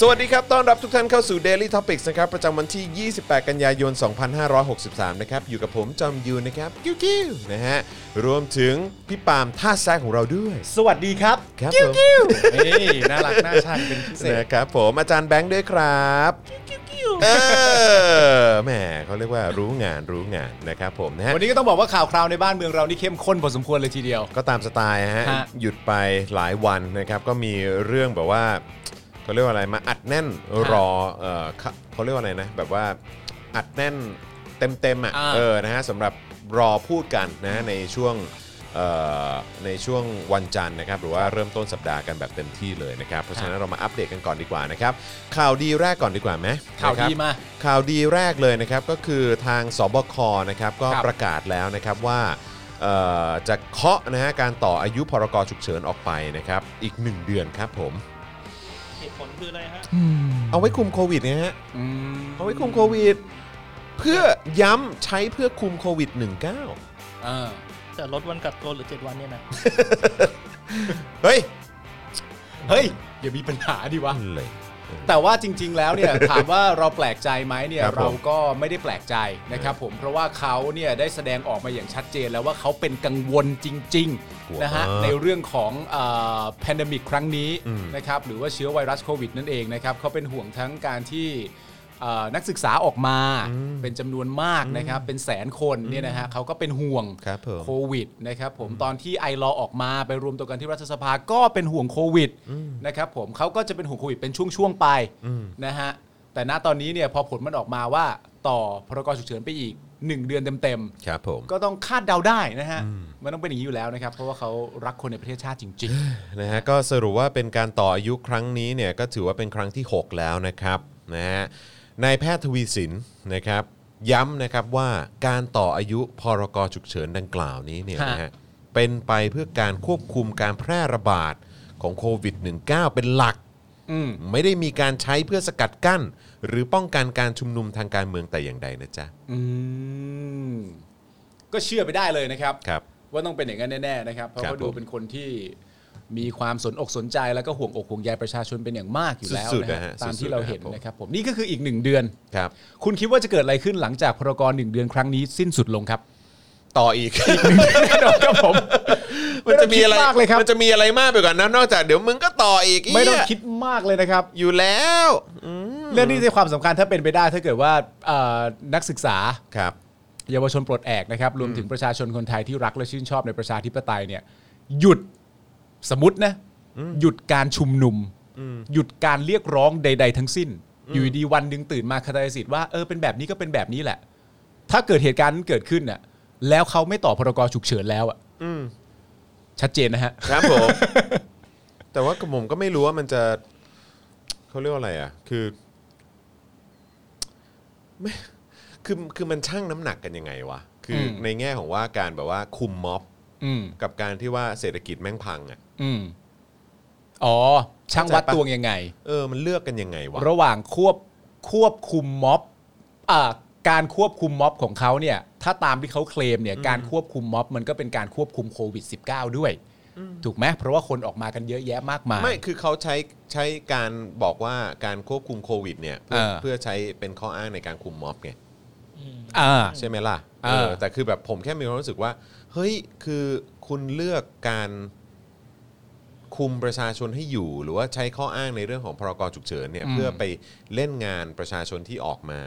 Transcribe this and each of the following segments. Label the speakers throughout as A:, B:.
A: สวัสดีครับ ต้อนรับทุกท่านเข้าสู่ Daily Topics นะครับ ประจำวันที่ 28 กันยายน 2563 นะครับ อยู่กับผมจอมยูนะครับ กิ้วๆ นะฮะ รวมถึงพี่ปาล์มท่าแซกของเราด้วย
B: สวัสดีครับ
A: ครับผม
B: นี่น่ารักน่าชังเป็นพิเศษ
A: นะครับผม อาจารย์แบงค์ด้วยครับเออแหมเขาเรียกว่ารู้งานรู้งานนะครับผมนะฮะ
B: วันนี้ก็ต้องบอกว่าข่าวคราวในบ้านเมืองเรานี่เข้มข้นพอสมควรเลยทีเดียว
A: ก็ตามสไตล์ฮะ
B: ฮะ
A: หยุดไปหลายวันนะครับ ก็มีเรื่องแบบว่าเขาเรียกว่าอะไรมาอัดแน่นรอเอ่อเขาเขาเรียกว่าอะไรนะ แบบว่าอัดแน่นเต็มๆอ่ะ
B: อ่า
A: เออนะฮะสำหรับรอพูดกันนะฮะในช่วงเอ่อในช่วงวันจันทร์นะครับ หรือว่าเริ่มต้นสัปดาห์กันแบบเต็มที่เลยนะครับ เพราะฉะนั้นเรามาอัปเดตกันก่อนดีกว่านะครับ ข่าวดีแรกก่อนดีกว่าไหม
B: ข่าวดี
A: นะครับ
B: มา
A: ข่าวดีแรกเลยนะครับก็คือทางสบคนะครับก็
B: ครับ
A: ประ ประกาศแล้วนะครับว่าเอ่อจะเคาะนะฮะการต่ออายุพรกฉุกเฉินออกไปนะครับอีก 1 เดือนครับผม
C: เหตุผลคืออะไรฮะ
A: เอาไว้คุมโควิดนะฮะเอาไว้คุมโควิด เพื่อย้ำใช้เพื่อคุมโควิด -19
B: เออ
C: แต่ลดวันกักตัวเหรือ 7 วันเนี่ยนะ
A: เฮ้ย
B: เฮ้ยอย่ามีปัญหาดิวะ
A: เลย
B: แต่ว่าจริง ๆ แล้ว เนี่ย ถามว่าเราแปลกใจไหมเนี่ย
A: ครับผม
B: เราก็ไม่ได้แปลกใจนะครับผมเพราะว่าเขาเนี่ยได้แสดงออกมาอย่างชัดเจนแล้วว่าเขาเป็นกังวลจริงๆนะฮะในเรื่องของแพนดมิกครั้งนี้นะครับหรือว่าเชื้อไวรัสโควิดนั่นเองนะครับเขาเป็นห่วงทั้งการที่เอ่อนักศึกษาออกมาเป็นจำนวนมากนะครับเป็นแสนคนเนี่ยนะฮะเขาก็เป็นห่วง
A: ครับผม
B: โควิดนะครับผมตอนที่ไอรอออกมาไปรวมตัวกันที่รัฐสภาก็เป็นห่วงโควิดนะครับผมเขาก็จะเป็นห่วงโควิดเป็นช่วง ๆ ไปนะฮะแต่ณตอนนี้เนี่ยพอผลมันออกมาว่าต่อพรกฉุกเฉินไปอีก 1 เดือนเต็ม
A: ครับผม
B: ๆ ก็ต้องคาดเดาได้นะฮะ มันต้องเป็นอย่างนี้อยู่แล้วนะครับ เพราะว่าเขารักคนในประเทศชาติจริง
A: นะฮะก็สรุปว่าเป็นการต่ออายุครั้งนี้เนี่ยก็ถือว่าเป็นครั้งที่ 6 แล้วนะครับนะฮะนายแพทย์ทวีสินนะครับย้ำนะครับว่าการต่ออายุพรกฉุกเฉินดังกล่าวนี้เนี่ยนะฮะ
B: ฮะ
A: เป็นไปเพื่อการควบคุมการแพร่ระบาดของโควิด -19 เป็นหลัก
B: ๆ อืม
A: ไม่ได้มีการใช้เพื่อสกัดกั้น หรือป้องกันการชุมนุมทางการเมืองแต่อย่างใดนะจ๊ะ
B: อืมก็เชื่อไปได้เลยนะครับ
A: ครับ
B: ว่าต้องเป็นอย่างนั้นแน่ๆนะครับเพราะ
A: ครับ
B: เขาดู
A: ผม
B: เป็นคนที่มีความสนอกสนใจแล้วก็ห่วงอกห่วงใยประชาชนเป็นอย่างมากอยู่แล้ว
A: สุดๆ
B: นะ
A: นะฮะ
B: ฮะตาม
A: สุด
B: ที่
A: ๆ
B: เรา
A: นะครับ
B: เห็น
A: ผม
B: นะครับผมนี่ก็คืออีกหนึ่งเดือน
A: ครับ
B: คุณคิดว่าจะเกิดอะไรขึ้นหลังจากพรกรหนึ่งเดือนครั้งนี้สิ้นสุดลงครับ
A: ต่ออีก
B: แน่นอนครับผม
A: มันจะมีอะไร
B: ไต้องคิดมากเลยครับ
A: มันจะมีอะไรมากไปกว่านั้นนอกจากเดี๋ยวมึงก็ต่ออีก
B: ไม่ต้อง
A: เหี้ย
B: คิดมากเลยนะครับ
A: อยู่แล้วอืม
B: เรื่องนี้ในความสำคัญถ้าเป็นไปได้ถ้าเกิดว่าเอ่อนักศึกษา
A: ครับ
B: เยาวชนปลดแอกนะครับรวมถึงประชาชนคนไทยที่รักและชื่นชอบในประชาธิปไตยเนี่ยหยุดสมมตินะหยุดการชุมนุม หยุดการเรียกร้องใด ๆ ทั้งสิ้น อยู่ดีๆวันหนึ่งตื่นมาคาตาลิสิตว่าเออเป็นแบบนี้ก็เป็นแบบนี้แหละ ถ้าเกิดเหตุการณ์นั้นเกิดขึ้นน่ะแล้วเขาไม่ต่อพรกฉุกเฉินแล้วอ่ะชัดเจนนะฮะ
A: ครับผม แต่ว่าผมก็ไม่รู้ว่ามันจะเขาเรียกว่าอะไรอ่ะ คือไม่คือคือมันชั่งน้ำหนักกันยังไงวะ คืออ
B: ม
A: ในแง่ของว่าการแบบว่าคุมม็อบ
B: อืม
A: กับการที่ว่าเศรษฐกิจแม่งพังอ่ะ
B: อืมอ๋อช่างวัด
A: เข้าใจปะ
B: ตวงยังไง
A: เออ มันเลือกกันยังไงวะ
B: ระหว่างควบควบคุมม็อบอ่าการควบคุมม็อบของเขาเนี่ยถ้าตามที่เขาเคลมเนี่ยการควบคุมม็อบมันก็เป็นการควบคุมโควิด -19 ด้วย ถูกไหมเพราะว่าคนออกมากันเยอะแยะมากมาย
A: ไม่ คือเขาใช้ใช้การบอกว่าการควบคุมโควิด เนี่ย เพื่อ
B: เออ
A: เพื่อใช้เป็นข้ออ้างในการคุมม็อบไง
B: อ่า
A: ใช่ไหมล่ะ
B: เออ
A: เออแต่คือแบบผมแค่มีความรู้สึกว่า เฮ้ย คือคุณเลือกการคุมประชาชนให้อยู่ หรือว่าใช้ข้ออ้างในเรื่องของพรกฉุกเฉินเนี่ยเพื่อไปเล่นงานประชาชนที่ออกมา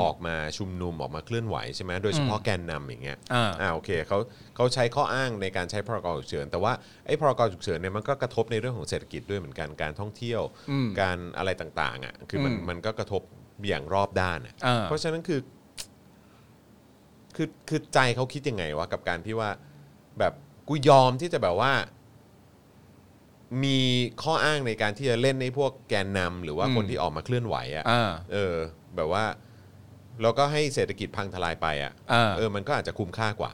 A: ออกมาชุมนุมออกมาเคลื่อนไหวใช่ไหมโดยเฉพาะแกนนำอย่างเงี้ย
B: อ่า
A: อ่าโอเคเขาเขาใช้ข้ออ้างในการใช้พรกฉุกเฉิน แต่ว่าไอ้พรกฉุกเฉินเนี่ยมันก็กระทบในเรื่องของเศรษฐกิจด้วยเหมือนกันการท่องเที่ยว
B: อืม
A: การอะไรต่างๆอ่ะคือมัน
B: อืม
A: มันก็กระทบอย่างรอบด้านอะ
B: อ่า
A: เพราะฉะนั้นคือ คือคือใจเขาคิดยังไงวะกับการที่ว่า แบบกูยอมที่จะแบบว่า มีข้ออ้างในการที่จะเล่นในพวกแกนนำหรือว่าคนที่ออกมาเคลื่อนไหวอ่ะ
B: อ่า
A: เออ แบบว่าเราก็ให้เศรษฐกิจพังทลายไปอ่ะ
B: อ่า
A: เออมันก็อาจจะคุ้ม ค่ากว่า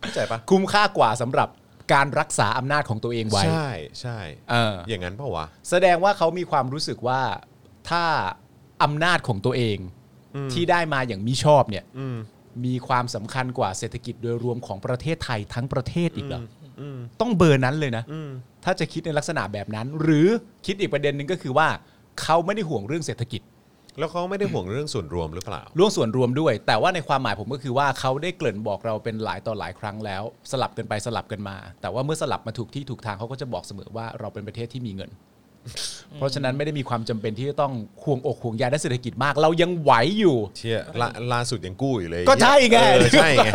A: เข้าใจปะ
B: คุ้มค่ากว่าสำหรับการรักษาอำนาจของตัวเองไว้
A: ใช่ใช่
B: เออ
A: อย่างนั้นเปล่าวะ
B: แสดงว่าเขามีความรู้สึกว่าถ้าอำนาจของตัวเองที่ได้มาอย่างมิชอบเนี่ย
A: อืม
B: มีความสำคัญกว่าเศรษฐกิจโดยรวมของประเทศไทยทั้งประเทศอีกเหรออ ต้องเบอร์นั้นเลยนะ
A: อืม
B: ถ้าจะคิดในลักษณะแบบนั้น หรือคิดอีกประเด็นหนึ่งก็คือว่า เขาไม่ได้ห่วงเรื่องเศรษฐกิจ
A: แล้วเขาไม่ได้ห่วงเรื่องส่วนรวมหรือเปล่า
B: ร่วมส่วนรวมด้วย แต่ว่าในความหมายผมก็คือว่าเขาได้เกริ่นบอกเราเป็นหลายต่อหลายครั้งแล้ว สลับกันไปสลับกันมา แต่ว่าเมื่อสลับมาถูกที่ถูกทางเขาก็จะบอกเสมอว่าเราเป็นประเทศที่มีเงิน เพราะฉะนั้นไม่ได้มีความจำเป็นที่จะต้องห่วงอกห่วงใยด้านเศรษฐกิจมาก เรายังไหวอยู่
A: เชี่ยละล่าสุดยังกู้อยู่เลย
B: ก็ใช่ไง
A: เออใช่ไง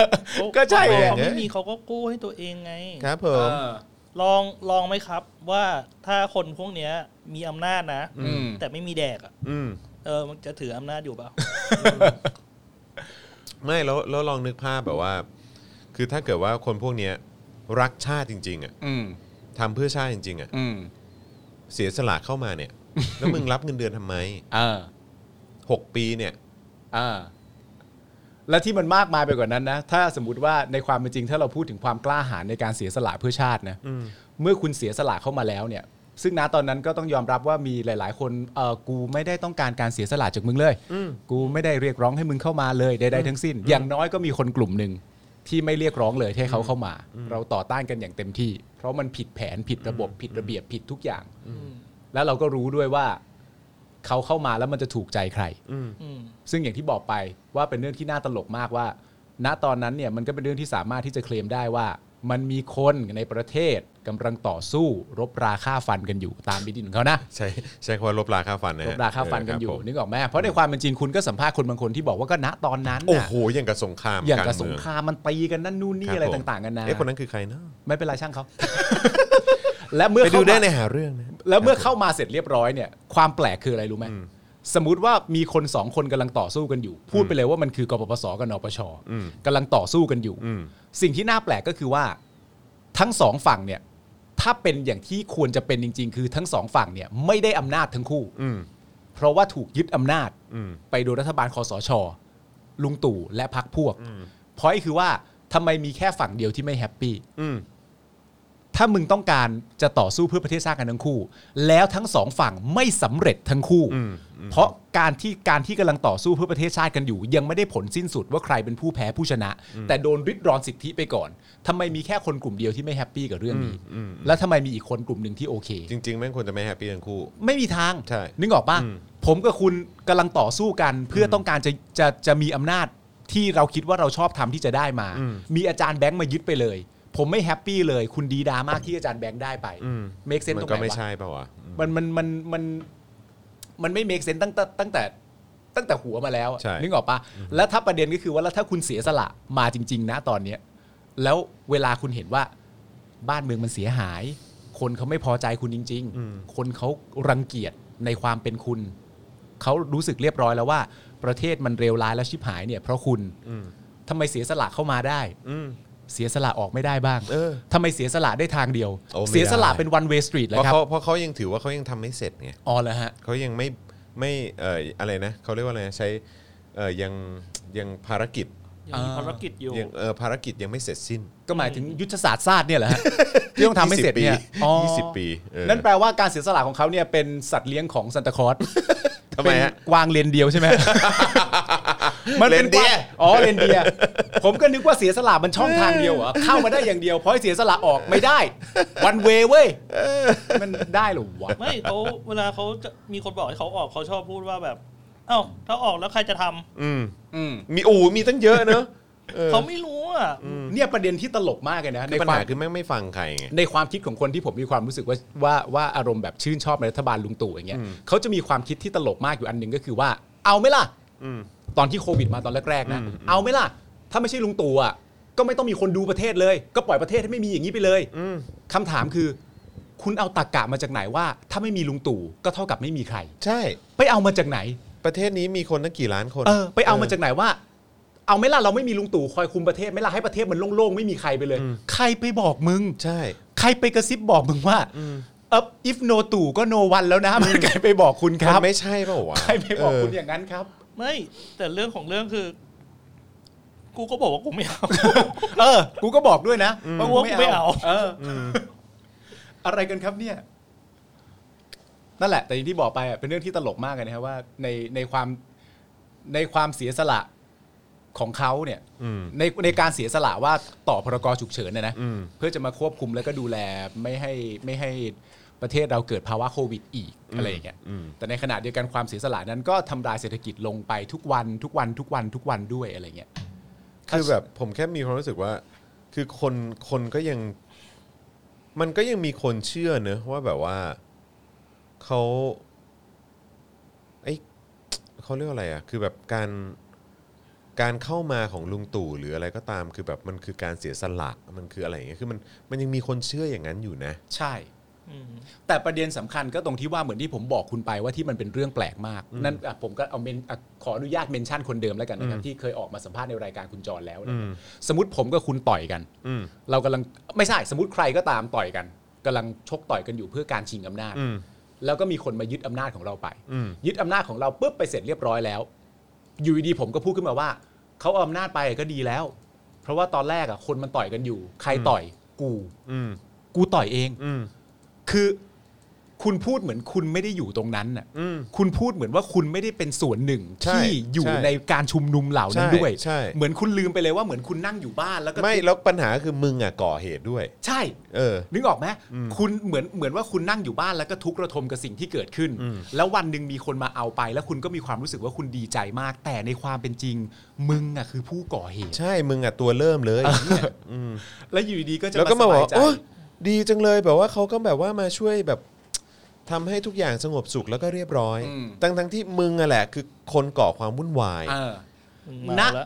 B: ก็ใช่ไง
C: เขาไม่มีเขาก็กู้ให้ตัวเองไง
A: ครับผม
C: ลองลองไหมครับว่าถ้าคนพวกเนี้ยมีอำนาจนะ
B: อืม
C: แต่ไม่มีแดกอะ
A: อืม
C: เออมันจะถืออำนาจอยู่เปล่า
A: ไม่แล้วแล้วลองนึกภาพแบบว่า คือถ้าเกิดว่าคนพวกเนี้ยรักชาติจริง ๆอ่ะ
B: อืม
A: ทำเพื่อชาติจริง ๆอ่ะ
B: อืม
A: เสียสละเข้ามาเนี่ย แล้วมึงรับเงินเดือนทำไม
B: อ่า
A: หกปีเนี่ย
B: อ่าและที่มันมากมายไปกว่านั้นนะ ถ้าสมมติว่าในความเป็นจริงถ้าเราพูดถึงความกล้าหาญในการเสียสละเพื่อชาตินะ
A: อืม
B: เมื่อคุณเสียสละเข้ามาแล้วเนี่ย ซึ่งณตอนนั้นก็ต้องยอมรับว่ามีหลาย ๆ คนเออกูไม่ได้ต้องการการเสียสละจากมึงเลยกูไม่ได้เรียกร้องให้มึงเข้ามาเลยใดๆทั้งสิ้น อย่างน้อยก็มีคนกลุ่มหนึ่งที่ไม่เรียกร้องเลยที่ให้เขาเข้ามา เราต่อต้านกันอย่างเต็มที่ เพราะมันผิดแผนผิดระบบผิดระเบียบผิดทุกอย่าง แล้วเราก็รู้ด้วยว่าเขาเข้ามาแล้วมันจะถูกใจใคร
C: อืม
B: ซึ่งอย่างที่บอกไปว่าเป็นเรื่องที่น่าตลกมากว่า ณตอนนั้นเนี่ยมันก็เป็นเรื่องที่สามารถที่จะเคลมได้ว่า มันมีคนในประเทศกำลังต่อสู้ รบราฆ่าฟันกันอยู่ตามบิดินของเขานะ
A: ใช้ใช้คำว่าลบราค่าฟันนะฮะ
B: รบราฆ่าฟันกันอยู่
A: เครับผม
B: นึกออกไหมเพราะในความเป็นจริงคุณก็สัมภาษณ์คนบางคนที่บอกว่าก็ณตอนนั้น
A: โอ้
B: น่ะ
A: โหอย่างกับสงคราม
B: อย่าง
A: ล
B: กับสง
A: เมื
B: ครามมันตีกันนั่นนู่นนี่
A: คบ
B: อะไร
A: ผม
B: ต่างๆกันนะ
A: เอ๊ะคนนั้นคือใครเนาะ
B: ไม่เป็นไรช่าง เขา และเมื่อ
A: ไป
B: เข้า
A: ดูได้
B: มา
A: ในหาเรื่องนะ
B: แล้วเมื่อเข้ามาเสร็จเรียบร้อยเนี่ยความแปลกคืออะไรรู้ไหมสมมติว่ามีคนสองคนกำลังต่อสู้กันอยู่ พูดไปเลยว่ามันคือกปปสกับนปช
A: อืม
B: กำลังต่อสู้กันอยู่
A: อืม
B: สิ่งที่น่าแปลกก็คือว่าทั้งสองฝั่งเนี่ยถ้าเป็นอย่างที่ควรจะเป็นจริง ๆ คือทั้งสองฝั่งเนี่ยไม่ได้อำนาจทั้งคู่
A: อืม
B: เพราะว่าถูกยึดอำนาจ
A: อืม
B: ไปโดยรัฐบาลคอสช ลุงตู่และพักพวกเพราะคือว่าทำไมมีแค่ฝั่งเดียวที่ไม่แฮปปี้
A: อืม
B: ถ้ามึงต้องการจะต่อสู้เพื่อประเทศชาติกันทั้งคู่ แล้วทั้งสองฝั่งไม่สำเร็จทั้งคู่
A: อืมอืม
B: เพราะการที่การที่กำลังต่อสู้เพื่อประเทศชาติกันอยู่ ยังไม่ได้ผลสิ้นสุดว่าใครเป็นผู้แพ้ผู้ชนะ แต่โดนริดรอนสิทธิไปก่อนทำไมมีแค่คนกลุ่มเดียวที่ไม่แฮปปี้กับเรื่องนี้ แล้วทำไมมีอีกคนกลุ่มหนึ่งที่โอเค
A: จริง ๆ แม่งควรจะไม่แฮปปี้ทั้งคู่
B: ไม่มีทาง
A: ใช่
B: นึกออกปะ
A: อืม
B: ผมกับคุณกำลังต่อสู้กัน เพื่อต้องการจะจะจะมีอำนาจที่เราคิดว่าเราชอบทำที่จะได้มา มีอาจารย์แบงค์มายึดไปเลย ผมไม่แฮปปี้เลย คุณดีดามากที่อาจารย์แบงค์ได้ไปเมคเซน
A: มั
B: ตรง
A: ก็
B: ไหน
A: ไม่
B: วะ
A: ใช่ป่าวะอืม
B: มันมันมันมันมันไม่เมคเซนตั้งแต่ตั้งแต่ตั้งแต่หัวมาแล้วอะ
A: ใช่
B: นึกออกปะแล้วถ้าประเด็นก็คือว่าแล้วถ้าคุณเสียสละมาจริง ๆ นะตอนเนี้ย แล้วเวลาคุณเห็นว่าบ้านเมืองมันเสียหาย คนเขาไม่พอใจคุณจริง ๆ คนเขารังเกียจในความเป็นคุณ เขารู้สึกเรียบร้อยแล้วว่า ประเทศมันเร็วร้ายและชิบหายเนี่ยเพราะคุณ
A: อืม
B: ทำไมเสียสละเข้ามาได้
A: อืม
B: เสียสละออกไม่ได้บ้าง
A: เออ
B: ทำไมเสียสละได้ทางเดียว
A: โอ้ไม่ได้
B: เสียสละเป็น one way street
A: เพ
B: แล้ว
A: ราะ
B: ครับ
A: เขาเพราะเขายังถือว่าเขายังทำไม่เสร็จไง
B: อ๋อแล้วฮะ
A: เขายังไม่ไม่เอ่ออะไรนะเขาเรียกว่าอะไรนะใช้เอ่อยังยังภารกิจ
C: ยังมี
B: อ่า
C: ภารกิจอยู่
A: ยังเอ่อภารกิจยังไม่เสร็จสิ้น
B: ก็หมายถึงยุทธศาสตร์ศาสตร์เนี่ยแหละ ฮะที่ต้องทำให้เสร็จเนี่ย
A: 20ปี
B: อ๋อ
A: ยี่สิบปีเออ
B: นั่นแปลว่าการเสียสละของเขาเนี่ยเป็นสัตว์เลี้ยงของซันตาคลอส
A: ทำไมฮะ
B: เป็นกวางเลนเดียวใช่ไหม มันเป็น
A: เลนเดี
B: ก
A: ย
B: วางอ๋อเลนเดี ย ผมก็นึกว่าเสียสละมันช่องทางเดียวเหรอเข้ามาได้อย่างเดียวเพราะเสียสละออกไม่ได้ วันเวเว้ย มันได้เหรอวะ
C: ไม่เขาเวลาเขาจะมีคนบอกให้เขาออกเขาชอบพูดว่าแบบ เอ้าถ้าออกแล้วใครจะทำ
A: อืม
B: อืม
A: มีโอ้มีตั้งเยอะเนอะออ
C: เขาไม่รู้อ่ะ
B: เนี่ยประเด็นที่ตลกมากเลยนะ ใน
A: คือปัญ
B: ควา
A: หาม คือแม่งไม่ฟังใครไง
B: ในความคิดของคนที่ผมมีความรู้สึกว่าว่าว่าอารมณ์แบบชื่นชอบในรัฐบาลลุงตู่อย่างเงี้ยเขาจะมีความคิดที่ตลกมากอยู่อันหนึ่งก็คือว่า เอาไหมล่ะ
A: อืม
B: ตอนที่โควิดมาตอนแรกๆนะเอาไหมล่ะ ถ้าไม่ใช่ลุงตู่อ่ะก็ไม่ต้องมีคนดูประเทศเลย ก็ปล่อยประเทศให้ไม่มีอย่างนี้ไปเลย
A: อืม
B: คำถามคือ คุณเอาตากกะมาจากไหนว่า ถ้าไม่มีลุงตู่ก็เท่ากับไม่มีใคร
A: ใช่
B: ไปเอามาจากไหน
A: ประเทศนี้มีคนตั้งกี่ล้านคน
B: เออ ไปเอามาจากไหนว่า เอาไหม่ล่ะเราไม่มีลุงตู่คอยคุมประเทศไหม่ล่ะให้ประเทศมันโล่งๆไม่มีใครไปเลย ใครไปบอกมึง
A: ใช่
B: ใครไปกระซิบบอกมึงว่าเออ if no ตู่ก็ no one แล้วนะมันใครไปบอกคุณค
A: มั
B: รับ
A: นไม่ใช่เปล่าวะ
B: ใครไปบอกคุณ
A: เ
B: อย่างนั้นครับ
C: ไม่แต่เรื่องของเรื่องคือ กูก็บอกว่ากูไม่เอา
B: เออ กูก็บอกด้วยนะว่ากู
C: ไม่
B: ไม่เอา
C: เอา
B: เออออะไรกันครับเนี่ย นั่นแหละ แต่อย่างที่บอกไปอ่ะเป็นเรื่องที่ตลกมากเลยนะครับว่าในในความในความเสียสละ ของเขาเนี่ย
A: อืม
B: ในในการเสียสละว่าต่อพรกฉุกเฉินเนี่ยนะ
A: อืม
B: เพื่อจะมาควบคุมแล้วก็ดูแลไม่ให้ไม่ให้ประเทศเราเกิดภาวะโควิดอีกอะไรอย่างเงี้ย
A: อืม
B: แต่ในขณะเดียวกันความเสียสละนั้นก็ทำลายเศรษฐกิจลงไปทุกวันทุกวันทุกวันทุกวันด้วยอะไรเงี้ย
A: คือแบบผมแค่มีความรู้สึกว่า คือคนคนก็ยัง มันก็ยังมีคนเชื่อเนอะว่าแบบว่าเขาไอ้เขาเรียกว่าอะไรอะ่ะ คือแบบการการเข้ามาของลุงตู่หรืออะไรก็ตาม คือแบบมันคือการเสียสละมันคืออะไรอย่างเงี้ยคือมันมันยังมีคนเชื่ออย่างนั้นอยู่นะ
B: ใช่ แต่ประเด็นสำคัญก็ตรงที่ว่าเหมือนที่ผมบอกคุณไปว่าที่มันเป็นเรื่องแปลกมาก นั่นอ่ะผมก็เอาเมนอ่ะขออนุญาตเมนชั่นคนเดิมแล้วกันนะครับ ที่เคยออกมาสัมภาษณ์ในรายการคุณจรแล้วนะ
A: อืม
B: สมมติผมกับคุณต่อยกัน
A: อืม
B: เรากำลังไม่ใช่สมมติใครก็ตามต่อยกันกำลังชกต่อยกันอยู่เพื่อการชิงอำนาจ
A: อืม
B: แล้วก็มีคนมายึดอำนาจของเราไป
A: อืม
B: ยึดอำนาจของเราปุ๊บไปเสร็จเรียบร้อยแล้ว อยู่ดีๆผมก็พูดขึ้นมาว่าเขาเอาอำนาจไปก็ดีแล้ว เพราะว่าตอนแรกอ่ะคนมันต่อยกันอยู่ ใครต่อยกู
A: อืม
B: กูต่อยเอง
A: อืม
B: คือคุณพูดเหมือนคุณไม่ได้อยู่ตรงนั้นน่ะ
A: อืม
B: คุณพูดเหมือนว่าคุณไม่ได้เป็นส่วนหนึ่ง
A: ใช่
B: ที่อยู่
A: ใช่
B: ในการชุมนุมเหล่านั้น
A: ใช่
B: ด้วย
A: ใช่
B: เหมือนคุณลืมไปเลยว่าเหมือนคุณนั่งอยู่บ้านแล้วก็
A: ไม่แล้วปัญหาคือมึงอ่ะก่อเหตุด้วย
B: ใช่
A: เออ
B: นึกออกไหมคุณเหมือนเหมือนว่าคุณนั่งอยู่บ้านแล้วก็ทุกข์ระทมกับสิ่งที่เกิดขึ้น แล้ววันหนึ่งมีคนมาเอาไป แล้วคุณก็มีความรู้สึกว่าคุณดีใจมาก แต่ในความเป็นจริง มึงอ่ะคือผู้ก่อเหตุ
A: ใช่มึงอ่ะตัวเริ่มเลยเนี่ยอืม
B: แล้วอยู่ดีๆก็จะ
A: แล้วก็มาบอก
B: สบย
A: ว่า
B: ใจ
A: โอ้ดีจังเลยแบบว่าเขาก็แบบว่ามาช่วยแบบทำให้ทุกอย่างสงบสุขแล้วก็เรียบร้อย
B: อืม
A: ตั้งทั้งๆที่มึงอะแหละ คือคนก่อความวุ่นวาย
B: เออ
C: มึงเมาแล้ว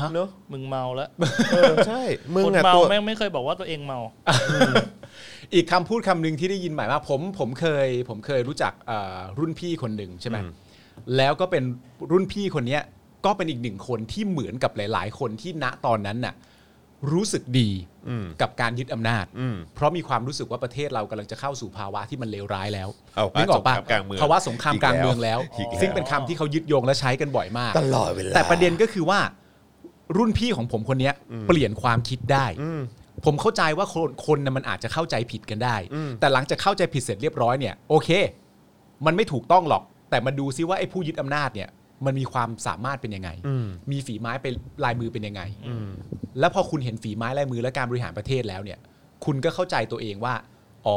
B: ฮะ
A: เนอะ
C: มึงเมาแล้ว
A: เออใช่ มึง
C: คน
A: อะ
C: เมา
A: ตัว
C: แม่งไม่เคยบอกว่าตัวเองเมา
B: อีกคำพูดคำหนึ่งที่ได้ยินหมายว่าผมผมเคย ผมเคยรู้จักเอ่อรุ่นพี่คนหนึ่งใช่ไหมแล้วก็เป็นรุ่นพี่คนเนี้ยก็เป็นอีกหนึ่งคนที่เหมือนกับหลาย ๆ คนที่ณตอนนั้นน่ะรู้สึกดี
A: อืม
B: กับการยึดอำนาจ
A: อืม
B: เพราะมีความรู้สึกว่าประเทศเรากำลังจะเข้าสู่ภาวะที่มันเลวร้ายแล้ว
A: เอา
B: นึกออกปะ
A: สงครามกลางเมือง
B: ภาวะสงครามกลางเมืองแล้ว
A: อีกแล้ว
B: ซึ่งเป็นคำที่เขายึดโยงและใช้กันบ่อยมาก
A: ตลอดเวลา
B: แต่ประเด็นก็คือว่ารุ่นพี่ของผมคนเนี้ยเปลี่ยนความคิดได้
A: อืม
B: ผมเข้าใจว่าคนคนน่ะมันอาจจะเข้าใจผิดกันได้
A: อืม
B: แต่หลังจากเข้าใจผิดเสร็จเรียบร้อยเนี่ยโอเค มันไม่ถูกต้องหรอก แต่มาดูซิว่าไอ้ผู้ยึดอำนาจเนี่ย มันมีความสามารถเป็นยังไง
A: อืม
B: มีฝีไม้เป็นลายมือเป็นยังไง
A: อืม
B: แล้วพอคุณเห็นฝีไม้ลายมือและการบริหารประเทศแล้วเนี่ย คุณก็เข้าใจตัวเองว่า อ๋อ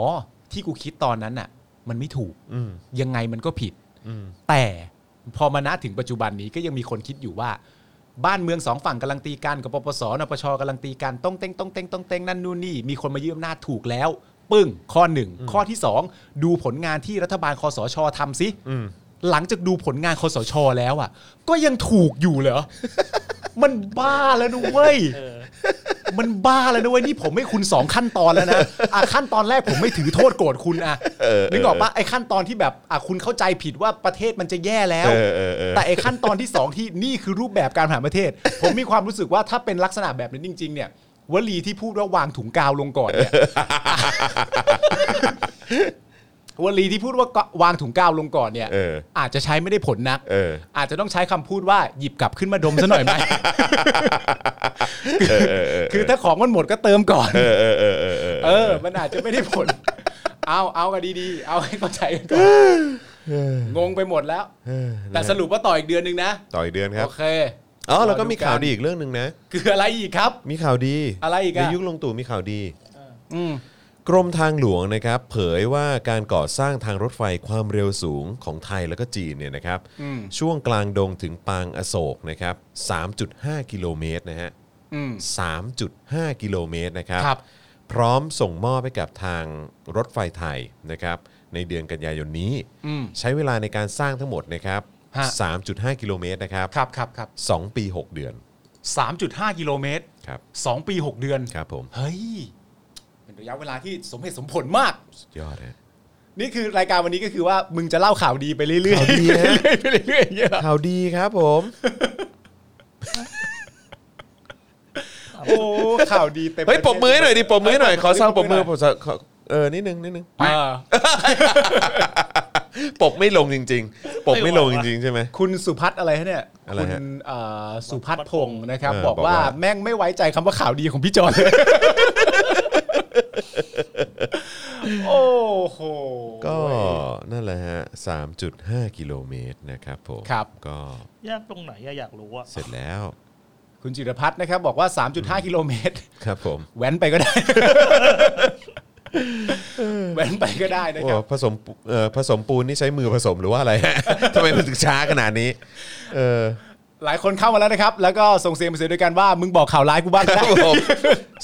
B: ที่กูคิดตอนนั้นน่ะ มันไม่ถูก
A: อืม
B: ยังไงมันก็ผิด
A: อืม
B: แต่พอมาณถึงปัจจุบันนี้ก็ยังมีคนคิดอยู่ว่า บ้านเมืองสองฝั่งกำลังตีกันกับปปสนปชกำลังตีกันต้องเต้งต้องเต้งต้องเต้งนั่นนู่นนี่ มีคนมายืมอำนาจถูกแล้ว ปึ้ง ข้อหนึ่งข้อที่สองดูผลงานที่รัฐบาลคอสชทำสิ
A: อืม
B: หลังจากดูผลงานคอสชแล้วอ่ะ ก็ยังถูกอยู่เหรอ มันบ้าแล้วนะเว้ย
C: เออ
B: มันบ้าแล้วนะเว้ยนี่ผมให้คุณสองขั้นตอนแล้วนะอ่ะขั้นตอนแรกผมไม่ถือโทษโกรธคุณอ่ะนึกออกปะไอ้ขั้นตอนที่แบบอ่ะคุณเข้าใจผิดว่าประเทศมันจะแย่แล้ว
A: เออเออเออ
B: แต่ไอ้ขั้นตอนที่สองที่นี่คือรูปแบบการผ่านประเทศ ผมมีความรู้สึกว่าถ้าเป็นลักษณะแบบนั้นจริง ๆ เนี่ยวลีที่พูดว่าวางถุงกาวลงก่อน เนี่ยวลีที่พูดว่าวางถุงกาวลงก่อนเนี่ย
A: เออ
B: อาจจะใช้ไม่ได้ผลนัก
A: เออ
B: อาจจะต้องใช้คำพูดว่าหยิบกลับขึ้นมาดมซะหน่อยไหม คือถ้าของมันหมดก็เติมก่อน
A: เออเออเออเออเออ
B: เออ มันอาจจะไม่ได้ผล เอาเอากันดีๆ เอาให้เข้าใจกันก่อน งงไปหมดแล้ว แต่สรุปว่าต่ออีกเดือนหนึงนะ
A: ต่ออีกเดือนครั
B: โอบ เค
A: อ๋อแล้วก็มี
B: รดูน
A: ข่าวดีอีกเรื่องหนึ่งนะ
B: คืออะไรอีกครับ
A: มีข่าวดี
B: อะไรอีกอะ
A: ในยุคลงตู่มีข่าวดี
B: อืม
A: กรมทางหลวงนะครับเผยว่าการก่อสร้างทางรถไฟความเร็วสูงของไทยแล้วก็จีนเนี่ยนะครับ
B: อืม
A: ช่วงกลางดงถึงปางอโศกนะครับ3.5 กิโลเมตรนะฮะ
B: อืม
A: 3.5 กิโลเมตรนะครับ
B: ครับ
A: พร้อมส่งมอบให้กับทางรถไฟไทยนะครับในเดือนกันยายนนี้
B: อืม
A: ใช้เวลาในการสร้างทั้งหมดนะครับ
B: ฮะ
A: 3.5 กิโลเมตรนะครับ
B: ครับครับครับ
A: สองปี 6 เดือน
B: สามจุดห้ากิโลเมตร
A: ครับ
B: สองปีหกเดือน
A: ครับผม
B: เฮ้ย เป็นระยะเวลาที่สมเหตุสมผลมาก
A: สุดยอดฮะ
B: นี่คือรายการวันนี้ก็คือว่ามึงจะเล่าข่าวดีไปเรื่อยๆ
A: ข่าวดีฮะ
B: ไปเรื่อยๆไปเรื่อยๆอย่างเงี้ยเหรอ
A: ข่าวดีครับผม
B: โอ้ข่าวดีเต็ม
A: เฮ้ยปรบมือให้หน่อยดิปรบมือให้หน่อยขอสร้างปรบมือ
B: ป
A: ข
B: ร
A: อซาวด์ขอเออนิดนึงนิดนึง
B: เออ
A: ปกไม่ลงจริง ๆ ปกไม่ลงจริง ๆ ใช่ไหม
B: คุณสุพัฒน์อะไรฮะเนี่ย
A: อะไร
B: คุณ
A: ฮะ
B: เอ่อสุพัฒน์พงศ์นะครับ
A: เออ
B: บอก
A: บอก
B: ว่า
A: ว่า
B: แม่งไม่ไว้ใจคำว่าข่าวดีของพี่จอน เลย โอ้โห
A: ก็นั่นแหละฮะ 3.5 กิโลเมตรนะครับผม
B: ครับ
A: ก็
C: ยากตรงไหนอะอยากรู้อะ
A: เสร็จแล้ว
B: คุณจิรพัฒน์นะครับ บอกว่า 3.5 กิโลเมตร
A: ครับผม
B: แว้นไปก็ได้ แว้นไปก็ได้นะ
A: โอ้
B: ครับ
A: ผสมปูเอ่อผสมปูนนี่ใช้มือผสมหรือว่าอะไรฮะ ทำไมมันถึงช้าขนาดนี้ เออ
B: หลายคนเข้ามาแล้วนะครับ แล้วก็ส่งเสียงมาเสียงด้วยกันว่า มึงบอกข่าวร้ายกูบ้างก็
A: ค
B: ได้
A: รับผม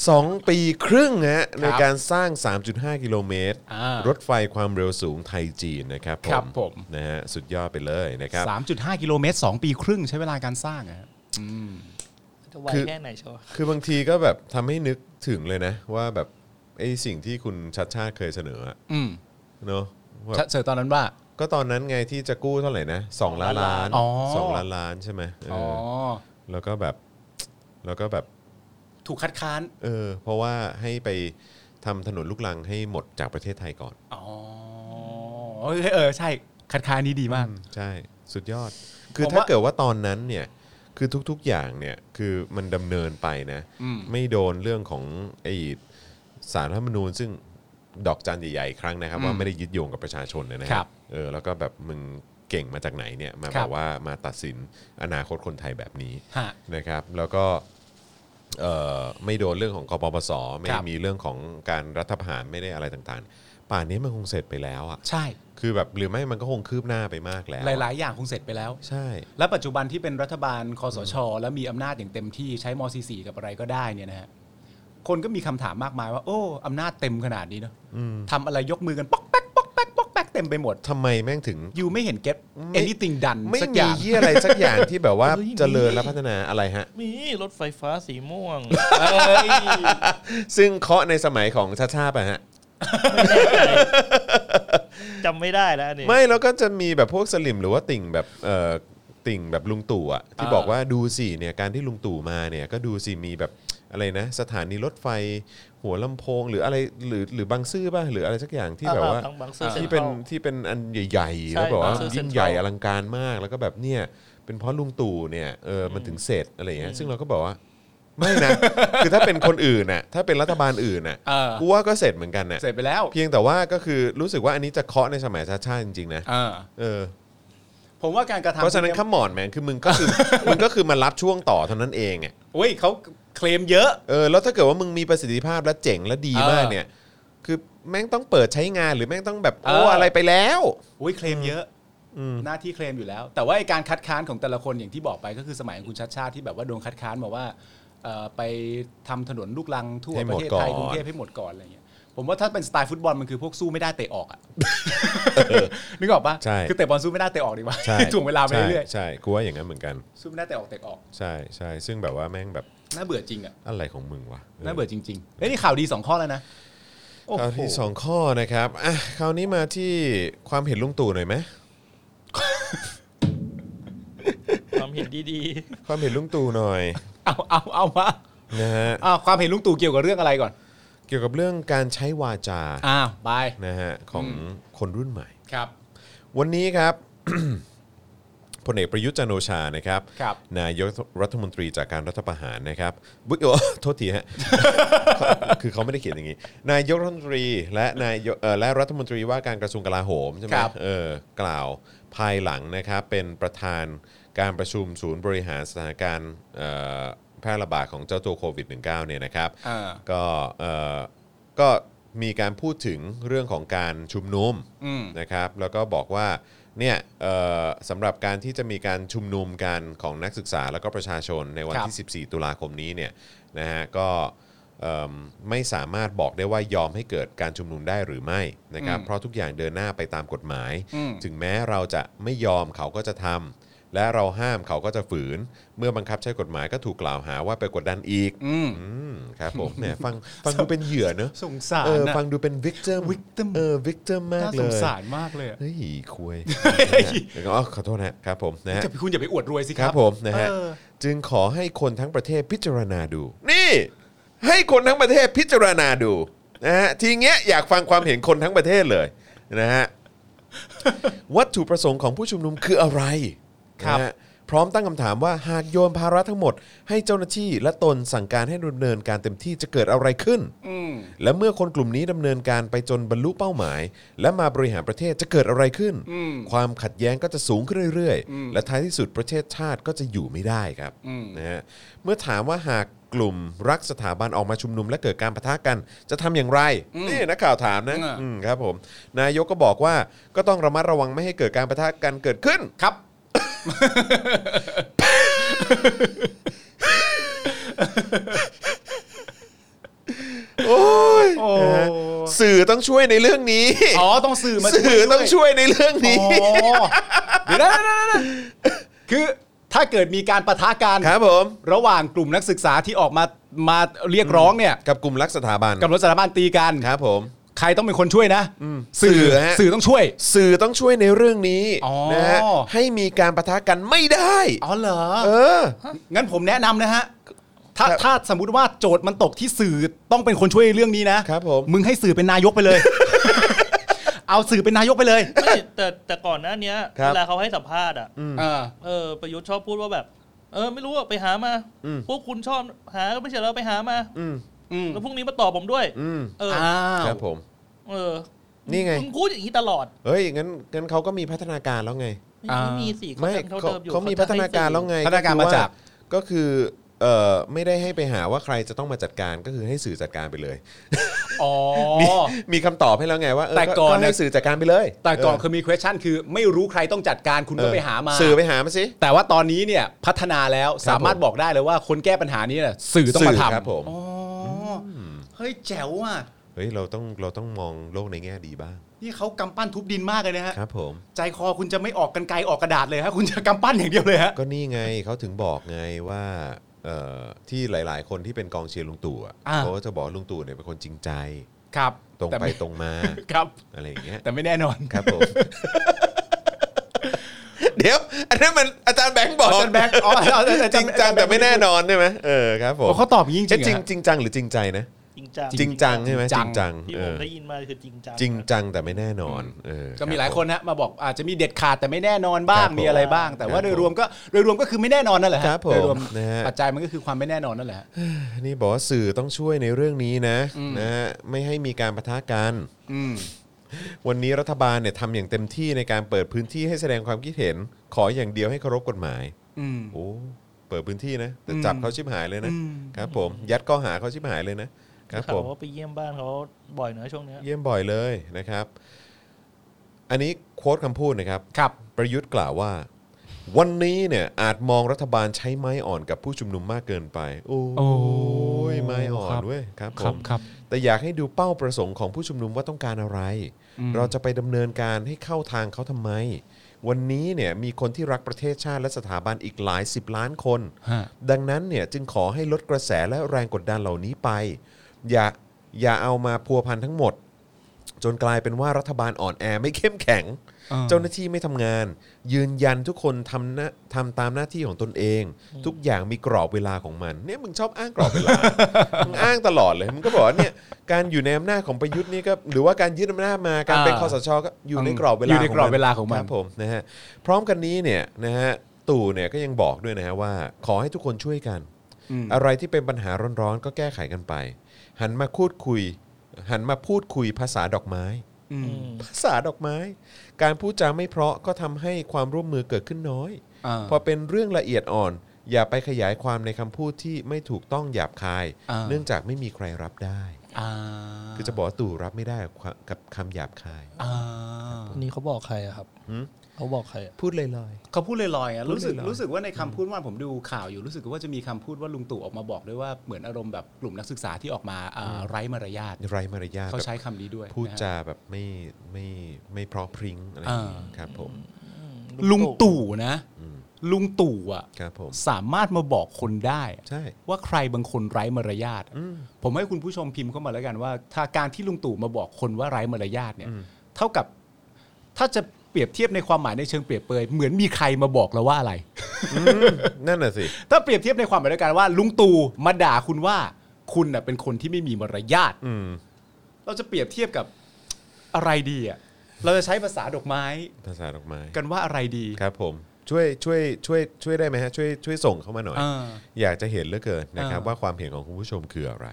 A: สองปีครึ่งฮะใน
B: ครับ
A: การสร้าง 3.5 กิโลเมตร
B: อ่าร
A: ถไฟความเร็วสูงไทยจีนนะครับผม
B: ครับผม
A: นะฮะสุดยอดไปเลยนะครับ
B: 3.5 กิโลเมตร 2 ปีครึ่งใช้เวลาการสร้างอะครับ
C: จะไวแค่ไหนชอ
A: คือบางทีก็แบบทำให้นึกถึงเลยนะ ว่าแบบไอ้สิ่งที่คุณชัดชาติเคยเสนออะ
B: อืม
A: เนาะแบบ
B: เจอตอนนั้นว่า
A: ก็ตอนนั้นไงที่จะกู้เท่าไหร่นะสองล้านล้าน
B: อ๋อ
A: สองล้านล้านใช่ไหมเอออ
B: อ๋อ
A: แล้วก็แบบแล้วก็แบบ
B: ถูกคัดค้าน
A: เออเพราะว่าให้ไปทำถนนลูกลังให้หมดจากประเทศไทยก่อน
B: อ๋อ เออเออใช่ คัดค้านนี้ดีมาก
A: ใช่สุดยอด คือ
B: ผมว่า
A: ถ้าเกิดว่าตอนนั้นเนี่ยคือทุกๆอย่างเนี่ยคือมันดำเนินไปนะ
B: อืม
A: ไม่โดนเรื่องของไอ้สารรัฐธรรมนูญ ซึ่งดอกจันใหญ่ๆอีกครั้งนะครับ ว่าไม่ได้ยึดโยงกับประชาชนนะ
B: ค
A: ค
B: รั
A: รั
B: บบ
A: เออแล้วก็แบบมึงเก่งมาจากไหนเนี่ยมา
B: ครับบ
A: อกว่ามาตัดสินอนาคตคนไทยแบบนี้
B: ฮะ
A: นะครับแล้วก็เอ่อไม่โดนเรื่องของกปปสไม่
B: ครับ
A: มีเรื่องของการรัฐประหารไม่ได้อะไรต่างๆ ป่านนี้มันคงเสร็จไปแล้วอะ
B: ใช่
A: คือแบบหรือไม่มันก็คงคืบหน้าไปมากแล้ว
B: หลาย ๆ อย่างคงเสร็จไปแล้ว
A: ใช่
B: และปัจจุบันที่เป็นรัฐบาลคอสช แล้วมีอำนาจอย่างเต็มที่ใช้ม .44 กับอะไรก็ได้เนี่ยนะฮะคนก็มีคำถามมากมายว่าโอ้อำนาจเต็มขนาดนี้เนาะทำอะไรยกมือกันป๊อกแป๊กป๊อกแป๊กป๊อกแป๊กเต็มไปหมด
A: ทำไมแม่งถึง
B: อยู่ไม่เห็นเก็ต
A: ไม่
B: anything done
A: ไม่
B: สักอ
A: มี
B: ย่าง
A: เยี่ยอะไรสักอย่างที่แบบว่า
C: เฮ้ยมี
A: เจริญและพัฒนาอะไรฮะ
C: มีรถไฟฟ้าสีม่วง
A: ซึ่งเคาะในสมัยของชาชาไปฮะ
C: จำไม่ได้แล้วอันนี่
A: ไม่แล้วก็จะมีแบบพวกสลิมหรือว่าติ่งแบบเอ่อติ่งแบบลุงตู่อะที่
B: อ่า
A: บอกว่าดูสิเนี่ยการที่ลุงตู่มาเนี่ยก็ดูสิมีแบบอะไรนะ สถานีรถไฟหัวลำโพง หรืออะไรหรือหรือบางซื่อป่ะหรืออะไรสักอย่างที่แบบว่า
C: ทั้งบางซื่อ
A: ที่เป็นที่เป็นอันใหญ่ๆ
C: ใช่
A: แล้วบอกว่า
C: บางซื่อ
A: ยิ่งใหญ่
C: Central
A: อลังการมากแล้วก็แบบเนี่ยเป็นเพราะลุงตู่เนี่ยเออมันถึงเสร็จอะไรอย่างเงี้ยซึ่งเราก็บอกว่าไม่นะ คือถ้าเป็นคนอื่นน่ะถ้าเป็นรัฐบาลอื่นน่ะ
B: เออ
A: กูว่าก็เสร็จเหมือนกันน่ะ
B: เสร็จไปแล้ว
A: เพียงแต่ว่าก็คือรู้สึกว่าอันนี้จะเคาะในสมัยชาติชาติจริงๆนะ
B: เออ
A: เออ
B: ผมว่าการกระทำ
A: เพราะฉะนั้นขมอนแมนคือมึงก็คือ มึงก็คือมารับช่วงต่อเท่านั้นเองอะ
B: โอ้ยเขาเคลมเยอะ
A: เออแล้วถ้าเกิดว่ามึงมีประสิทธิภาพและเจ๋งและดีมากเนี่ย คือแม่งต้องเปิดใช้งานหรือแม่งต้องแบบ
B: เอ
A: โอ้
B: ออ
A: อะไรไปแล้ว
B: โอ้ยเคลมเยอะหน้าที่เคลมอยู่แล้ว แต่ว่าไอ้การคัดค้านของแต่ละคนอย่างที่บอกไปก็คือสมัยของคุณชัดชาติที่แบบว่าโดนคัดค้านบอกว่าเอ่อไปทำถนนลูกลังทั่วประเทศไทยกรุงเทพให้หมดก่อนอะไรเงี้ยผมว่าถ้าเป็นสไตล์ฟุตบอลมันคือพวกสู้ไม่ได้เตะออกอ่ะนึกออกปะ
A: ใช่
B: คือเตะบอลสู้ไม่ได้เตะออกดีกว่า
A: ใช่
B: ถ่วงเวลาไปเรื่อย
A: ใช่ใช่กูว่าอย่างนั้นเหมือนกัน
B: ๆสู้ไม่ได้เตะออกเตะออก
A: ใช่ใช่ซึ่งแบบว่าแม่งแบบ
B: น่าเบื่อจริงอ่ะ
A: อะไรของมึงวะ
B: น่าเบื่อจริงๆเอ้ยนี่ข่าวดีสองข้อแล้วนะโอ้
A: คราว
B: โห
A: ที่สองข้อนะครับอ่ะคราวนี้มาที่ความเห็นลุงตู่หน่อยไหม
C: ความเห็นดี
A: ความเห็นลุงตู่หน่อย
B: เอาเอาเอามา
A: นะฮะ
B: อ้าวความเห็นลุงตู่เกี่ยวกับเรื่องอะไรก่อน
A: เกี่ยวกับเรื่องการใช้วาจา
B: อ้าวไป
A: นะฮะของคนรุ่นใหม่
B: ครับ
A: วันนี้ครับ พลเอกประยุทธ์จันทร์โอชานะครับ
B: ครับ
A: นายกรัฐมนตรีจากการรัฐประหารนะครับบุ๊ย โอ้ โทษทีฮะ คือเขาไม่ได้เขียนอย่างนี้ นายกรัฐมนตรีและนายกเอ่อและรัฐมนตรีว่าการกระทรวงกลาโหมใช่ไหม
B: ครับ
A: เออกล่าวภายหลังนะครับเป็นประธานการประชุมศูนย์บริหารสถานการณ์เอ่อแพร่ระบาดของเจ้าตัวโควิด -19 เนี่ยนะครับ
B: อ่า
A: ก็เอ่อก็มีการพูดถึงเรื่องของการชุมนุม
B: อืม
A: นะครับ แล้วก็บอกว่าเนี่ยเอ่อสำหรับการที่จะมีการชุมนุมกันของนักศึกษาแล้วก็ประชาชนในวัน
B: ครับ
A: ที่ 14 ตุลาคมนี้เนี่ยนะฮะก็เอิ่มไม่สามารถบอกได้ว่ายอมให้เกิดการชุมนุมได้หรือไม่นะครับ เพราะทุกอย่างเดินหน้าไปตามกฎหมาย
B: อืม
A: ถึงแม้เราจะไม่ยอมเขาก็จะทำและเราห้ามเขาก็จะฝืน เมื่อบังคับใช้กฎหมายก็ถูกกล่าวหาว่าไปกดดันอีก
B: อืม
A: อืมครับผม แหมฟังฟังดูเป็นเหยื่อเนอะ
B: สงสาร
A: เออ
B: น่ะ
A: ฟังดูเป็นวิกเตอร์
B: victim
A: เออวิกเตอร์มาก
B: น่า
A: เล
B: ส
A: ย
B: งสารมากเลยอะ
A: เฮ้ยคุยแล้วก็อ๋อขอโทษนะครับผมนะฮะ
B: จะคุณอย่าไปอวดรวยสิ
A: ค
B: ค
A: รั
B: รั
A: บบ ผมนะฮะ
B: เออ
A: จึงขอให้คนทั้งประเทศพิจารณาดู นี่ ให้คนทั้งประเทศพิจารณาดูนะฮะทีเนี้ยอยากฟังความเห็นคนทั้งประเทศเลยนะฮะ วัตถุประสงค์ของผู้ชุมนุมคืออะไร
B: ครับ
A: นะฮะพร้อมตั้งคำถามว่าหากโยนภาระทั้งหมด ให้เจ้าหน้าที่และตนสั่งการให้ดำเนินการเต็มที่จะเกิดอะไรขึ้น
B: อืม
A: และเมื่อคนกลุ่มนี้ดำเนินการไปจนบรรลุเป้าหมาย และมาบริหารประเทศจะเกิดอะไรขึ้น ความขัดแย้งก็จะสูงขึ้นเรื่อยๆ และท้ายที่สุดประเทศชาติก็จะอยู่ไม่ได้ครับนะฮะเมื่อถามว่าหากกลุ่มรักสถาบันออกมาชุมนุม และเกิดการปะทะกัน จะทำอย่างไรนี่นักข่าวถามนะ
B: อ่า
A: อืมครับผมนายกก็บอกว่าก็ต้องระมัดระวังไม่ให้เกิดการปะทะกันเกิดขึ้น
B: ครับ
A: โอ้ย
B: โอ้
A: นะฮะสื่อต้องช่วยในเรื่องนี้
B: อ๋อต้องสื่อมา
A: สื่อต้องช่วยในเรื่องนี้
B: อ๋อเดี๋ยวนะเดี๋ยวนะเดี๋ยวนะ คือถ้าเกิดมีการประทะกัน
A: ครับผม
B: ระหว่างกลุ่มนักศึกษาที่ออกมามาเรียกร้องเนี่ย
A: กับกลุ่มรักสถาบัน
B: กับรถสถาบันตีกัน
A: ครับผม
B: ใครต้องเป็นคนช่วยนะ
A: สื่อฮะ
B: สื่อต้องช่วย
A: สื่อต้องช่วยในเรื่องนี้
B: อ๋อ
A: นะฮะให้มีการประทะกันไม่ได้
B: อ๋อเหรอ
A: เออ
B: งั้นผมแนะนำนะฮะ ถ้า
A: ครับ
B: ถ้าสมมุติว่าโจทย์มันตกที่สื่อต้องเป็นคนช่วยเรื่องนี้นะครับ
A: ผม
B: งให้สื่อเป็นนายกไปเลย เอาสื่อเป็นนายกไปเลย
C: ไม่แต่แต่ก่อนหน้าเนี้ย
A: ครับ
C: เวลาเขาให้สัมภาษณ์อ่ะ
B: เออ
C: เออประยุทธ์ชอบพูดว่าแบบ เออไม่รู้อะไปหามา
A: อืม
C: พวกคุณชอบหาก็ไม่ใช่แล้วไปหามา
A: อืม
B: อืม
C: แล้วพรุ่งนี้มาตอบผมด้วย
A: อืม
C: เอออ
B: อ้าว
A: ครับผม
C: เออ
A: นี่ไง
C: มึงพูดอย่างนี้ตลอด
A: เฮ้ยงั้นงั้นเขาก็มีพัฒนาการแล้วไง
C: ไม่ไม่มีสิ
A: ไม่
C: ยังท่
A: เขา
C: ดิอยู่
A: เขามี
C: จะให้
A: พัฒนาการแล้วไง
B: พัฒนาการมาจาก
A: ก็คือเอ่อไม่ได้ให้ไปหาว่าใครจะต้องมาจัดการก็คือให้สื่อจัดการไปเลย
B: อ๋อ
A: มีคำตอบให้แล้วไงว่าเออ
B: แต่
A: ก็
B: ก่อน
A: ก็
B: เนี่ย
A: ให้สื่อจัดการไปเลย
B: แต่ก่อน
A: เ
B: คือมี question คือไม่รู้ใครต้องจัดการคุณก็ไปหามา
A: สื่อไปหามาสิ
B: แต่ว่าตอนนี้เนี่ยพัฒนาแล้ว
A: ครับ
B: สามารถบอกได้เลยว่าคนแก้ปัญหานี้น่ะสื่อต้องมา
A: ครั
B: ทำ
A: ผม
B: อ๋ออเฮ้ยแจ๋วอ่ะ
A: เฮ้ยเราต้องเราต้องมองโลกในแง่ดีบ้าง
B: นี่เขากำปั้นทุบดินมากเลยนะฮะ
A: ครับผม
B: ใจคอคุณจะไม่ออกกันไกลออกกระดาษเลยฮะคุณจะกำปั้นอย่างเดียวเลยฮะ
A: ก็นี่ไงเขาถึงบอกไงว่าเอ่อที่หลาย ๆ คนที่เป็นกองเชียร์ลุงตู่อะ
B: า
A: เขาก็จะบอกลุงตู่เนี่ยเป็นคนจริงใจ
B: ครับ
A: ตรง
B: แต่
A: ไป
B: ม่
A: ตรงมา
B: ครับ
A: อะไรอย่างเงี้ย
B: แต่ไม่แน่นอน
A: ครับผม เดี๋ยว อันนั้นมันอาจารย์แบงค์บอก
B: อาจารย์แบงค์อ๋ออาจารย์
A: จริงจังแต่ไม่แน่นอนใช่ไหมเออครับผม
B: โอ้เขาตอบอย่างนี้จริ
A: เอ๊ะ
B: ง
A: จริ
B: ๆเหอฮะ
A: งจริงจังหรือจริงใจนะ
C: จริงจัง
A: จริงจังใช่ไหมจ
B: จริ
A: ริง
B: งจั
A: จัง
B: ง
C: ที่
A: เอ
C: ผม
A: อ
C: ได้ยินมาคือจริงจัง
A: จริงจังแต่ไม่แน่นอนเออ
B: ก็มีหลาย
A: รับ
B: คนนะมาบอกอาจจะมีเด็ดขาดแต่ไม่แน่นอนบ้าง
A: ครับ
B: มีอะไรบ้าง แต่
A: ค
B: ว่า
A: รับ
B: โดยรวมก็โดยรวมก็คือไม่แน่นอนนั่นแหละฮะ
A: ครับผม
B: โดยรวม
A: นะฮะ
B: ปัจจัยมันก็คือความไม่แน่นอนนั่นแหละฮะ
A: นี่บอกว่าสื่อต้องช่วยในเรื่องนี้นะนะฮะไม่ให้มีการปะทะกันวันนี้รัฐบาลเนี่ยทำอย่างเต็มที่ในการเปิดพื้นที่ให้แสดงความคิดเห็น ขออย่างเดียวให้เคารพกฎหมายโอ้เปิดพื้นที่นะแต่จับเขาชิบหายเลยนะ
B: อืม
A: ครับผมยัดข้อหาเขาชิบหายเลยนะครับ
C: ข่า
A: ผ
C: ว
A: ม
C: ว่าไปเยี่ยมบ้านเขาบ่อยเนอะช่วงเนี้ย
A: เยี่ยมบ่อยเลยนะครับ อันนี้โค้ดคำพูดนะครับ
B: ครับ
A: ประยุทธ์กล่าวว่า วันนี้เนี่ยอาจมองรัฐบาลใช้ไม้อ่อนกับผู้ชุมนุมมากเกินไป โอ้
B: โอ้
A: ยไม้อ่อน
B: ครับ
A: เว้ยครับผ
B: ครับ
A: ม
B: ครับ
A: แต่อยากให้ดูเป้าประสงค์ของผู้ชุมนุมว่าต้องการอะไร เราจะไปดำเนินการให้เข้าทางเขาทำไม วันนี้เนี่ยมีคนที่รักประเทศชาติและสถาบันอีกหลายสิบล้านคน
B: ฮะ
A: ดังนั้นเนี่ยจึงขอให้ลดกระแสและแรงกดดันเหล่านี้ไป อย่าอย่าเอามาพัวพันทั้งหมด จนกลายเป็นว่ารัฐบาลอ่อนแอไม่เข้มแข็ง
B: อ่
A: เจ้าหน้าที่ไม่ทำงาน ยืนยันทุกคนทำหนะทำตามหน้าที่ของตนเอง ทุกอย่างมีกรอบเวลาของมันเนี่ยมึงชอบอ้างกรอบเวล า มึงอ้างตลอดเลยมึงก็บอกว่าเนี่ยการอยู่ในอำนาจของประยุทธ์นี่ก็หรือว่าการยึดอำนาจมาการเป็นคอสชก็อยู่ในกรอบเวลา
B: อยู่ในกรอบ
A: ขง
B: เว
A: มัน
B: ลาของมั
A: คน รับผมนะฮะพร้อมกันนี้เนี่ยนะฮะตู่เนี่ยก็ยังบอกด้วยนะฮะว่า ขอให้ทุกคนช่วยกัน
B: อืม
A: อะไรที่เป็นปัญหาร้อนๆ ก็แก้ไขกันไป หันมาพูดคุย หันมาพูดคุยภาษาดอกไม้
B: อืม
C: อืม
A: ภาษาดอกไม้ การพูดจาไม่เพราะก็ทำให้ความร่วมมือเกิดขึ้นน้อย
B: อ่า
A: พอเป็นเรื่องละเอียดอ่อน อย่าไปขยายความในคำพูดที่ไม่ถูกต้องหยาบคาย
B: อ่า
A: เนื่องจากไม่มีใครรับได้
B: อ่า
A: คือจะบอกว่าตู่รับไม่ได้กับความกับคำหยาบคาย
B: อ่า
C: นี่เขาบอกใครอะครับ
A: หืม
C: เขาบอกใครอะ
A: พูดลอย
B: เขาพูดลอยๆอ่ะรู้สึกรู้สึกว่าในคำพูดว่าผมดูข่าวอยู่รู้สึกว่าจะมีคำพูดว่าลุงตู่ออกมาบอกด้วยว่าเหมือนอารมณ์แบบกลุ่มนักศึกษาที่ออกมาอ่าไร้มารยาท
A: ๆไรมารยาท
B: เขา
A: แบบ
B: ใช้คำนี้ด้วย
A: พูด
B: นะฮะ
A: จาแบบไม่ไม่ไม่เพราะพริ้งอะไรอย่างงี้
B: อ่า
A: ครับผม
B: ลุงตู่นะ ลุงตู่อ่ะ
A: ครับผม
B: สามารถมาบอกคนได้
A: ใช่
B: ว่าใครบางคนไร้มารยาทอะ
A: อืม
B: ผมให้คุณผู้ชมพิมพ์เข้ามาแล้วกันว่า ถ้าการที่ลุงตู่มาบอกคนว่าไร้มารยาทเนี่ย
A: อืม
B: เท่ากับ ถ้าจะเปรียบเทียบในความหมายในเชิงเปรียบเปรยเหมือนมีใครมาบอกเราว่าอะไร
A: นั่นน่ะสิ
B: ถ้าเปรียบเทียบในความหมายเดียวกันว่า ลุงตู่มาด่าคุณว่า คุณน่ะเป็นคนที่ไม่มีมารยาท
A: อืม
B: เราจะเปรียบเทียบกับอะไรดีอ่ะเราจะใช้ภาษาดอกไม้
A: ภาษาดอกไม้
B: กันว่าอะไรดี
A: ครับผมช่วยช่วยช่วยช่วยได้ไหมฮะช่วยช่วยส่งเข้ามาหน่อย
B: อ่า
A: อยากจะเห็นเหลือเกินนะครับ
B: อ่า
A: ว่าความเห็นของคุณผู้ชมคืออะไร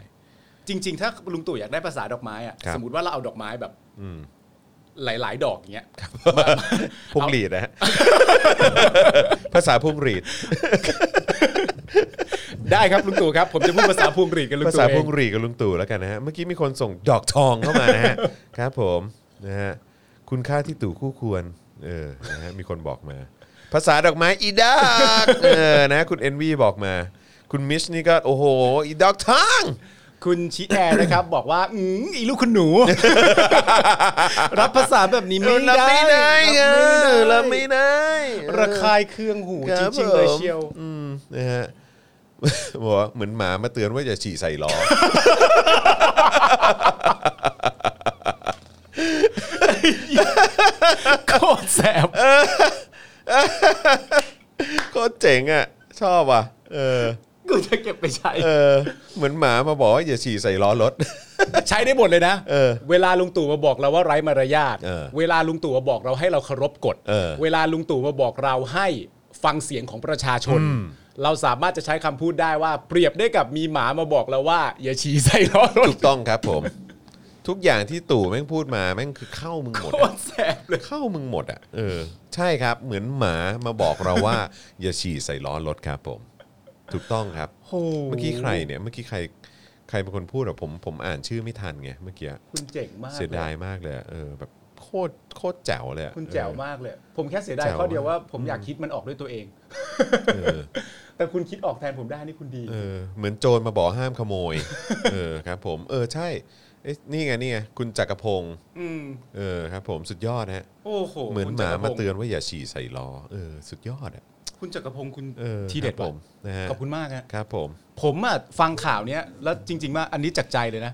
B: จริง ๆ ถ้าลุงตู่อยากได้ภาษาดอกไม้อะ
A: ครับ
B: สมมติว่าเราเอาดอกไม้แบบ
A: อืม
B: หลาย ๆ ดอกอย่างเงี้ย
A: พวงหรีด นะฮะ ภาษาพวงหรีด
B: ได้ครับลุงตู่ครับ ผมจะพูดภาษาพวงหรีดกับลุง
A: ภา
B: ตู่
A: ษา
B: เอ
A: พว
B: ง
A: งหรีดกับลุงตู่แล้วกันนะฮะ เมื่อกี้มีคนส่งดอกทองเข้ามานะ ฮะ ครับผมนะฮะคุณค่าที่ตู่คู่ควรเออนะฮะมีคนบอกมา ภาษาดอกไม้อีดอก เออนะคุณเอนวีบอกมา คุณมิชนี่ก็โอ้โหอีดอกทอง
B: คุณชิแอร์นะครับ บอกว่าอืมอีลูกคุณหนู รับภาษาแบบนี้ไม่
A: รับ
B: ได้
A: ไม่ได้ไง
B: รั
A: รั
B: บบ ไม่
A: ไม่
B: ได้
A: ได้
B: ระคายเคืองหู
A: ค
B: จ
A: บ
B: ริงๆเลย
A: ผม
B: เชียว
A: อืมนะฮะ บอกว่าเหมือนหมามาเตือนว่าอย่าฉี่ใส่ล้อ
B: โคตรแสบ
A: โคตรเจ๋งอ่ะ ชอบว่ะ เออ
B: กูจะเก็บไปใช้
A: เออ เหมือนหมามาบอกว่าอย่าฉี่ใส่ล้อรถ
B: ใช้ได้หมดเลยนะ
A: เออ
B: เวลาลุงตู่มาบอกเราว่าไร้มารยาท
A: เออ
B: เวลาลุงตู่มาบอกเราให้เราเคารพกฎ
A: เออ
B: เวลาลุงตู่มาบอกเราให้ฟังเสียงของประชาชน เราสามารถจะใช้คำพูดได้ว่า เปรียบได้กับมีหมามาบอกเราว่า อย่าฉี่ใส่ล้อรถ
A: ถูกต้องครับผม ทุกอย่างที่ตู่แม่งพูดมาแม่งคือเข้ามึงหมด
B: โค
A: อะ
B: ตรแสบเลย
A: เข้ามึงหมดอ่ะ เออ ใช่ครับ เหมือนหมามาบอกเราว่า อย่าฉี่ใส่ล้อรถครับผม ถูกต้องครับ
B: โอ้
A: เมื่อกี้ใครเนี่ย เมื่อกี้ใคร ใครเป็นคนพูดอะผม ผมอ่านชื่อไม่ทันไง เมื่อกี้
B: คุณเจ๋งมาก
A: เสียดายมากเลยอะเออแบบโคตรโคตรแจ๋วเลยอะ
B: คุณแจ๋วมากเลย ผมแค่เสียดายข้อเดียวว่า ผมอยากคิดมันออกด้วยตัวเอง
A: เออ
B: แต่คุณคิดออกแทนผมได้นี่คุณดี
A: เออเหมือนโจรมาบอกห้ามขโมย เออครับผม เออใช่เอ๊ะนี่ไงนี่ไงคุณจักรพงศ์
B: อืม
A: เออครับ ผมสุดยอดนะฮะ
B: โอ้โห
A: เหมือน
B: คุณ
A: ห
B: จั
A: มา
B: กรพ
A: มาง
B: ศ์
A: เตือนว่าอย่าฉี่ใส่ล้อเออสุดยอดอ่ะ
B: คุณจักรพงศ์คุณ
A: เออ
B: ที่เด็ด
A: ครับผมนะฮะ
B: ขอบคุณมากฮะ
A: ครับผม
B: ผมอะฟังข่าวเนี้ยแล้วจริง ๆ ว่าอันนี้จากใจเลยนะ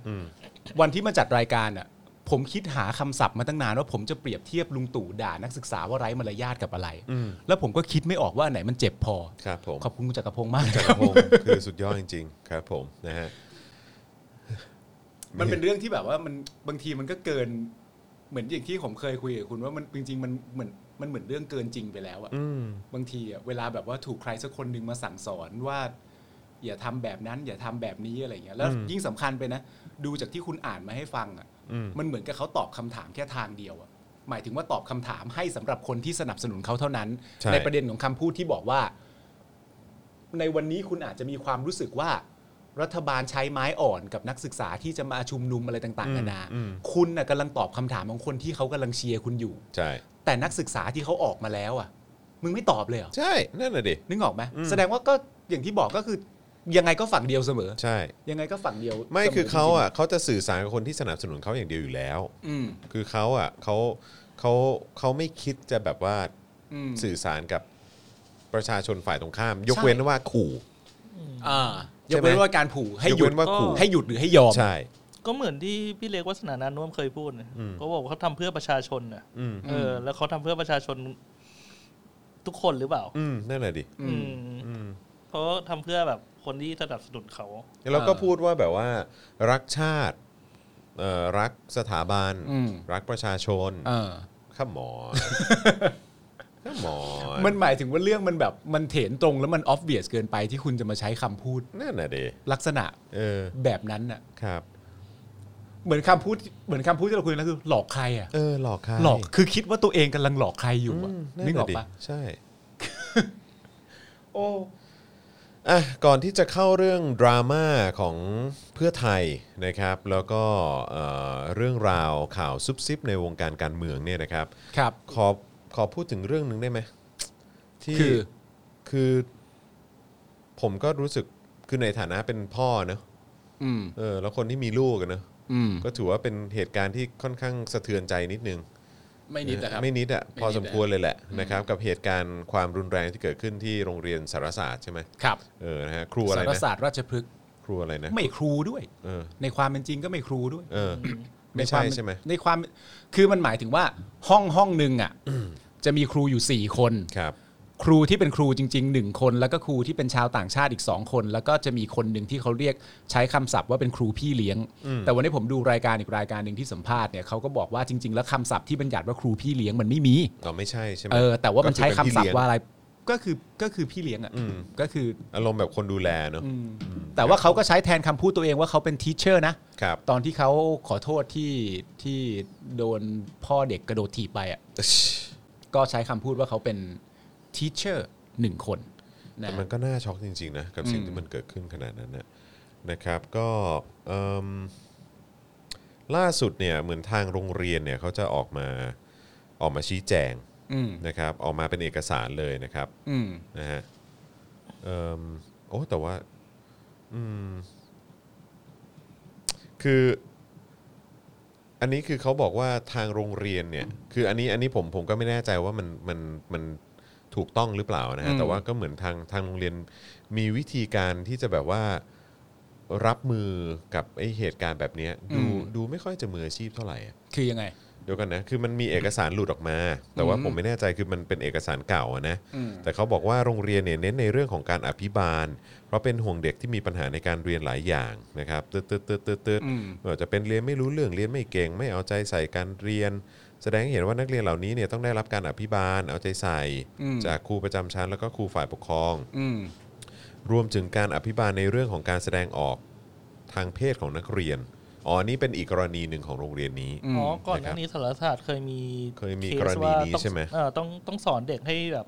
B: วันที่มาจัดรายการอะผมคิดหาคำศัพท์มาตั้งนานว่าผมจะเปรียบเทียบลุงตู่ด่านักศึกษาว่าไร้มารยาทกับอะไร แล้วผมก็คิดไม่ออกว่าอันไหนมันเจ็บพอ
A: ครับผม
B: ขอบคุณคุณจักรพงษ์มาก
A: จักรพงศ์คือสุดยอดจริง ๆ ครับ ผมนะฮะ
B: มันเป็นเรื่องที่แบบว่ามันบางทีมันก็เกิน เหมือนอย่างที่ผมเคยคุยกับคุณว่ามันจริง ๆ มันเหมือนมันเหมือนเรื่องเกินจริงไปแล้วอะ
A: อืม
B: บางทีอะเวลาแบบว่าถูกใครสักคนหนึ่งมาสั่งสอนว่า อย่าทำแบบนั้น อย่าทำแบบนี้อะไรอย่างเงี้ยแล้วยิ่งสำคัญไปนะ ดูจากที่คุณอ่านมาให้ฟังอะ
A: อืม
B: มันเหมือนกับเขาตอบคำถามแค่ทางเดียวอะหมายถึงว่าตอบคำถามให้สำหรับคนที่สนับสนุนเขาเท่านั้น
A: ใช่
B: ประเด็นของคำพูดที่บอกว่า ในวันนี้คุณอาจจะมีความรู้สึกว่า รัฐบาลใช้ไม้อ่อนกับนักศึกษาที่จะมาชุมนุมอะไรต่างๆนานา คุณน่ะกำลังตอบคำถามของคนที่เขากำลังเชียร์คุณอยู่
A: ใช่
B: แต่นักศึกษาที่เขาออกมาแล้วอะมึงไม่ตอบเลยเหรอ
A: ใช่นั่นน่ะดิ
B: นึกออกไหมแสดงว่าก็อย่างที่บอกก็คือ ยังไงก็ฝั่งเดียวเสมอ
A: ใช่
B: ยังไงก็ฝั่งเดียว
A: ไม่
B: ส
A: คือเขา
B: จริง
A: อ่ะเขาจะสื่อสารกับคนที่สนับสนุนเขาอย่างเดียวอยู่แล้ว
B: ๆอืม
A: คือเขาอ่ะเขาเขาเขาไม่คิดจะแบบว่า
B: อืม
A: สื่อสารกับประชาชนฝ่ายตรงข้าม ยกเว้นว่าขู่
B: อ่า
A: ใช่
B: ยก
A: ไหม
B: เว้นว่าการผูกให้
A: ยก
B: หยุด
A: เว้นว่าขู่
B: ให้หยุดหรือให้ยอม
A: ใช่
C: ก็เหมือนที่พี่เล็กวัฒนานานุ่มเคยพูดนะ
A: อืม
C: เขาบอกว่าเขาทำเพื่อประชาชนนะ
A: อืม
C: เออ แล้วเขาทำเพื่อประชาชนทุกคนหรือเปล่า
A: อืมนั่นแหละดิ
B: อืม
C: อืม
A: อืม
C: เขาทำเพื่อแบบคนที่สนับสนุนเขา
A: แล้วก็พูดว่าแบบว่า รักชาติเอ่อรักสถาบัน
B: อืม
A: รักประชาชน
B: เออ
A: ข้ามหมอน ข้ามหมอ
B: มัน นหมายถึงว่าเรื่องมันแบบมันเถนตรงแล้วมันออฟเวียสเกินไปที่คุณจะมาใช้คำพูด
A: นั่นน่ะดิ
B: ลักษณะ
A: เออ
B: แบบนั้นน่ะ
A: ครับ
B: เหมือนคำพูดเหมือนคำพูดที่เราคุยกันแล้วคือหลอกใครอ่ะ
A: เออหลอกใคร
B: หลอกคือคิดว่าตัวเองกำลังหลอกใครอยู่
A: ม
B: อ่ะ
A: นั่น
B: นึกอ
A: น่ะ
B: อก
A: ดิ
B: ปะ
A: ใช่
B: โอ้
A: อ่ะก่อนที่จะเข้าเรื่องดราม่าของเพื่อไทยนะครับ แล้วก็เอ่อเรื่องราวข่าวซุบซิบในวงการการเมืองเนี่ยนะครับ
B: ครับ
A: ขอขอพูดถึงเรื่องหนึ่งได้ไหมที่
B: คือ
A: คือผมก็รู้สึกคือในฐานะเป็นพ่อเนอะ
B: อืม
A: เออแล้วคนที่มีลูกอะเนอะ
B: อืม
A: ก็ถือว่าเป็นเหตุการณ์ที่ค่อนข้างสะเทือนใจนิดนึง
B: ไม่นิดนะครับ
A: ไม่นิดอะ
B: ไม่นิด
A: พอสมควรเลยแหละนะครับ กับเหตุการณ์ความรุนแรงที่เกิดขึ้นที่โรงเรียนสารศาสตร์ใช่ไหม
B: ครับ
A: เออนะฮะครูอะไร
B: สาร
A: นะ
B: ศาสตร์ราชพฤกษ์
A: ครูอะไรนะ
B: ไม่ครูด้วย
A: เออ
B: ในความเป็นจริงก็ไม่ครูด้วย
A: เออ ไม่ใช่ใช่ไหม
B: ในความคือมันหมายถึงว่าห้องห้องหนึ่งอ่ะจะมีครูอยู่สี่คน
A: ครับ
B: ครูที่เป็นครูจริงๆหนึ่งคน แล้วก็ครูที่เป็นชาวต่างชาติอีก 2 คน แล้วก็จะมีคนหนึ่งที่เขาเรียกใช้คำศัพท์ว่าเป็นครูพี่เลี้ยง แต่วันนี้ผมดูรายการอีกรายการหนึ่งที่สัมภาษณ์เนี่ยเขาก็บอกว่าจริง ๆ แล้วคำศัพท์ที่บัญญัติว่าครูพี่เลี้ยงมันไม่มี
A: เราไม่ใช่ใช่ไหม
B: เออแต่ว่ามันใช้คำศัพท์ว่าอะไร ก็คือก็คือพี่เลี้ยงอ่ะ
A: อืม
B: ก็คือ
A: อารมณ์แบบคนดูแลเนอะ
B: อืมแต่ว่าเขาก็ใช้แทนคำพูดตัวเองว่าเขาเป็นทีเชอร์นะ
A: ครับ
B: ตอนที่เขาขอโทษที่ที่โดนพ่อเด็กกระโดดถีบไปอ่ะก็ใช้คำพูดว่าเขาเป็นทีเชอร์หนึ่งคนนะ
A: แต่มันก็น่าช็อกจริงๆนะกับสิ่ง
B: อืม
A: ที่มันเกิดขึ้นขนาดนั้นนะนะครับก็เอิ่มล่าสุดเนี่ยเหมือนทางโรงเรียนเนี่ยเขาจะออกมาออกมาชี้แจง
B: อืม
A: นะครับออกมาเป็นเอกสารเลยนะครับ
B: อืม
A: นะฮะเอิ่มโอ้แต่ว่าอืมคืออันนี้คือเขาบอกว่าทางโรงเรียนเนี่ยคืออันนี้อันนี้ผมผมก็ไม่แน่ใจว่ามันมันมันถูกต้องหรือเปล่านะฮะแต่ว่าก็เหมือนทางทางโรงเรียน มีวิธีการที่จะแบบว่ารับมือกับไอ้เหตุการณ์แบบเนี้ยดูดูไม่ค่อยจะมืออาชีพเท่าไหร่อะ
B: คือยังไง
A: เดี๋ยวกันนะ คือมันมีเอกสารหลุดออกมา แต่ว่า
B: อืม
A: ผมไม่แน่ใจคือมันเป็นเอกสารเก่าอะนะ
B: อืม
A: แต่เขาบอกว่าโรงเรียนเนี่ยเน้นในเรื่องของการอภิบาล เพราะเป็นห่วงเด็กที่มีปัญหาในการเรียนหลายอย่างนะครับตืดตืดตืดตืดตืด
B: อืม
A: ไม่ว่าจะเป็นเรียนไม่รู้เรื่องเรียนไม่เก่ง ไม่เอาใจใส่การเรียน แสดงให้เห็นว่านักเรียนเหล่านี้เนี่ยต้องได้รับการอภิบาล เอาใจใส่ จากครูประจำชั้นแล้วก็ครูฝ่ายปกครอง
B: อืม
A: รวมถึงการอภิบาลในเรื่องของการแสดงออกทางเพศของนักเรียน อ๋อ นี่เป็นอีกกรณีหนึ่งของโรงเรียนนี้
C: อ๋อ ก่อนห
A: นะครับ
C: น้านี้สารศาสตร์เคยมี
A: เคยมี
C: ส
A: กรณี
C: ว่า
A: นี้
C: ต้อง
A: ใช่ไหม
C: เออต้องต้องสอนเด็กให้แบบ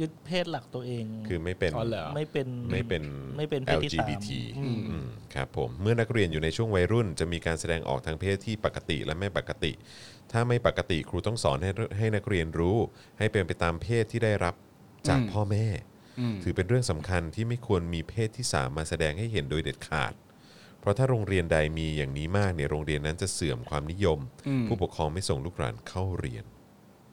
C: ยึดเพศหลักตัวเอง
A: คือไม่เป็น
B: อ๋อเหรอ
C: ไม่เป็น
A: ไม่เป็น
C: ไม่เป็นเพศที่สาม
A: LGBT
C: อืม
A: อืมครับผม เมื่อนักเรียนอยู่ในช่วงวัยรุ่น จะมีการแสดงออกทางเพศที่ปกติและไม่ปกติ ถ้าไม่ปกติครูต้องสอนให้ให้นักเรียนรู้ ให้เป็นไปตามเพศที่ได้รับจาก
B: อืม
A: พ่อแม่
B: อืม
A: ถือเป็นเรื่องสำคัญที่ไม่ควรมีเพศที่สามมาแสดงให้เห็นโดยเด็ดขาด เพราะถ้าโรงเรียนใดมีอย่างนี้มากเนี่ยโรงเรียนนั้นจะเสื่อมความนิยม ผู้ปกครองไม่ส่งลูกหลานเข้าเรียน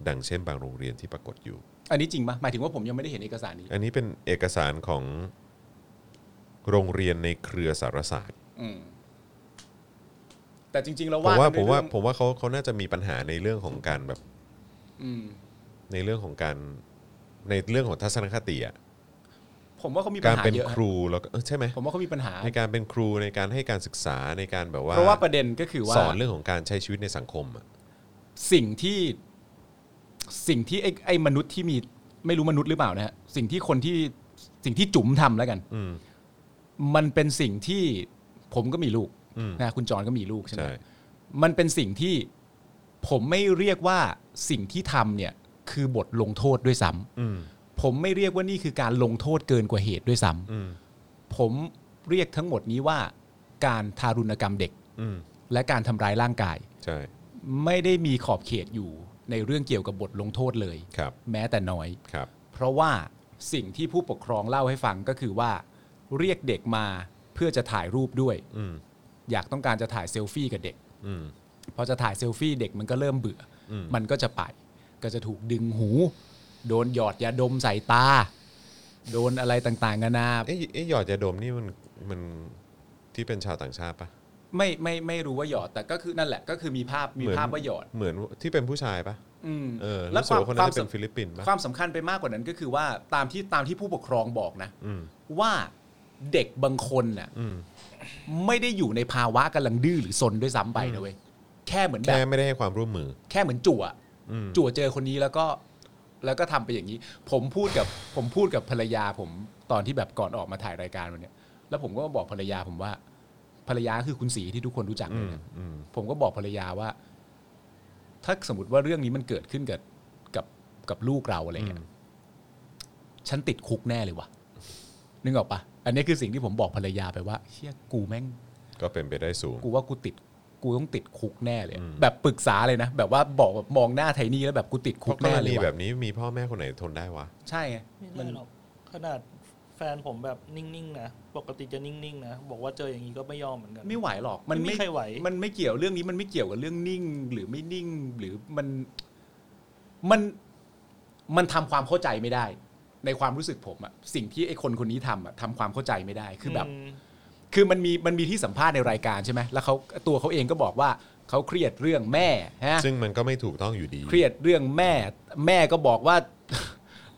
A: ดังเช่นบางโรงเรียนที่ปรากฏอยู่
B: อันนี้จริงปะหมายถึงว่าผมยังไม่ได้เห็นเอกสารนี้
A: อันนี้เป็นเอกสารของโรงเรียนในเครือสารศาสตร์
B: อืมแต่จริง ๆ แล้ว
A: ผม
B: ว่า
A: ว่า
B: กัน
A: ผ
B: ด้ย
A: มว่า
B: เรื่อง
A: ผมว่าเขาเขาน่าจะมีปัญหาในเรื่องของการแบบ
B: อืม
A: ในเรื่องของการในเรื่องของทัศนคติอะ
B: ผมว่าเขามีปั
A: การ
B: ญหา
A: เป็น
B: เยอะ
A: ครูแล้วก็เออใช่ไหม
B: ผมว่าเขามีปัญหา
A: ในการเป็นครูในการให้การศึกษาในการแบบว่า
B: เพราะว่าประเด็นก็คือว่า
A: สอนเรื่องของการใช้ชีวิตในสังคมอะ
B: สิ่งที่สิ่งที่ไอ้ไอ้มนุษย์ที่มีไม่รู้มนุษย์หรือเปล่านะฮะสิ่งที่คนที่สิ่งที่จุ๋มทำแล้วกัน
A: อืม
B: มันเป็นสิ่งที่ผมก็มีลูก
A: อืม
B: นะคุณจอนก็มีลูกใช่ไหม
A: ใช่
B: มันเป็นสิ่งที่ผมไม่เรียกว่าสิ่งที่ทำเนี่ยคือบทลงโทษด้วยซ้ำ
A: อืม
B: ผมไม่เรียกว่านี่คือการลงโทษเกินกว่าเหตุด้วยซ้ำ
A: อืม
B: ผมเรียกทั้งหมดนี้ว่าการทารุณกรรมเด็ก
A: อืม
B: และการทำร้ายร่างกาย
A: ใช่
B: ไม่ได้มีขอบเขตอยู่ในเรื่องเกี่ยวกับบทลงโทษเลย
A: ครับ
B: แม้แต่น้อย
A: ครับ
B: เพราะว่าสิ่งที่ผู้ปกครองเล่าให้ฟังก็คือว่า เรียกเด็กมาเพื่อจะถ่ายรูปด้วย
A: อืม
B: อยากต้องการจะถ่ายเซลฟี่กับเด็ก
A: อืม
B: พอจะถ่ายเซลฟี่เด็กมันก็เริ่มเบื่ออ
A: ม
B: มันก็จะไป ก็จะถูกดึงหู โดนหยอดยาดมใส่ตา โดนอะไรต่างๆนานา
A: เอ้ยเอ้ยหยอดยาดมนี่มันมันที่เป็นชาวต่างชาติปะ
B: ไม่ไม่ไม่รู้ว่าหยอดแต่ก็คือนั่นแหละ ก็คือมีภาพมี
A: เหมือน
B: ภาพว่าหยอด
A: เหมือนที่เป็นผู้ชายปะ
B: อืม
A: เออ
B: แล้
A: แล้ว ว
B: ความ
A: คน
B: ค
A: นั้
B: วาน ม
A: จะเป็นฟิลิปปินส์ปะ
B: ความสำคัญไปมากกว่านั้นก็คือว่าตามที่ตามที่ผู้ปกครองบอกนะ
A: อืม
B: ว่าเด็กบางคนน่ะ
A: อืม
B: ไม่ได้อยู่ในภาวะกำลังดื้อหรือซนด้วยซ้ำไปนะเว้ยแค่เหมือนแบ
A: แค่
B: บ
A: ไม่ได้ให้ความร่วมมือ
B: แค่เหมือนจั่ว
A: อืม
B: จั่วเจอคนนี้แล้วก็แล้วก็ทำไปอย่างนี้ ผมพูดกับ ผมพูดกับภรรยาผมตอนที่แบบก่อนออกมาถ่ายรายการวันเนี้ยแล้วผมก็บอกภรรยาผมว่า ภรรยาคือคุณสีที่ทุกคนรู้จัก
A: อื
B: เลย
A: ม
B: นะ
A: อืม
B: ผมก็บอกภรรยาว่า ถ้าสมมติว่าเรื่องนี้มันเกิดขึ้นกับกับกับลูกเราอะไร
A: อื
B: เงี้
A: ม
B: ย ฉันติดคุกแน่เลยวะนึกออกปะอันนี้คือสิ่งที่ผมบอกภรรยาไปว่าเชี่ยกูแม่ง
A: ก็เป็นไปได้สูง
B: กูว่ากูติด กูต้องติดคุกแน่เลย
A: อืม
B: แบบปรึกษาเลยนะ แบบว่าบอกแบบมองหน้าไทนี่แล้วแบบกูติด
A: เพ
B: คุก
A: ราะก
B: แน่
A: ร
B: เล
A: ณี
B: ย
A: แบ
B: ว่ะ
A: บนี้มีพ่อแม่คนไหนทนได้วะ
B: ใช่ไง
C: ไม่
B: มั
C: ได้
B: น
C: หรอกขนาดแฟนผมแบบนิ่งๆนะปกติจะนิ่งๆนะบอกว่าเจออย่างนี้ก็ไม่ยอมเหมือนกัน
B: ไม่ไหวหรอก
C: ไม่
B: มัน
C: มีใครไหว
B: มันไม่เกี่ยวเรื่องนี้มันไม่เกี่ยวกับเรื่องนิ่ง หรือไม่นิ่งหรือมันมันมันทำความเข้าใจไม่ได้ ในความรู้สึกผมอะสิ่งที่ไอ้คนคนนี้ทำอะทำความเข้าใจไม่ได้คือแบบ
C: ม
B: คือมันมีมันมีที่สัมภาษณ์ในรายการใช่ไหมแล้วเขาตัวเขาเองก็บอกว่าเขาเครียดเรื่องแม่ฮะ
A: ซึ่งมันก็ไม่ถูกต้องอยู่ดี
B: เครียดเรื่องแม่ แม่ก็บอกว่า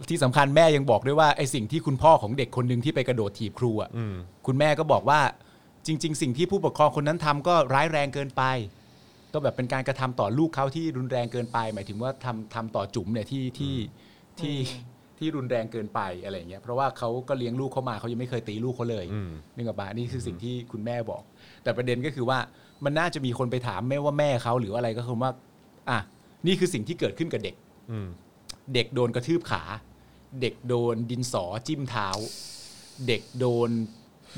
B: ที่สำคัญแม่ยังบอกด้วยว่าไอ้สิ่งที่คุณพ่อของเด็กคนหนึ่งที่ไปกระโดดถีบครูอ่ะ
A: อืม
B: คุณแม่ก็บอกว่าจริง ๆ สิ่งที่ผู้ปกครองคนนั้นทำก็ร้ายแรงเกินไป ก็แบบเป็นการกระทำต่อลูกเขาที่รุนแรงเกินไป หมายถึงว่าทำทำต่อจุ๋มเนี่ยที่ที่ที่
C: อืม
B: ท ที่รุนแรงเกินไปอะไรอย่างเงี้ยเพราะว่าเขาก็เลี้ยงลูกเขามาเขายังไม่เคยตีลูกเขาเลย
A: อืม
B: นึกออกปะนี่คือสิ่งที่คุณแม่บอก แต่ประเด็นก็คือว่ามันน่าจะมีคนไปถามแม่ว่าแม่เขาหรืออะไรก็คือว่าอ่ะนี่คือสิ่งที่เกิดขึ้นกับเด็ก
A: อืม
B: เด็กโดนกระทืบขา เด็กโดนดินสอจิ้มเท้า เด็กโดน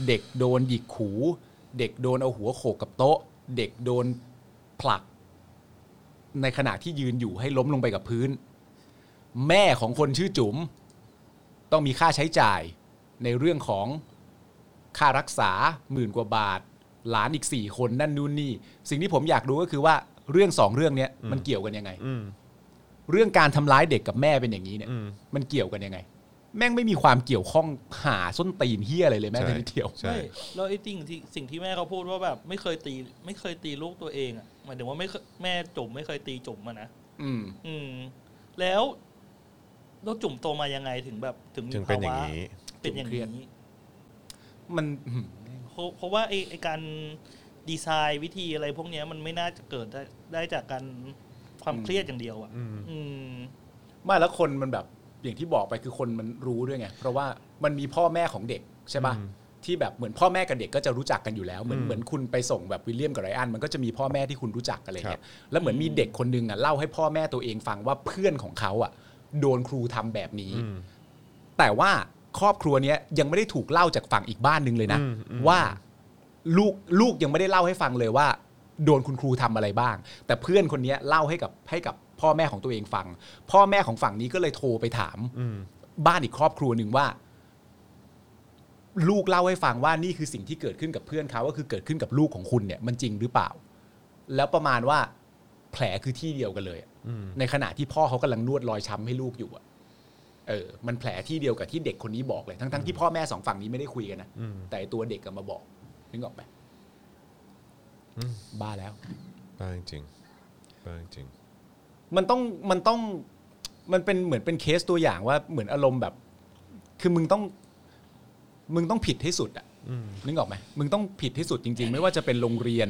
B: เด็กโดนหยิกขูเด็กโดนเอาหัวโขกกับโต๊ะ เด็กโดนผลัก ในขณะที่ยืนอยู่ให้ล้มลงไปกับพื้น แม่ของคนชื่อจุ๋ม ต้องมีค่าใช้จ่ายในเรื่องของค่ารักษาหมื่นกว่าบาท หลานอีกสี่คนนั่นนู่นนี่ สิ่งที่ผมอยากรู้ก็คือว่าเรื่องสองเรื่องเนี้ยมันเกี่ยวกันยังไง
A: อืม
B: เรื่องการทำร้ายเด็กกับแม่เป็นอย่างนี้เนี่ย
A: อืม
B: มันเกี่ยวกันยังไง แม่งไม่มีความเกี่ยวข้องหาส้นตีนเฮียอะไรเลยแม้
A: ใช่
B: แต่นิดเดียว
A: ใช่
C: ไม่แล้วไอ้สิ่งที่สิ่งที่แม่เขาพูดว่าแบบไม่เคยตีไม่เคยตีลูกตัวเองอะหมายถึงว่าไม่เคยแม่จุ่มไม่เคยตีจุ่มอะนะ
B: อืม
C: อืม แล้วแล้วจุ่มโตมายังไงถึงแบบถึงมี
A: ถึงเป็น
C: ภาวะ
A: อย่างนี้
C: เป็นอย่าง
B: จุ่มเครียด
C: นี้
B: มัน อืม
C: เพราะเพราะว่าไอ้ไอ้การดีไซน์วิธีอะไรพวกเนี้ยมันไม่น่าจะเกิดได้ได้จากการความเครียดอย่างเดียวอ่ะ
A: อืม
C: อืม
B: ไม่แล้วคนมันแบบอย่างที่บอกไปคือคนมันรู้ด้วยไง เพราะว่ามันมีพ่อแม่ของเด็กใช่ป่ะ
A: อืม
B: ที่แบบเหมือนพ่อแม่กับเด็กก็จะรู้จักกันอยู่แล้ว เหมือน
A: อืม
B: เหมือนคุณไปส่งแบบวิลเลียมกับไรอันมันก็จะมีพ่อแม่ที่คุณรู้จักกันอะไรเงี้ย แล้วเหมือนมีเด็กคนนึงอ่ะเล่าให้พ่อแม่ตัวเองฟังว่าเพื่อนของเขาอ่ะ โดนครูทำแบบนี้
A: อืม
B: แต่ว่าครอบครัวเนี้ยยังไม่ได้ถูกเล่าจากฝั่งอีกบ้านหนึ่งเลยนะ
A: อืมอืม
B: ว่าลูกลูกยังไม่ได้เล่าให้ฟังเลยว่า โดนคุณครูทำอะไรบ้าง แต่เพื่อนคนเนี้ยเล่าให้กับให้กับพ่อแม่ของตัวเองฟัง พ่อแม่ของฝั่งนี้ก็เลยโทรไปถาม
A: อืม
B: บ้านอีกครอบครัวหนึ่งว่า ลูกเล่าให้ฟังว่านี่คือสิ่งที่เกิดขึ้นกับเพื่อนเขาก็คือเกิดขึ้นกับลูกของคุณเนี่ย มันจริงหรือเปล่า แล้วประมาณว่า แผลคือที่เดียวกันเลยอะ
A: อืม
B: ในขณะที่พ่อเขากำลังนวดรอยช้ำให้ลูกอยู่อะเออ มันแผลที่เดียวกับที่เด็กคนนี้บอกเลย ทั้งๆที่พ่อแม่สองฝั่งนี้ไม่ได้คุยกันนะ
A: อืม
B: แต่ไอ้ตัวเด็กก็มาบอกนึกออกไหม
A: อืม
B: บ้าแล้ว
A: บ้าจริงบ้าจริง
B: มันต้องมันต้องมันเป็นเหมือนเป็นเคสตัวอย่างว่าเหมือนอารมณ์แบบ คือมึงต้อง มึงต้องผิดให้สุดอะ
A: อืม
B: นึกออกไหมมึงต้องผิดที่สุดจริง ๆ ไม่ว่าจะเป็นโรงเรียน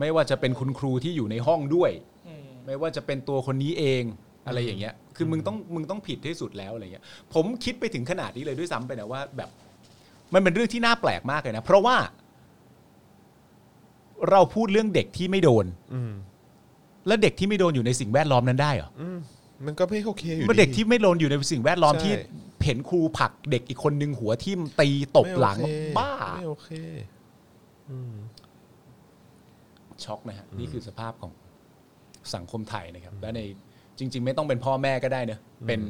B: ไม่ว่าจะเป็นคุณครูที่อยู่ในห้องด้วย
C: อืม
B: ไม่ว่าจะเป็นตัวคนนี้เองอะไรอย่างเงี้ย คือมึงต้องมึงต้องผิดที่สุดแล้วอะไรเงี้ย ผมคิดไปถึงขนาดนี้เลยด้วยซ้ำไปนะว่าแบบ มันเป็นเรื่องที่น่าแปลกมากเลยนะ เพราะว่า เราพูดเรื่องเด็กที่ไม่โดน
A: อืม
B: แล้วเด็กที่ไม่โดนอยู่ในสิ่งแวดล้อมนั้นได้เหรอ
A: อืม มันก็ไม่โอเคอยู่
B: เมื่อเด็กที่ไม่โดนอยู่ในสิ่งแวดล้อม
A: ใช่
B: ที่เห็นครูผลักเด็กอีกคนนึงหัวทิ่มตีตบหลัง
A: ไม่โอเค
B: บ้า
A: ไม่โอเค อืม
B: ช็อกนะฮะ นี่คือสภาพของสังคมไทยนะครับ และในจริง ๆ ไม่ต้องเป็นพ่อแม่ก็ได้เนอะเป็น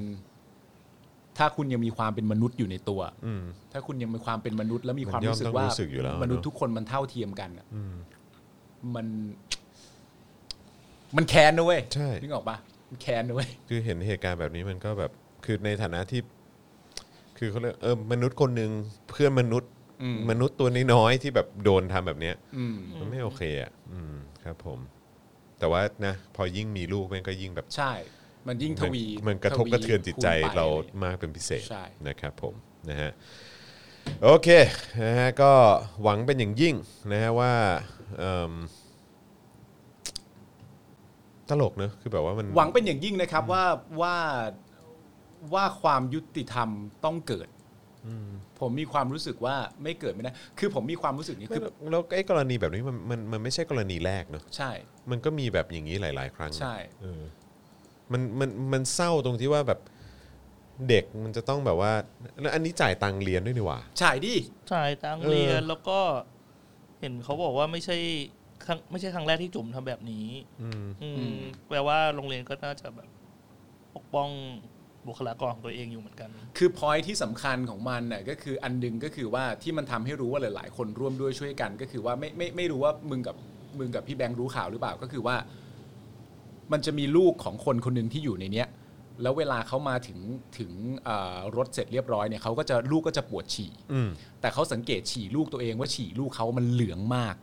B: ถ้าคุณยังมีความเป็นมนุษย์อยู่ในตัว
A: อืม
B: ถ้าคุณยังมีความเป็นมนุษย์ แล้วมีความ
A: มันย่อม
B: รู้สึก
A: ต้อง
B: ว่า
A: รู้สึกอยู่แล้ว
B: มนุษย์
A: เนอะ
B: ทุกคนมันเท่าเทียมกันอะ
A: อืม
B: มัน มันแค้นนะเว้ย
A: ใช่
B: นึกออกปะมันแค้นนะเว้ย
A: คือเห็นเหตุการณ์แบบนี้มันก็แบบ คือในฐานะที่ คือเขาเรียกเออมนุษย์คนหนึ่งเพื่อนมนุษย์
B: อืม
A: มนุษย์ตัวน้อยๆที่แบบโดนทำแบบเนี้ย
B: อืม
C: อืม
A: มันไม่โอเคอ่ะ อืม ครับผม แต่ว่านะ พอยิ่งมีลูกแม่งก็ยิ่งแบบ
B: ใช่ มันยิ่งทวี
A: มันกระทบ
B: วี
A: กระเทือนจิตใจ
B: คูณไป
A: เรา
B: อะไรอย่งงี้ย
A: มากเป็นพิเศษ
B: ใช่
A: นะครับผมนะฮะโอเคนะฮะก็หวังเป็นอย่างยิ่งนะฮะว่าเอิ่มตลกเนอะคือแบบว่ามัน
B: หวังเป็นอย่างยิ่งนะครับว่าว่าว่าความยุติธรรมต้องเกิดผมมีความรู้สึกว่าไม่เกิดไม่ได้คือผมมีความรู้สึกนี้
A: ไม่
B: คือ
A: แล้วแล้วไอ้กรณีแบบนี้มันมันมันไม่ใช่กรณีแรกเนอะ
B: ใช่
A: มันก็มีแบบอย่างนี้หลาย ๆ ครั้งนะ
B: ใช่
A: เออมันมันมันเศร้าตรงที่ว่าแบบเด็กมันจะต้องแบบว่า แล้วอันนี้จ่ายตังค์เรียนด้วยนี่หว่า
B: ใช่ดิ
C: จ่ายตังค์
A: เออ
C: เรียนแล้วก็ เห็นเขาบอกว่าไม่ใช่ครั้งไม่ใช่ครั้งแรกที่จุ่มทำแบบนี้
A: อืม
C: อืม แปลว่าโรงเรียนก็น่าจะแบบ ปกป้องบุคลากรของตัวเองอยู่เหมือนกัน
B: คือพอยที่สำคัญของมันน่ะก็คืออันหนึงก็คือว่าที่มันทำให้รู้ว่าหลาย ๆ คนร่วมด้วยช่วยกัน ก็คือว่าไม่ไม่ไม่รู้ว่ามึงกับมึงกับพี่แบงค์รู้ข่าวหรือเปล่าก็คือว่า มันจะมีลูกของคนคนหนึ่งที่อยู่ในเนี้ย แล้วเวลาเขามาถึงถึงเอ่อรถเสร็จเรียบร้อยเนี่ยเขาก็จะลูกก็จะปวดฉี่
A: อืม
B: แต่เขาสังเกตฉี่ลูกตัวเองว่าฉี่ลูกเขามันเหลืองมาก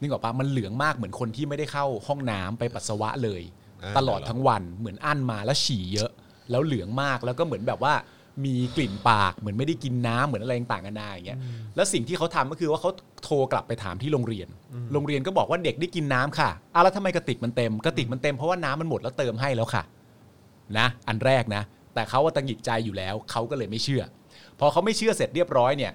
B: นึกออกปะมันเหลืองมากเหมือนคนที่ไม่ได้เข้าห้องน้ำไปปัสสาวะเลย
A: อ่า
B: ตลอดทั้งวันเหมือนอั้นมาแล้วฉี่เยอะ แล้วเหลืองมากแล้วก็เหมือนแบบว่ามีกลิ่นปากเหมือนไม่ได้กินน้ำเหมือนอะไรต่างกันานาอย่างเงี้ยแล้วสิ่งที่เขาทำก็คือว่าเขาโทรกลับไปถามที่โรงเรียน โรงเรียนก็บอกว่าเด็กได้กินน้ำค่ะอ้าวแล้วทำไมกระติกมันเต็มกระติกมันเต็มเพราะว่าน้ำมันหมดแล้วเติมให้แล้วค่ะ นะ อันแรกนะ แ แต่เขาว่าตังหงิดใจอยู่แล้ว เขาก็เลยไม่เชื่อ พอเขาไม่เชื่อเสร็จเรียบร้อยเนี่ย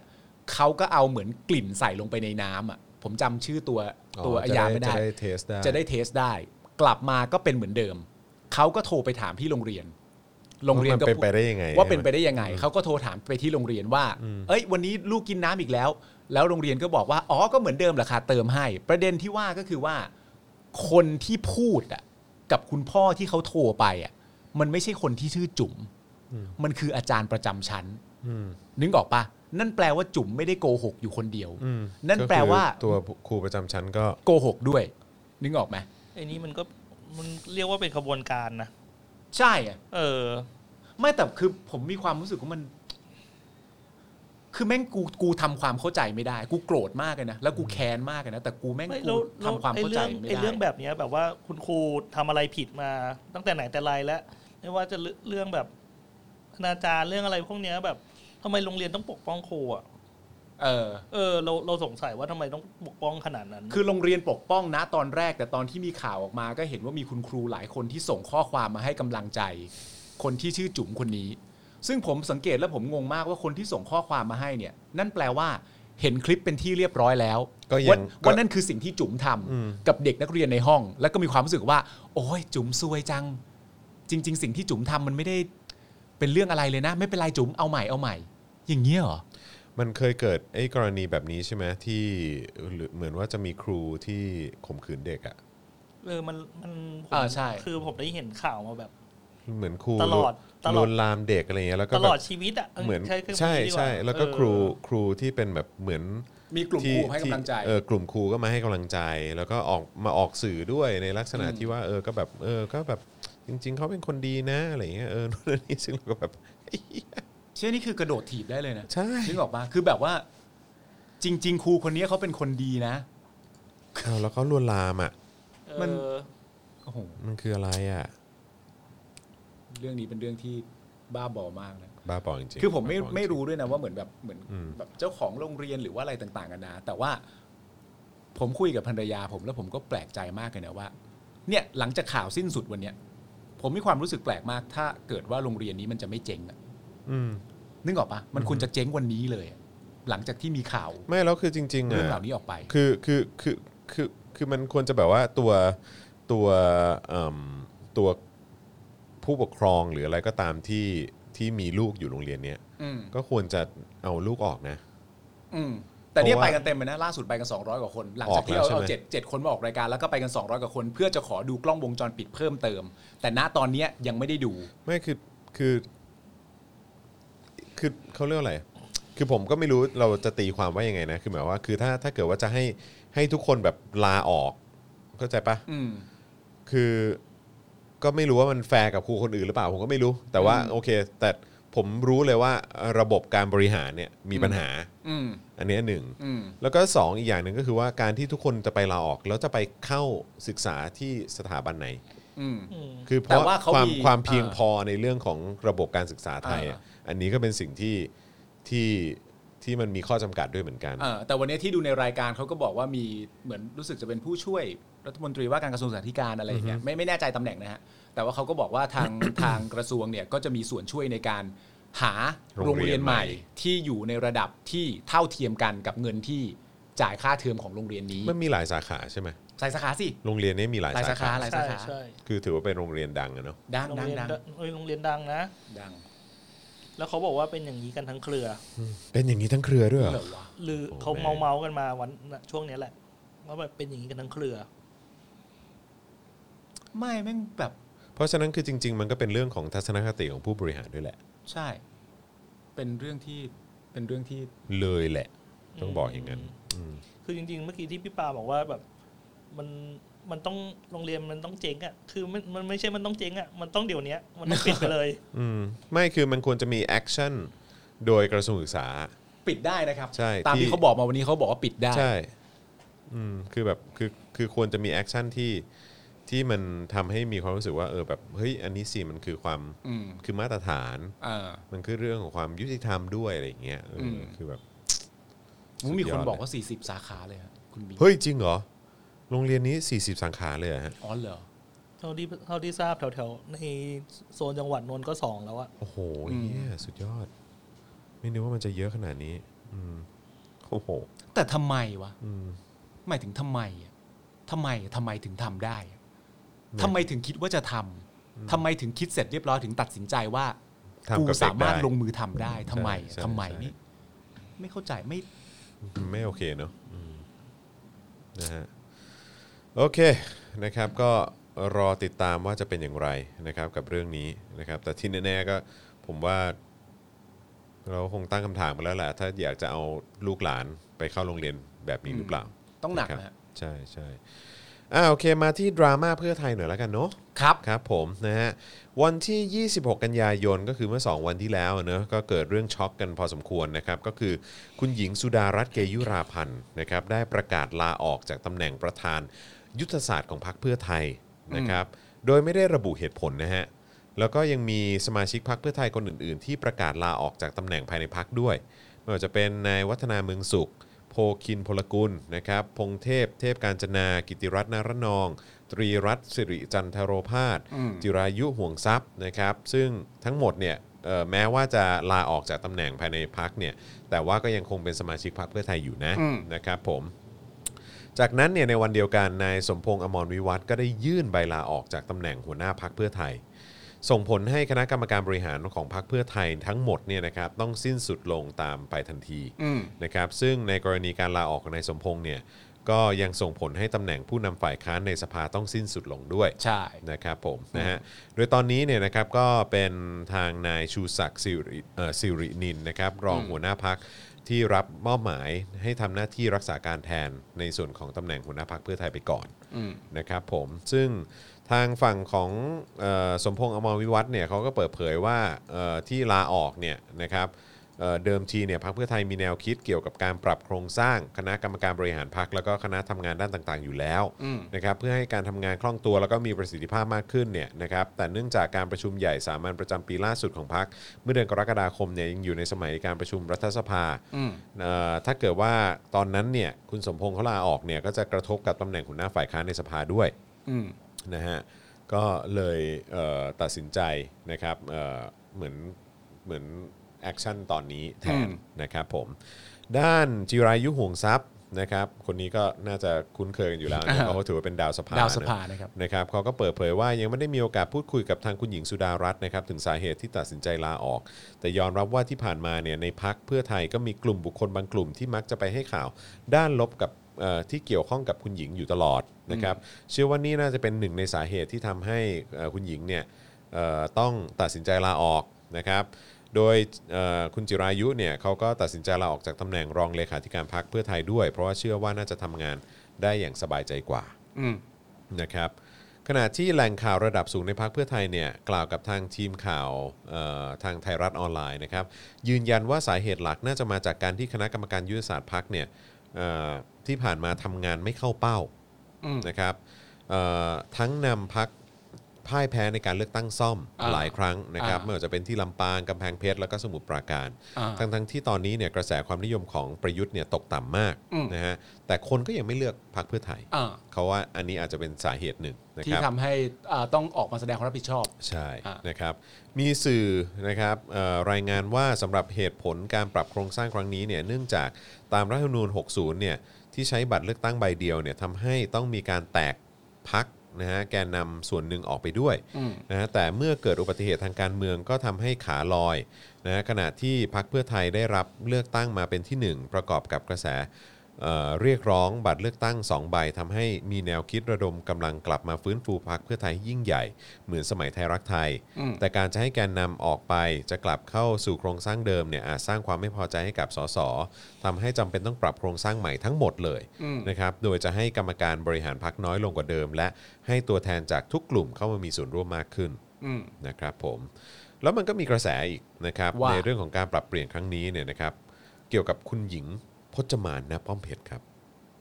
B: เขาก็เอาเหมือนกลิ่นใส่ลงไปในน้ำอ่ะผมจำชื่อตัวตัวอายาไม่ได้
A: จะได้เทสได้
B: จะได้เทสได้ กลับมาก็เป็นเหมือนเดิม เขาก็โทรไปถามที่โรงเรียน โรงเรียน
A: ว่ามัน
B: ก็
A: เป็นไปได้ยังไง
B: ว่า
A: ใช่ไหม
B: เป็นไปได้ยังไง เขาก็โทรถามไปที่โรงเรียนว่า เอ้ย วันนี้ลูกกินน้ำอีกแล้ว แล้วโรงเรียนก็บอกว่า อ๋อ ก็เหมือนเดิมแหละค่ะ เติมให้ ประเด็นที่ว่าก็คือว่า คนที่พูดอ่ะ กับคุณพ่อที่เขาโทรไปอ่ะ มันไม่ใช่คนที่ชื่อจุ๋ม มันคืออาจารย์ประจำชั้น
A: อืม
B: นึกออกปะนั่นแปลว่าจุ๋มไม่ได้โกหกอยู่คนเดียว
A: อืม
B: นั่นแปลว่า
A: ก็คือตัวครูประจำชั้นก็
B: โกหกด้วย นึกออกไหม
C: ไอ้นี่มันก็มันเรียกว่าเป็นขบวนการนะ
B: ใช่อะ
C: เออ
B: ไม่แต่คือผมมีความรู้สึกว่ามัน คือแม่งกูกูทำความเข้าใจไม่ได้ กูโกรธมากเลยนะ แล้วกูแค้นมากเลยนะ แต่กูแม่ง
C: ไม่แล้
B: กู
C: วแล้ว
B: ทำความ
C: ไอ้
B: เข้าใจ
C: เรื่อง
B: ไม่
C: ไอ้
B: ได้
C: เรื่องแบบเนี้ยแบบว่าคุณครูทำอะไรผิดมา ตั้งแต่ไหนแต่ไรแล้วไม่ว่าจะเรื่องเรื่องแบบอนาจารเรื่องอะไรพวกเนี้ยแบบทำไมโรงเรียนต้องปกป้องครูอ่ะ
B: เออ
C: เออเราเราสงสัยว่าทำไมต้องปกป้องขนาดนั้น
B: คือโรงเรียนปกป้องนะตอนแรก แต่ตอนที่มีข่าวออกมาก็เห็นว่ามีคุณครูหลายคนที่ส่งข้อความมาให้กำลังใจ คนที่ชื่อจุ๋มคนนี้ ซึ่งผมสังเกตแล้วผมงงมากว่าคนที่ส่งข้อความมาให้เนี่ย นั่นแปลว่า เห็นคลิปเป็นที่เรียบร้อยแล้ว
A: ก็ยัง
B: ว่า
A: ก็
B: ว่านั่นคือสิ่งที่จุ๋มทำกับเด็กนักเรียนในห้อง แล้วก็มีความรู้สึกว่า โอ้ยจุ๋มซวยจัง จริง ๆ สิ่งที่จุ๋มทำมันไม่ได้เป็นเรื่องอะไรเลยนะ ไม่เป็นไรจุ๋มเอาใหม่เอาใหม่ อย่างเงี้ยเหรอ
A: มันเคยเกิดไอ้กรณีแบบนี้ใช่ไหมที่หรือเหมือนว่าจะมีครูที่ข่มขืนเด็กอะ
C: เออมันมันผม
B: อ่าใช่
C: คือผมได้เห็นข่าวมาแบบ
A: เหมือนครู
C: ตลอดตล
A: ล
C: อด
A: วนลามเด็กอะไรเงี้ยแล้วก็
C: ต
A: แบ
C: ลอด
A: บ
C: ชีวิตอ่ะ
A: เหมือน
C: ใช่คำนี้
A: ใช่
C: ดีกา
A: ใช่แล้วก็
C: เออ
A: ครูครูที่เป็นแบบเหมือน
B: มีกลุ่มค
A: ที่
B: รูให้กำลังใจ
A: ที่เออกลุ่มครูก็มาให้กำลังใจ แล้วก็ออกมาออกสื่อด้วยในลักษณะที่ว่าเออก็แบบเออก็แบบจริง ๆเขาเป็นคนดีนะอะไรเงี้ยเออ นู่นนนนี่ซึ่งเราก็แบบ
B: เช่นนี่คือกระโดดถีบได้เลยนะ
A: ใช่
B: นึกออกปะคือแบบว่า จริง ๆ ครูคนนี้เขาเป็นคนดีนะ
A: เอาแล้วเขาลวนลามอ่ะ
B: มัน
C: เออ
B: โอ้โห
A: มันคืออะไรอ่ะ
B: เรื่องนี้เป็นเรื่องที่บ้าบอมากนะ
A: บ้าบอจริงๆ
B: คือผมไม่
A: บ้าบจงๆ
B: ไม่รู้ด้วยนะว่าเหมือนแบบเหมือน
A: อืม
B: แบบเจ้าของโรงเรียนหรือว่าอะไรต่างๆกันนะ แต่ว่า ผมคุยกับภรรยาผมแล้วผมก็แปลกใจมากเลยนะว่า เนี่ยหลังจากข่าวสิ้นสุดวันเนี้ยผมมีความรู้สึกแปลกมาก ถ้าเกิดว่าโรงเรียนนี้มันจะไม่เจ๊งอะ
A: อืม
B: นึกออกปะมันควรจะเจ๊งวันนี้เลยอะหลังจากที่มีข่าว
A: ไม่แล้วคือจริงๆ
B: เรื่องเห
A: อ่ะ
B: ล่านี้ออกไป
A: คือคือคือคือคือมันควรจะแบบว่าตัวตัวเอิ่มตัวผู้ปกครองหรืออะไรก็ตามที่ที่มีลูกอยู่โรงเรียนเนี้ย
B: อืม
A: ก็ควรจะเอาลูกออกนะ
B: อืมแต่เนี่ย
A: เพราะ
B: ไป
A: ว่า
B: กันเต็มเลยนะล่าสุดไปกัน 200 กว่าคน หลัง
A: อ
B: จา
A: อก ก
B: ที่
A: แล้ว
B: เรา
A: ใช่
B: เอา
A: ไหม
B: เจ็ดเจ็ดคนมาออกรายการแล้วก็ไปกัน 200 กว่าคน เพื่อจะขอดูกล้องวงจรปิดเพิ่มเติม แต่ณตอนเนี้ยยังไม่ได้ดู
A: ไม่คือคือคือเขาเรียกว่าอะไร คือผมก็ไม่รู้เราจะตีความว่ายังไงนะ คือหมายว่าคือถ้าถ้าเกิดว่าจะให้ให้ทุกคนแบบลาออกเข้าใจปะ
B: อืม
A: คือก็ไม่รู้ว่ามันแฟร์กับครูคนอื่นหรือเปล่าผมก็ไม่รู้ แต่ว่า
B: อืม
A: โอเค แต่ผมรู้เลยว่าระบบการบริหารเนี่ยมีปัญหา
B: อืม
A: อันเนี้ยหนึ่ง
B: อืม
A: แล้วก็สองอีกอย่างหนึ่งก็คือว่าการที่ทุกคนจะไปลาออก แล้วจะไปเข้าศึกษาที่สถาบันไหน
B: อืม
C: อืม
A: คือเพ
B: แต่
A: ราะ
B: ว่าเขา
A: ความ
B: มี
A: ความเพียง
B: อ่า
A: พอในเรื่องของระบบการศึกษาไทย
B: อ่
A: อะอันนี้ก็เป็นสิ่งที่ที่ที่มันมีข้อจำกัดด้วยเหมือนกัน
B: เออแต่วันนี้ที่ดูในรายการเขาก็บอกว่ามีเหมือนรู้สึกจะเป็นผู้ช่วยรัฐมนตรีว่าการกระทรวงสาธารณสุขธิการอะไรอย่างเงี้ยไม่ไม่แน่ใจตำแหน่งนะฮะ แต่ว่าเขาก็บอกว่าทาง ทางกระทรวงเนี่ยก็จะมีส่วนช่วยในการหา
A: โร
B: โรง ง
A: เรี
B: เรี
A: ย
B: ย
A: น
B: น
A: ให
B: ให
A: ม่
B: ม่ที่อยู่ในระดับที่เท่าเทียมกันกับเงินที่จ่ายค่าเทอมของโรงเรียนนี้
A: มันมีหลายสาขาใช่ไหม
B: สายสาขาสิ
A: โรงเรียนเนี้มีหลาย
B: หลาย
A: สา
B: สาขา
A: ขา
B: หลาย
C: ใช่ใช่
A: คือถือว่าเป็นโรงเรียนดังอะเนาะ
B: ดัง
C: โรง
B: ดัง
C: เรียน
B: ดัง
C: ดังเอ้ยโรงเรียนดังนะ
B: ดัง
C: แล้วเขาบอกว่าเป็นอย่างนี้กันทั้งเครือ
A: เป็นอย่างนี้ทั้งเครือด้วยเหรอ
B: เหรอวะ
C: หรือ
A: โอ้
C: เขา
A: แม่
C: เมาเมาๆกันมาวันน่ะช่วงเนี้ยแหละว่าแบบเป็นอย่างนี้กันทั้งเครือ
B: ไม่แม่งแบบ
A: เพราะฉะนั้นคือจริง ๆ มันก็เป็นเรื่องของทัศนคติของผู้บริหารด้วยแหละ
B: ใช่ เป็นเรื่องที่เป็นเรื่องที่
A: เลยแหละ ต้องบอกอย่างนั้น
C: คือจริงๆ เมื่อกี้ที่พี่ปาบอกว่าแบบมันมันต้องโรงเรียนมันต้องเจ๊งอ่ะ คือมันมันไม่ใช่มันต้องเจ๊งอ่ะ มันต้องเดี๋ยวเนี้ยมันต้องปิดไปเลย
A: อืมไม่คือมันควรจะมีแอคชั่นโดยกระทรวงศึกษา
B: ปิดได้นะครับ
A: ใช่
B: ตาม
A: ที่
B: ที่เขาบอกมาวันนี้เขาบอกว่าปิดได้
A: ใช่อืมคือแบบคือคือควรจะมีแอคชั่นที่ที่มันทำให้มีความรู้สึกว่าเออแบบเฮ้ยอันนี้สิมันคือความ
B: อืม
A: คือมาตรฐาน
B: เออ
A: มันคือเรื่องของความยุติธรรมด้วยอะไรอย่างเงี้ยเอออ
B: ม
A: คือแบบ
B: มึงมี
A: สุดย
B: ค
A: อด
B: นบอกว่า 40 สาขาเลยฮะคุณบิง
A: เฮ้ยจริงเหรอโรงเรียนนี้ 40สาขาเลยเหรอฮะ
B: อ๋อเหรอ
C: เท่าที่เท่าที่ทราบแถวๆในโซนจังหวัดนนท์ก็สองแล้วอะ
A: โอ้โหเฮียสุดยอด ไม่นึกว่ามันจะเยอะขนาดนี้ อืมโอ้โห
B: แต่ทำไมวะ
A: อืม
B: หมายถึงทำไมอะทำไมอะทำไมถึงทำได้อะ
A: เนี่ย
B: ทำไมถึงคิดว่าจะทำทำไมถึงคิดเสร็จเรียบร้อยถึงตัดสินใจว่า
A: ทำ
B: กู
A: กับเด็
B: สามารถ
A: ได้
B: ลงมือทำได้ทำไมอะ
A: ใช่ใช่
B: ทำไม
A: ใช่
B: นี่ไม่เข้าใจไม่
A: ไม่โอเคเนอะอืมนะฮะโอเคนะครับก็รอติดตามว่าจะเป็นอย่างไรนะครับ กับเรื่องนี้นะครับ แต่ที่แน่ๆก็ผมว่า เราคงตั้งคำถามกันแล้วแหละถ้าอยากจะเอาลูกหลานไปเข้าโรงเรียนแบบนี้หรือเปล่า
B: ต้องหนัก
A: ะครับ
B: นะฮะ
A: ใช่ใช่อ่าโอเคมาที่ดราม่าเพื่อไทยหน่อยแล้วกันเนาะ
B: ครับ
A: ครับผมนะฮะวันที่ 26 กันยายนก็คือเมื่อ 2 วันที่แล้วเนอะก็เกิดเรื่องช็อกกันพอสมควรนะครับ ก็คือคุณหญิงสุดารัตน์เกยุราพันธ์นะครับได้ประกาศลาออกจากตำแหน่งประธานยุทธศาสตร์ของพรรคเพื่อไทยนะครับโดยไม่ได้ระบุเหตุผลนะฮะแล้วก็ยังมีสมาชิกพรรคเพื่อไทยคนอื่นๆ ที่ประกาศลาออกจากตำแหน่งภายในพรรคด้วยไม่ว่าจะเป็นนายวัฒนาเมืองสุข โพคินพลกุลนะครับ พงเทพ เทพการจนา กิติรัตน์นารนอง ตรีรัตน์สิริจันทโรพาสจิรายุห่วงทรัพย์นะครับ ซึ่งทั้งหมดเนี่ยเอ่อแม้ว่าจะลาออกจากตำแหน่งภายในพักเนี่ย แต่ว่าก็ยังคงเป็นสมาชิกพรรคเพื่อไทยอยู่นะนะครับผม จากนั้นเนี่ยในวันเดียวกันนายสมพงษ์อมรวิวัฒน์ก็ได้ยื่นใบลาออกจากตำแหน่งหัวหน้าพักเพื่อไทย ส่งผลให้คณะกรรมการบริหารของพรรคเพื่อไทยทั้งหมดเนี่ยนะครับต้องสิ้นสุดลงตามไปทันทีนะครับซึ่งในกรณีการลาออกของนายสมพงษ์เนี่ยก็ยังส่งผลให้ตำแหน่งผู้นำฝ่ายค้านในสภาต้องสิ้นสุดลงด้วย
B: ใช่
A: นะครับผมนะฮะโดยตอนนี้เนี่ยนะครับก็เป็นทางนายชูศักดิ์สิริเอ่อสิรินินนะครับรองหัวหน้าพักที่รับมอบหมายให้ทำหน้าที่รักษาการแทนในส่วนของตำแหน่งหัวหน้าพักเพื่อไทยไปก่อนนะครับผมซึ่งทางฝั่งของเออสมพงษ์อมรวิวัฒน์เนี่ยเขาก็เปิดเผยว่าเอ่อที่ลาออกเนี่ยนะครับเอ่อเดิมทีเนี่ยพรรคเพื่อไทยมีแนวคิดเกี่ยวกับการปรับโครงสร้างคณะกรรมการบริหารพรรคแล้วก็คณะทำงานด้านต่างๆ อยู่แล้วนะครับเพื่อให้การทำงานคล่องตัวแล้วก็มีประสิทธิภาพมากขึ้นเนี่ยนะครับแต่เนื่องจากการประชุมใหญ่สามัญประจำปีล่าสุดของพรรคเมื่อเดือนกรกฎาคมเนี่ยยังอยู่ในสมัยการประชุมรัฐสภาเอ่อถ้าเกิดว่าตอนนั้นเนี่ยคุณสมพงษ์เขาลาออกเนี่ยก็จะกระทบกับตำแหน่งหัวหน้าฝ่ายค้านในสภาด้วย
B: อืม
A: นะฮะก็เลยเอ่อตัดสินใจนะครับเอ่อเหมือนเหมือนแอคชั่นตอนนี้แทน
B: อืม
A: นะครับผมด้านจิรายุห่วงทรัพย์นะครับคนนี้ก็น่าจะคุ้นเคยกันอยู่แล้วนะเพราะว่าถือว่าเป็นดาวสภา
B: ดาวสภา
A: นะ
B: นะครับ
A: นะครับเขาก็เปิดเผยว่ายังไม่ได้มีโอกาสพูดคุยกับทางคุณหญิงสุดารัตน์นะครับถึงสาเหตุที่ตัดสินใจลาออก แต่ยอมรับว่าที่ผ่านมาเนี่ยในพักเพื่อไทยก็มีกลุ่มบุคคลบางกลุ่มที่มักจะไปให้ข่าว ด้านลบกับเอ่อที่เกี่ยวข้องกับคุณหญิงอยู่ตลอดนะครับเชื่อว่านี่น่าจะเป็นหนึ่งในสาเหตุที่ทำให้เอ่อคุณหญิงเนี่ยเอ่อต้องตัดสินใจลาออกนะครับโดยเอ่อคุณจิรายุเนี่ยเขาก็ตัดสินใจลาออกจากตำแหน่งรองเลขาธิการพักเพื่อไทยด้วย เพราะว่าเชื่อว่าน่าจะทำงานได้อย่างสบายใจกว่า
B: อืม
A: นะครับขณะที่แหล่งข่าวระดับสูงในพักเพื่อไทยเนี่ยกล่าวกับทางทีมข่าวเอ่อทางไทยรัฐออนไลน์นะครับยืนยันว่าสาเหตุหลักน่าจะมาจากการที่คณะกรรมการยุทธศาสตร์พักเนี่ยเอ่อที่ผ่านมาทำงานไม่เข้าเป้า
B: อืม
A: นะครับเอ่อทั้งนำพักพ่ายแพ้ในการเลือกตั้งซ่อม
B: อ่า
A: หลายครั้งนะครับ
B: อ่า
A: ไม่ว่าจะเป็นที่ลำปางกำแพงเพชรแล้วก็สมุทรปราการ
B: อ่า
A: ทั้งทั้งๆที่ตอนนี้เนี่ยกระแสความนิยมของประยุทธ์เนี่ยตกต่ำมากนะฮะแต่คนก็ยังไม่เลือกพักเพื่อไทย
B: อ่า
A: เขาว่าอันนี้อาจจะเป็นสาเหตุหนึ่งนะ
B: ที่
A: ครับ
B: ทำให้อ่าต้องออกมาแสดงความรับผิดชอบ
A: ใช่
B: อ่ะ
A: นะครับมีสื่อนะครับเอ่อรายงานว่าสำหรับเหตุผลการปรับโครงสร้างครั้งนี้เนี่ยเนื่องจากตามรัฐธรรมนูญ 60 เนี่ยที่ใช้บัตรเลือกตั้งใบเดียวเนี่ยทำให้ต้องมีการแตกพักนะฮะแกนนำส่วนหนึ่งออกไปด้วยนะฮะแต่เมื่อเกิดอุบัติเหตุทางการเมืองก็ทำให้ขาลอยนะฮะขณะที่พักเพื่อไทยได้รับเลือกตั้งมาเป็นที่หนึ่งประกอบกับกระแส เอ่อเรียกร้องบัตรเลือกตั้ง 2 ใบทำให้มีแนวคิดระดมกำลังกลับมาฟื้นฟูพรรคเพื่อไทยให้ยิ่งใหญ่ เหมือนสมัยไทยรักไทย แต่การจะให้แกนนำออกไปจะกลับเข้าสู่โครงสร้างเดิมเนี่ยอาจสร้างความไม่พอใจให้กับสสทำให้จำเป็นต้องปรับโครงสร้างใหม่ทั้งหมดเลยนะครับ โดยจะให้กรรมการบริหารพรรคน้อยลงกว่าเดิม และให้ตัวแทนจากทุกกลุ่มเข้ามามีส่วนร่วมมากขึ้นนะครับผม แล้วมันก็มีกระแสอีกนะครับ
B: ว่า
A: ในเรื่องของการปรับเปลี่ยนครั้งนี้เนี่ยนะครับเกี่ยวกับคุณหญิงพจมานนะป้อมเพชรครับ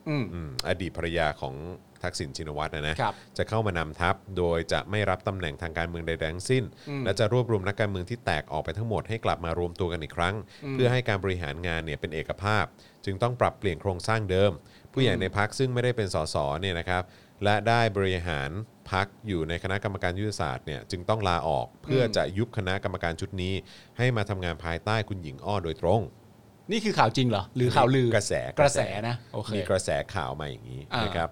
B: อืม
A: อืมอดีตภรรยาของทักษิณชินวัตรนะนะครับ จะเข้ามานำทัพโดยจะไม่รับตำแหน่งทางการเมืองใดๆทั้งสิ้น และจะรวบรวมนักการเมืองที่แตกออกไปทั้งหมดให้กลับมารวมตัวกันอีกครั้ง เพื่อให้การบริหารงานเนี่ยเป็นเอกภาพ จึงต้องปรับเปลี่ยนโครงสร้างเดิม ผู้ใหญ่ในพักซึ่งไม่ได้เป็นสสเนี่ยนะครับ และได้บริหารพักอยู่ในคณะกรรมการยุทธศาสตร์เนี่ยจึงต้องลาออกเพื่อจะยุบคณะกรรมการชุดนี้ ให้มาทำงานภายใต้คุณหญิงอ้อโดยตรง
B: นี่คือข่าวจริงเหรอ หรือข่าวลือก
A: ระแส
B: กระแสนะโอเค
A: มีกระแสข่าวมาอย่างนี้
B: อ่าน
A: นะครับ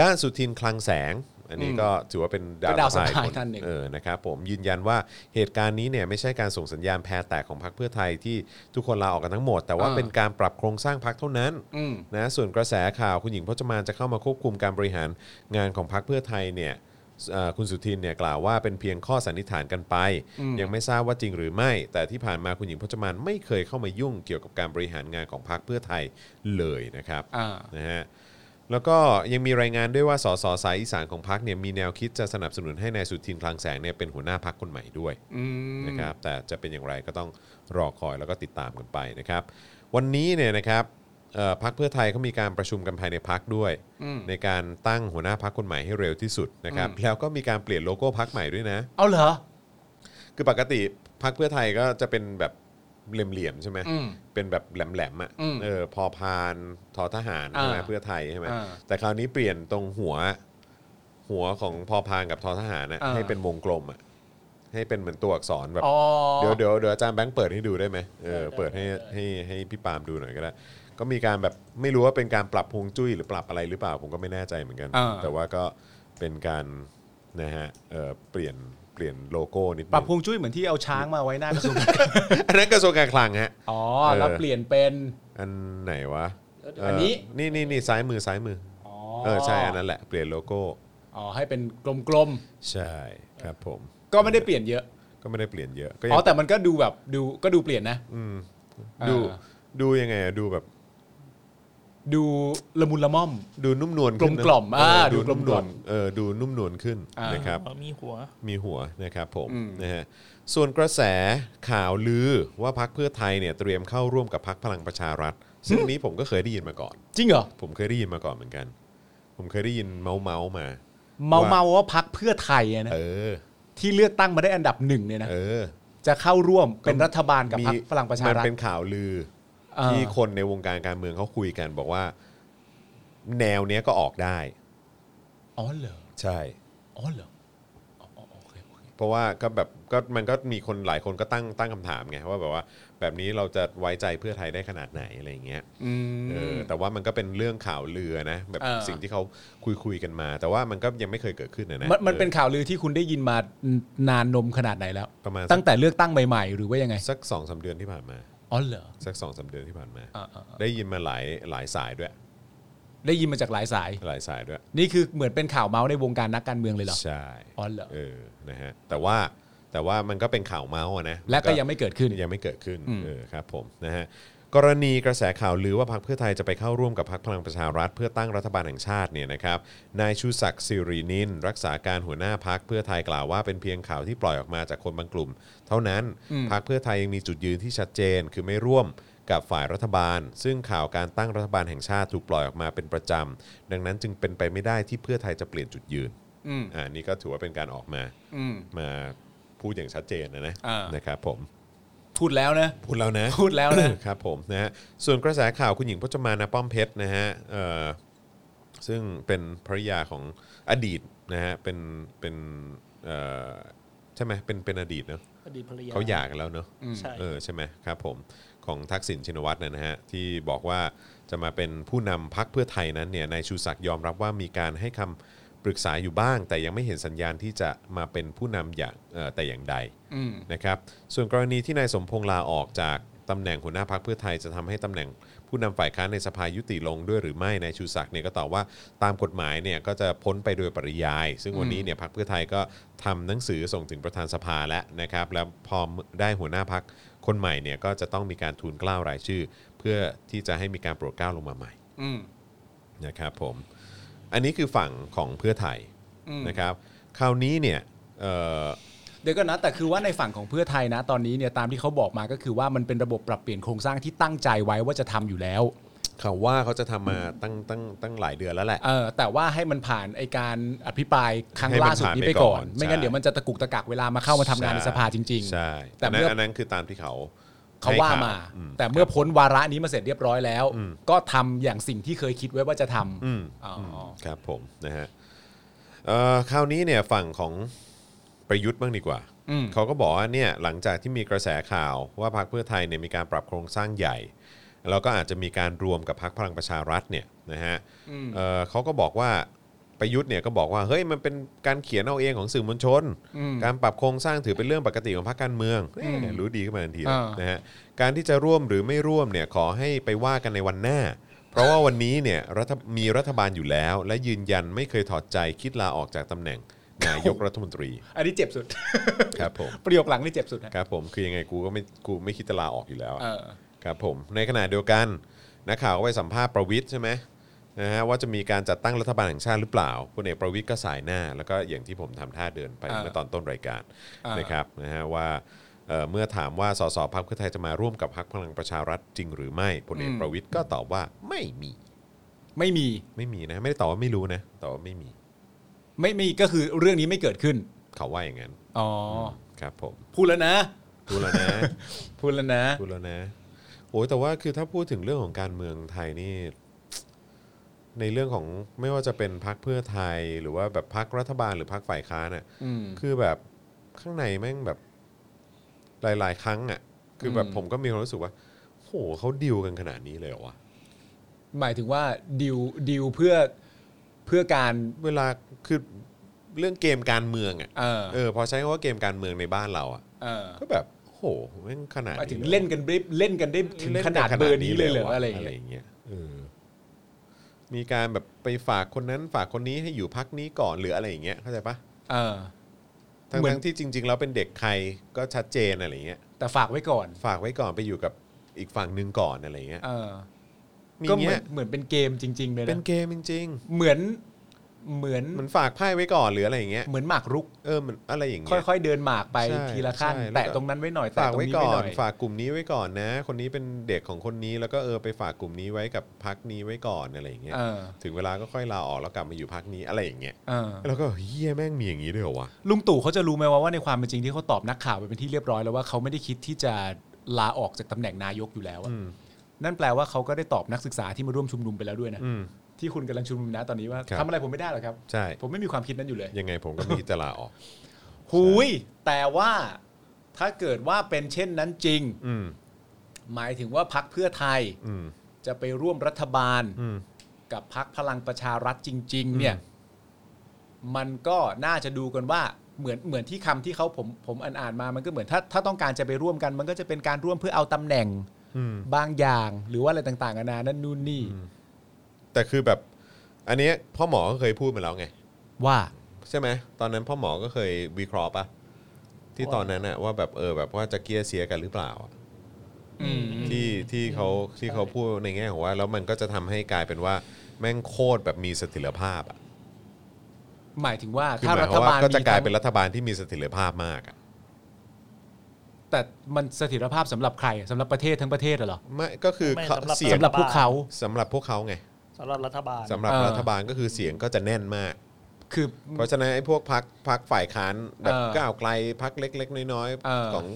A: ด้านสุทินคลังแสง อันนี้ก็ถือว่าเป็นดา
B: ก็
A: ว
B: ดาวสะพาย
A: คน
B: ท่านหนึ่ง
A: เออนะครับผมยืนยันว่าเหตุการณ์นี้เนี่ยไม่ใช่การส่งสัญญาณแพ้แตกของพรรคเพื่อไทยที่ทุกคนลาออกกันทั้งหมด แต่ว่าเป็นการปรับโครงสร้างพรรคเท่านั้น
B: อืม
A: นะส่วนกระแสข่าวคุณหญิงพจมานจะเข้ามาควบคุมการบริหารงานของพรรคเพื่อไทยเนี่ยเอ่อคุณสุทินเนี่ยกล่าวว่าเป็นเพียงข้อสันนิษฐานกันไป ยังไม่ทราบว่าจริงหรือไม่ แต่ที่ผ่านมาคุณหญิงพจมานไม่เคยเข้ามายุ่งเกี่ยวกับการบริหารงานของพรรคเพื่อไทยเลยนะครับ
B: อ่า
A: นะฮะแล้วก็ยังมีรายงานด้วยว่าสสสายอีสานของพรรคเนี่ยมีแนวคิดจะสนับสนุนให้นายสุทินคลังแสงเนี่ยเป็นหัวหน้าพรรคคนใหม่ด้วย
B: อืม
A: นะครับแต่จะเป็นอย่างไรก็ต้องรอคอยแล้วก็ติดตามกันไปนะครับ วันนี้เนี่ยนะครับเอ่อพักเพื่อไทยเขามีการประชุมกันภายในพักด้วย ในการตั้งหัวหน้าพักคนใหม่ให้เร็วที่สุดนะครับแล้วก็มีการเปลี่ยนโลโก้พักใหม่ด้วยนะ
B: เอาเหรอ
A: คือปกติพักเพื่อไทยก็จะเป็นแบบเหลี่ยมๆใช่ไหม
B: อืม
A: เป็นแบบแหลมๆอ่ะ
B: อืม
A: เออพอพานทอทหารใช่ไหม
B: อ่า
A: เพื่อไทยใช่ไหม
B: อ่า
A: แต่คราวนี้เปลี่ยนตรงหัวหัวของพอพานกับทอทหารน่ะ
B: อ่า
A: ให้เป็นวงกลมอ่ะให้เป็นเหมือนตัวอักษรแบบ
B: อ๋อ
A: เดี๋ยวเดี๋ยวเดี๋ยวอาจารย์แบงค์เปิดให้ดูได้ไหมเออ
C: ได้
A: เปิดให้
C: ได้
A: ให้ให้พี่ปาล์มดูหน่อยก็ได้ ก็มีการแบบไม่รู้ว่าเป็นการปรับพวงจุ้ยหรือปรับอะไรหรือเปล่าผมก็ไม่แน่ใจเหมือนกัน
B: อ่า
A: แต่ว่าก็เป็นการนะฮะเออเปลี่ยนเปลี่ยนโลโก้นิดนึง
B: ปรับพวงจุ้ยเหมือนที่เอาช้างมาไว้หน้ากระทรวงการคลัง
A: อันนั้นกระทรวงการคลังฮะ
B: อ๋อ
A: เออ
B: แล้วเปลี่ยนเป็น
A: อันไหนวะ
B: เออ
A: เอ่
B: นนี้
A: นี่นี่นี่ซ้ายมือซ้ายมือ
B: อ๋อ
A: อเออใช่อันนั้นแหละเปลี่ยนโลโก้
B: อ๋อ ให้เป็นกลม
A: ใช่ครับผม
B: ๆ ก็ไม่ได้เปลี่ยนเยอะ
A: ก็ไม่ได้เปลี่ยนเยอะก็ยั
B: อ๋
A: ง
B: อ แต่มันก็ดูแบบดูก็ดูเปลี่ยนนะ
A: อืม
B: อ่า
A: ดูดูยังไงอะดูแบบ
B: ดูละมุนละม่อม
A: ดูนุ่มนวลขึ้นนะ
B: กลมๆอ่า
A: เ
B: ดูกลมๆ
A: เออดูนุ่มนวลขึ้น
B: อ่าน
A: นะครับ
C: มีหัว
A: มีหัวนะครับผม
B: อืม
A: นะฮะส่วนกระแสข่าวลือว่าพักเพื่อไทยเนี่ยเตรียมเข้าร่วมกับพักพลังประชารัฐ ซึ่งอันนี้ผมก็เคยได้ยินมาก่อน
B: จริงเหรอ
A: ผมเคยได้ยินมาก่อนเหมือนกัน ผมเคยได้ยินเมาเมามา
B: เมา
A: ว่า
B: เมาว่าพักเพื่อไทยอะนะ
A: เออ
B: ที่เลือกตั้งมาได้อันดับหนึ่งเนี่ยนะ
A: เออ
B: จะเข้าร่วมเป็นรัฐบาลกับ
A: มี
B: พรรคพลังประชา
A: มัน
B: รัฐ
A: เป็นข่าวลือ
B: อ่า
A: ที่คนในวงการการเมืองเขาคุยกัน บอกว่า แนวเนี้ยก็ออกได้
B: อ๋อเหรอ
A: ใช่
B: อ๋อเหรออ๋ออ๋อโอเคโอเค
A: เพราะว่าก็แบบก็มันก็มีคนหลายคนก็ตั้งตั้งคำถามไงว่าแบบว่าแบบนี้เราจะไว้ใจเพื่อไทยได้ขนาดไหนอะไรอย่างเงี้ย
B: อื
A: เออ
B: ม
A: แต่ว่ามันก็เป็นเรื่องข่าวลือนะแบบ
B: เออ
A: สิ่งที่เขาคุยคุยๆกันมา แต่ว่ามันก็ยังไม่เคยเกิดขึ้นนะนะ
B: มันมัน
A: ออ
B: เป็นข่าวลือที่คุณได้ยินมานานนมขนาดไหนแล้ว
A: ประมาณ
B: ตั้งแต่เลือกตั้งใหม่ ๆ หรือว่ายังไง
A: สักสองสามเดือนที่ผ่านมา
B: อ๋อเหรอ
A: สักสองสามเดือนที่ผ่านมา
B: อ่าอ่าอ่า
A: ได้ยินมาหลายหลายสายด้วย
B: ได้ยินมาจากหลายสาย
A: หลายสายด้วย
B: นี่คือเหมือนเป็นข่าวเมาส์ในวงการนักการเมืองเลยเหรอ
A: ใช่
B: อ๋อเหรอ
A: เออนะฮะแต่ว่าแต่ว่ามันก็เป็นข่าวเมาส์อะนะ
B: และก็ยังไม่เกิดขึ้น
A: ยังไม่เกิดขึ้น
B: อืม
A: เออครับผมนะฮะกรณีกระแสข่าวลือว่าพรรคเพื่อไทยจะไปเข้าร่วมกับพรรคพลังประชารัฐ เพื่อตั้งรัฐบาลแห่งชาติเนี่ยนะครับนายชูศักดิ์สิรินิน รักษาการหัวหน้าพรรคเพื่อไทยกล่าวว่าเป็นเพียงข่าวที่ปล่อยออกมาจากคนบางกลุ่ม เท่านั้นพรรคเพื่อไทยยังมีจุดยืนที่ชัดเจน คือไม่ร่วมกับฝ่ายรัฐบาล ซึ่งข่าวการตั้งรัฐบาลแห่งชาติถูกปล่อยออกมาเป็นประจำดังนั้นจึงเป็นไปไม่ได้ที่เพื่อไทยจะเปลี่ยนจุดยืน
B: อืม
A: อ่านี่ก็ถือว่าเป็นการออกมา
B: อืม
A: มาพูดอย่างชัดเจนนะนะ
B: อ่าน
A: นะครับผม
B: พูดแล้วนะ
A: พูดแล้วนะ
B: พูดแล้วนะ
A: ครับผมนะฮะส่วนกระแสข่าวคุณหญิงพจมานาป้อมเพชรนะฮะเอ่อซึ่งเป็นภริยาของอดีตนะฮะเป็นเป็นเอ่อใช่ไหมเป็นเป็นอดีตเนอะ
C: อดีตภรรยา
A: เขาหย่ากันแล้วเนอะ
C: ใช่
A: เออใช่ไหมครับผมของทักษิณชินวัตรนะฮะที่บอกว่าจะมาเป็นผู้นำพักเพื่อไทยนั้นเนี่ยนายชูศักดิ์ยอมรับว่ามีการให้คำปรึกษาอยู่บ้าง แต่ยังไม่เห็นสัญญาณที่จะมาเป็นผู้นำอย่างเอ่อแต่อย่างใด
B: อืม
A: นะครับส่วนกรณีที่นายสมพงษ์ลาออกจากตำแหน่งหัวหน้าพักเพื่อไทยจะทำให้ตำแหน่งผู้นำฝ่ายค้านในสภายุติลงด้วยหรือไม่นายชูศักดิ์เนี่ยก็ตอบว่าตามกฎหมายเนี่ยก็จะพ้นไปโดยปริยาย ซึ่งวันนี้เนี่ยพักเพื่อไทยก็ทำหนังสือส่งถึงประธานสภาแล้วนะครับแล้วพอได้หัวหน้าพักคนใหม่เนี่ยก็จะต้องมีการทูลเกล้ารายชื่อ เพื่อที่จะให้มีการโปรดเกล้าลงมาใหม่
B: อืม
A: นะครับผมอันนี้คือฝั่งของเพื่อไทย
B: อืม
A: นะครับคราวนี้เนี่ยเอ่อ
B: เดี๋ยวก็นะแต่คือว่าในฝั่งของเพื่อไทยนะ ตอนนี้เนี่ยตามที่เขาบอกมาก็คือว่ามันเป็นระบบปรับเปลี่ยนโครงสร้างที่ตั้งใจไว้ว่าจะทำอยู่แล้ว
A: เขาว่าเขาจะทำมาตั้งตั้งตั้งหลายเดือนแล้วแหละ
B: เออแต่ว่าให้มันผ่านไอการอภิปรายครั้ง
A: ให้มัน
B: ล่าสุดนี้ไปก่อน
A: ผ่านไปก่อน
B: ไม่งั้น
A: ใช่
B: เดี๋ยวมันจะตะกุกตะกักเวลามาเข้ามาทำงานในสภาจริง
A: ใช่
B: แต่
A: แต่
B: เมื่
A: เมื่
B: ออั
A: อันนั้นคือตามที่เขา
B: ๆ เขาว่ามา
A: ให้ข่อืม
B: แต่เมื่อพ้นวาระนี้มาเสร็จเรียบร้อยแล้ว ก็ทำอย่างสิ่งที่เคยคิดไว้ว่าจะทำ
A: อืม
B: อ๋ออ
A: ครับผมนะฮะ เอ่อคราวนี้เนี่ยฝั่งของประยุทธ์บ้างดีกว่า
B: อืม
A: เขาก็บอกว่าเนี่ยหลังจากที่มีกระแสข่าวว่าพรรคเพื่อไทยเนี่ยมีการปรับโครงสร้างใหญ่ แล้วก็อาจจะมีการรวมกับพรรคพลังประชารัฐเนี่ยนะฮะ
B: อืม
A: เอ่อเขาก็บอกว่าประยุทธ์เนี่ยก็บอกว่าเฮ้ยมันเป็นการเขียนเอาเองของสื่อมวลชน
B: อืม
A: การปรับโครงสร้างถือเป็นเรื่องปกติของพรรคการเมืองเอ้ย
B: อืม
A: รู้ดีขึ้นมาทันทีเลย
B: อ่าน
A: นะฮะการที่จะร่วมหรือไม่ร่วมเนี่ยขอให้ไปว่ากันในวันหน้า เพราะว่าวันนี้เนี่ยรัฐมีรัฐบาลอยู่แล้ว และยืนยันไม่เคยถอดใจคิดลาออกจากตำแหน่งนายกรัฐมนตรี
B: อันนี้เจ็บสุด
A: ครับผม
B: ประโยคหลังนี่เจ็บสุดฮะ
A: ครับผมคือยังไงกูก็ไม่กูไม่คิดจะลาออกอยู่แล้วอะ
B: เออ
A: ครับผมในขณะเดียวกันนักข่าวก็ไปสัมภาษณ์ประวิทย์ใช่ไหมนะฮะว่าจะมีการจัดตั้งรัฐบาลแห่งชาติหรือเปล่าพลเอกประวิทย์ก็สายหน้า แล้วก็อย่างที่ผมทำท่าเดินไป
B: อ่า
A: เมื่อตอนต้นรายการ
B: อ่าน
A: นะครับนะฮะว่าเอ่อเมื่อถามว่าสสพักเพื่อไทยจะมาร่วมกับพักพลังประชารัฐจริงหรือไม่พลเอกประวิทย์ก็ตอบว่าไม่มี
B: ไม่มี
A: ไม่มีนะไม่ได้ตอบว่าไม่รู้นะตอบว่าไม่มี
B: ไม่มีก็คือเรื่องนี้ไม่เกิดขึ้น
A: เขาว่าอย่างนั้น
B: อ๋ออ
A: ครับผม
B: พูดแล้วนะ
A: พูดแล้วนะ
B: พูดแล้วนะ
A: พูดแล้วนะโอ้ยแต่ว่าคือถ้าพูดถึงเรื่องของการเมืองไทยนี่ ในเรื่องของไม่ว่าจะเป็นพรรคเพื่อไทย หรือว่าแบบพรรครัฐบาลหรือพรรคฝ่ายค้านอ่ะ
B: อืม
A: คือแบบข้างในแม่งแบบหลาย ๆ ครั้งอ่ะ คือแบบ
B: อืม
A: ผมก็มีความรู้สึกว่าโหเขาดิวกันขนาดนี้เลยเหรอวะ
B: หมายถึงว่าดิวดิวเพื่อเพื่อการ
A: เวลาคือเรื่องเกมการเมืองอ่ะ
B: เออ
A: เออพอใช้คำว่าเกมการเมืองในบ้านเราอ่ะ
B: เออ
A: ก็แบบโหแม่งขนาด
B: หมายถึง
A: หรอวะ
B: เล่นกันได้เล่นกันได้ถึงขนาดเบอร์นี้เลยเหรออะไรอย่างเงี้ย
A: ย่างเงี้ยเออมีการแบบไปฝากคนนั้นฝากคนนี้ให้อยู่พักนี้ก่อนหรืออะไรอย่างเงี้ยเข้าใจปะ
B: เออ
A: ทั้ง
B: เหมือน
A: ทั้งที่จริง ๆ แล้วเป็นเด็กใครก็ชัดเจนอะไรอย่างเงี้ย
B: แต่ฝากไว้ก่อน
A: ฝากไว้ก่อนไปอยู่กับอีกฝั่งหนึ่งก่อนอะไรอย่างเงี้ย
B: เออ
A: มี
B: ก็เหมือ
A: เงี้
B: น
A: ย
B: เหมือนเป็นเกมจริง ๆ เลย
A: เป็น
B: นะ
A: เกมจริง
B: เหมือนเหมือน
A: ๆเหมันฝากไพ่ไว้ก่อนหรืออะไรอย่างเงี้ย
B: เหมือนหมากรุก
A: เออมันอะไรอย่าง
B: ค่
A: เงี้ย
B: อยๆเดินหมากไป
A: ใช่
B: ทีละขั้น
A: ใช่แล้วก็
B: แตะตรงนั้นไว้หน่อยแตะ
A: ฝาก
B: ตรง
A: ไว้
B: นี้
A: ก่
B: ไว้
A: อ
B: หน่
A: น
B: อย
A: ฝากกลุ่มนี้ไว้ก่อนนะ คนนี้เป็นเด็กของคนนี้แล้วก็เออไปฝากกลุ่มนี้ไว้กับพักนี้ไว้ก่อนอะไรอย่างเงี้ย
B: เออ
A: ถึงเวลาก็ค่อยลาออกแล้วกลับมาอยู่พักนี้อะไรอย่างเงี้ย
B: เออ
A: แล้วก็เฮียแม่งมีอย่างนี้ด้วยเหรอวะ
B: ลุงตู่เขาจะรู้ไหมว่าว่าในความเป็นจริงที่เขาตอบนักข่าวไปเป็นที่เรียบร้อยแล้วว่าเขาไม่ได้คิดที่จะลาออกจากตำแหน่งนายกอยู่แล้วอะนั่นแปลว่าเขาก็ได้ตอบนักศึกษาที่มาร่วมชุมนุมไปแล้วด้วยนะ
A: อืม
B: ที่คุณกำลังชุมนุมนะตอนนี้ว่า
A: ครับ
B: ทำอะไรผมไม่ได้หรอกครับ
A: ใช่
B: ผมไม่มีความคิดนั้นอยู่เลย
A: ยังไงผมก็ไม่คิดจะลาออก
B: หุยแต่ว่าถ้าเกิดว่าเป็นเช่นนั้นจริง
A: อืม
B: หมายถึงว่าพักเพื่อไทย
A: อืม
B: จะไปร่วมรัฐบาล
A: อืม
B: กับพักพลังประชารัฐจริง ๆ เนี่ย มันก็น่าจะดูกันว่าเหมือนเหมือนที่คำที่เขาผมผมอ่านอ่านมามันก็เหมือนถ้าถ้าต้องการจะไปร่วมกัน มันก็จะเป็นการร่วมเพื่อเอาตำแหน่ง
A: อืม
B: บางอย่าง หรือว่าอะไรต่างๆนานานั่นนู่นนี่
A: แต่คือแบบ อันเนี้ยพ่อหมอก็เคยพูดมาแล้วไง
B: ว่า
A: ใช่ไหมตอนนั้นพ่อหมอก็เคยวิเคราะห์ปะที่
C: ว่า
A: ตอนนั้นอะว่าแบบเออแบบว่าจะเกลียเสียกันหรือเปล่าอะ
B: อืม
A: ที่ที่เขาที่เขาพูดในแง่ของว่า แล้วมันก็จะทำให้กลายเป็นว่าแม่งโคตรแบบมีเสถิรภาพอะ
B: หมายถึงว่า
A: คือ
B: ถ้า
A: หมาย
B: รั
A: ควา
B: ฐ
A: ม
B: บา
A: ว่า
B: ล
A: ก็จะ
B: มี
A: กลาย
B: ทั้ง
A: เป็นรัฐบาลที่มีเสถิรภาพมากอะ
B: แต่มันเสถิรภาพสำหรับใครสำหรับประเทศทั้งประเทศเหรอ
A: ไม่ก็คือ
C: ไม่
A: เขา
C: สำหรับ
A: เสียง
B: สำหรับพวกเขา
A: สำหรับพวกเขาไง
C: สำหรับรัฐบาล
A: สำหรับ
B: เออ
A: รัฐบาลก็คือเสียงก็จะแน่นมาก
B: คือ
A: เพราะฉะนั้นไอ้พวกพักพักฝ่ายค้านแบบ
B: เออ
A: ก้าวไกลพักเล็ก ๆ น้อย
B: เออ
A: ๆของ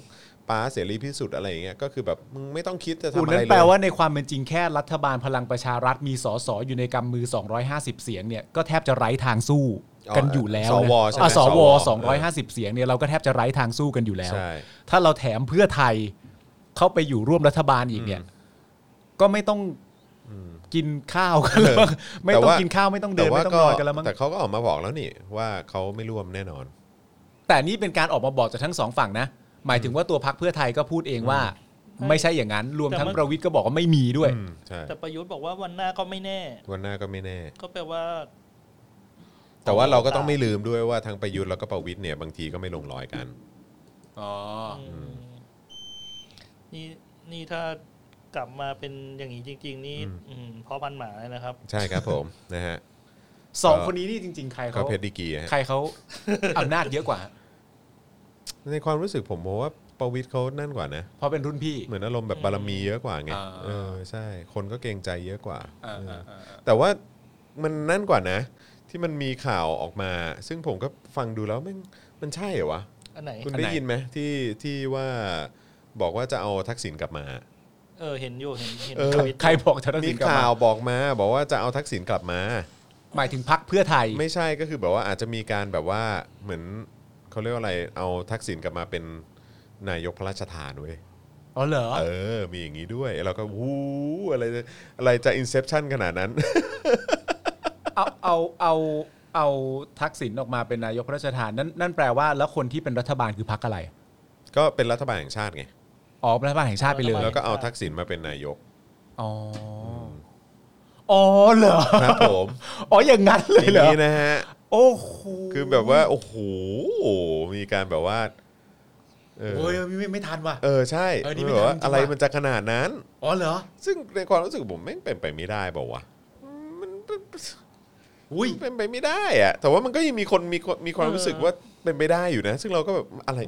A: ป้าเสรีพิสุทธิ์อะไรอย่างเงี้ยก็คือแบบมึงไม่ต้องคิดจะทำ
B: คุณ
A: อะไร
B: นั้
A: เล
B: น
A: ย
B: แปลว่าในความเป็นจริงแค่รัฐบาลพลังประชารัฐมีสสอยู่ในกำมือ 250 เสียงเนี่ยก็แทบจะไร้ทางสู้กันอยู่แล้ว
A: ส
B: นะ
A: วใช่ไหม
B: อ่ะส
A: ส
B: ว
A: ว
B: 250 เสียงเนี่ยเราก็แทบจะไร้ทางสู้กันอยู่แล้ว
A: ใช่
B: ถ้าเราแถมเพื่อไทยเข้าไปอยู่ร่วมรัฐบาลอีกเนี่ย ก็ไม่ต้องกินข้าวกันแล้วมั้งไม่ต้องกินข้าวไม่ต้องเดินไม่ต้องนอนกันแล้วมั้ง
A: แต่เขาก็ออกมาบอกแล้วนี่ว่าเขาไม่ร่วมแน่นอน
B: แต่นี่เป็นการออกมาบอกจากทั้งสองฝั่งนะ หมายถึงว่าตัวพรรคเพื่อไทยก็พูดเองว่า
C: อืม
B: ไม่ใช่อย่างนั้น รวม
C: แต่
B: ทั้ง
C: มัน
B: ประวิทย์ก็บอกว่าไม่มีด้วย
A: อืมใช่
C: แต่ประยุทธ์บอกว่าวันหน้าก็ไม่แน่
A: วันหน้าก็ไม่แน่
C: ก็แปลว่า
A: แต่ว่าเราก็ต้องไม่ลืมด้วยว่าทางประยุทธ์แล้วก็ประวิทย์เนี่ยบางทีก็ไม่ลงรอยกัน
B: อ๋อ
C: นี่นี่ถ้ากลับมาเป็นอย่างนี้จริง ๆ นี่อืมเพราะพันหมาเลยนะครับ
A: ใช่ครับผม นะฮะ
B: สองคนนี้นี่จริง ๆ ใคร
A: ก็
B: เขา
A: เพชรดีกรีฮะ
B: ใครเขา อำนาจเยอะกว่า
A: ในความรู้สึกผมผมว่าประวิทย์เขานั่นกว่านะ
B: เพราะเป็นรุ่นพี่
A: เหมือนอารมณ์แบบบารมีเยอะกว่าไง
B: อ่า
A: เออใช่ คนก็เกรงใจเยอะกว่า
B: เออ
A: เอ
B: เอ
A: อ
B: อเออเออ
A: แต่ว่ามันนั่นกว่านะ ที่มันมีข่าวออกมา ซึ่งผมก็ฟังดูแล้วมันมันใช่เหรอวะ
C: อันไหน
A: คุณได้ยินไหมที่ที่ว่าบอกว่าจะเอาทักษิณกลับมา
C: เออเห็นอยู่เห็นเห็น
A: เออ
C: ทวิต
B: ใครบอกจะต้อง
A: มี
B: สินกลั
A: ข่าม
B: บาว
A: บอกมา บอกว่าจะเอาทักษิณกลับมา
B: หมายถึงพักเพื่อไทย
A: ไม่ใช่ก็คือแบบว่าอาจจะมีการแบบว่าเหมือนเขาเรียกว่าอะไรเอาทักษิณกลับมาเป็นนายกพระราชทานเว้ย
B: อ๋อเหรอ
A: เออ มีอย่างนี้ด้วยเราก็วู้อะไรอะไรจะอินเซพชันขนาดนั้น
B: เอาเอาเอาเอาทักษิณออกมาเป็นนายกพระราชทานนั่นนั่นแปลว่าแล้วคนที่เป็นรัฐบาลคือพักอะไร
A: ก็เป็นรัฐบาลแห่งชาติไง
B: อ๋อเป็นรัฐบาลแห่งชาติไปเลย
A: แล้วก็เอาทักษิณมาเป็นนายก
B: อ๋ออ๋อเหรอ
A: ครับผม
B: อ๋ออย่างนั้นเล
A: อย
B: เหรอย่าง
A: นี้นะฮะ
B: โอ้โห
A: คือแบบว่า โอ้โห มีการแบบว่า เออ
B: โอ้ยไม่ไม่ไม่ทันว่ะ
A: เออใช่
B: เออนี่
A: แบบว่า
B: ไม่ทันจริงว่ะ
A: อะไรมันจะขนาดนั้น
B: อ๋อเหรอ
A: ซึ่งในความรู้สึกผมไม่งเป็นไปไม่ได้บอกว่าวะมันเป็น
B: อุ้ย
A: เป็นไปไม่ได้อะแต่ว่ามันก็ยังมีคนมีคนมีความรู้สึกว่าเป็นไปได้อยู่นะ ซึ่งเราก็แบบอะไร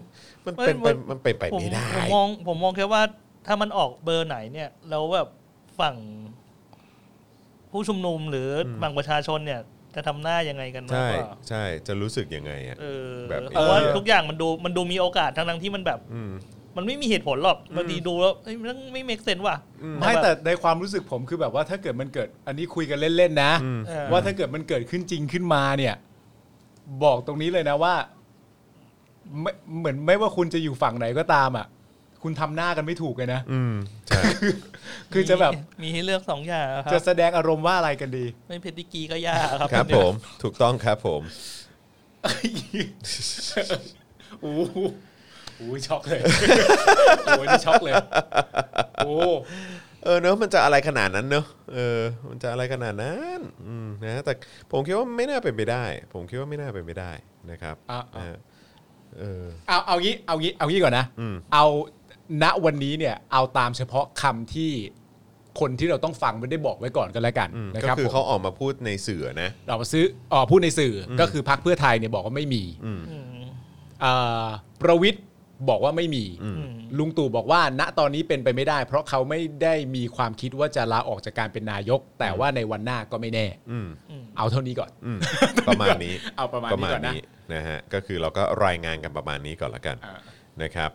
A: มันเป็นไป
C: เอ้ยมัน
A: มันเป็นไป
C: ผม
A: ไม่ได้
C: ผมมองผมมองแค่ว่าถ้ามันออกเบอร์ไหนเนี่ยแล้วแบบฝั่งผู้ชุมนุมหรือฝั่งประชาชนเนี่ย จะทำหน้ายังไงกันมา
A: ใช่
C: กกว่า
A: ใช่ จะรู้สึกยังไงอ่ะ
C: เออ
A: แบบ
C: เพราะว่า
A: เออ
C: ทุกอย่างมันดูมันดูมีโอกาสทั้งทั้งๆที่มันแบบ
A: อืม
C: มันไม่มีเหตุผลหรอกบางทีดูแล้วเอ้ยมันไม่เมคเซนว่ะ
B: ไม่แต่ในความรู้สึกผมคือแบบว่าถ้าเกิดมันเกิด อันนี้คุยกันเล่นๆนะ
A: อืม
C: เออ
B: ว่าถ้าเกิดมันเกิดขึ้นจริงขึ้นมาเนี่ย บอกตรงนี้เลยนะว่าไม่เหมือนไม่ว่าคุณจะอยู่ฝั่งไหนก็ตามอ่ะ คุณทำหน้ากันไม่ถูกเลยนะ
A: อืมใช่
B: คือจะแบบ
C: มีให้เลือกสองอย่างค
B: จะ
C: รับ
B: แสดงอารมณ์ว่าอะไรกันดี
C: ไม่เพดิกรีก็ยากครับ
A: ครับ
C: เนี่ย
A: ผมถูกต้องครับผม
B: โอ้โหโอ้ยช็อกเลย โอ้ยนี่ช็อกเลย โอ้
A: เออเนอะมันจะอะไรขนาดนั้นเนอะเออ มันจะอะไรขนาดนั้นอืมนะแต่ผมคิดว่าไม่น่าเป็นไปได้ ผมคิดว่าไม่น่าเป็นไปได้นะครับ
B: อ่ะ
A: นะฮะเออ
B: เอาเอางี้ เอางี้ เอางี้ก่อนนะ
A: อืม
B: เอาณวันนี้เนี่ย เอาตามเฉพาะคำที่คนที่เราต้องฟังไม่ได้บอกไว้ก่อนก็แล้วกัน
A: อืม
B: นะ
A: ก็
B: ครับ
A: คือ
B: ผ
A: เขา
B: ม
A: ออกมาพูดในสื่อนะ
B: เรามาซื้ออ๋อพูดในสื่ออก็คือพักเพื่อไทยเนี่ยบอกว่าไม่มี
A: อืม
C: อืม
B: อ่าประวิทย์บอกว่าไม่มี
A: อืม
C: อืม
B: ลุงตู่บอกว่า ณตอนนี้เป็นไปไม่ได้ เพราะเขาไม่ได้มีความคิดว่าจะลาออกจากการเป็นนายก แต่ว่าในวันหน้าก็ไม่แน่
A: อืม
C: อืม
B: เอาเท่านี้ก่อน
A: อืมประมาณนี้
B: เอาประมาณ
A: ประ
B: นี้
A: มาณ
B: ก่อนนะ
A: นี้นะฮะก็คือเราก็รายงานกันประมาณนี้ก่อนละกัน
B: อ่า
A: นะครับ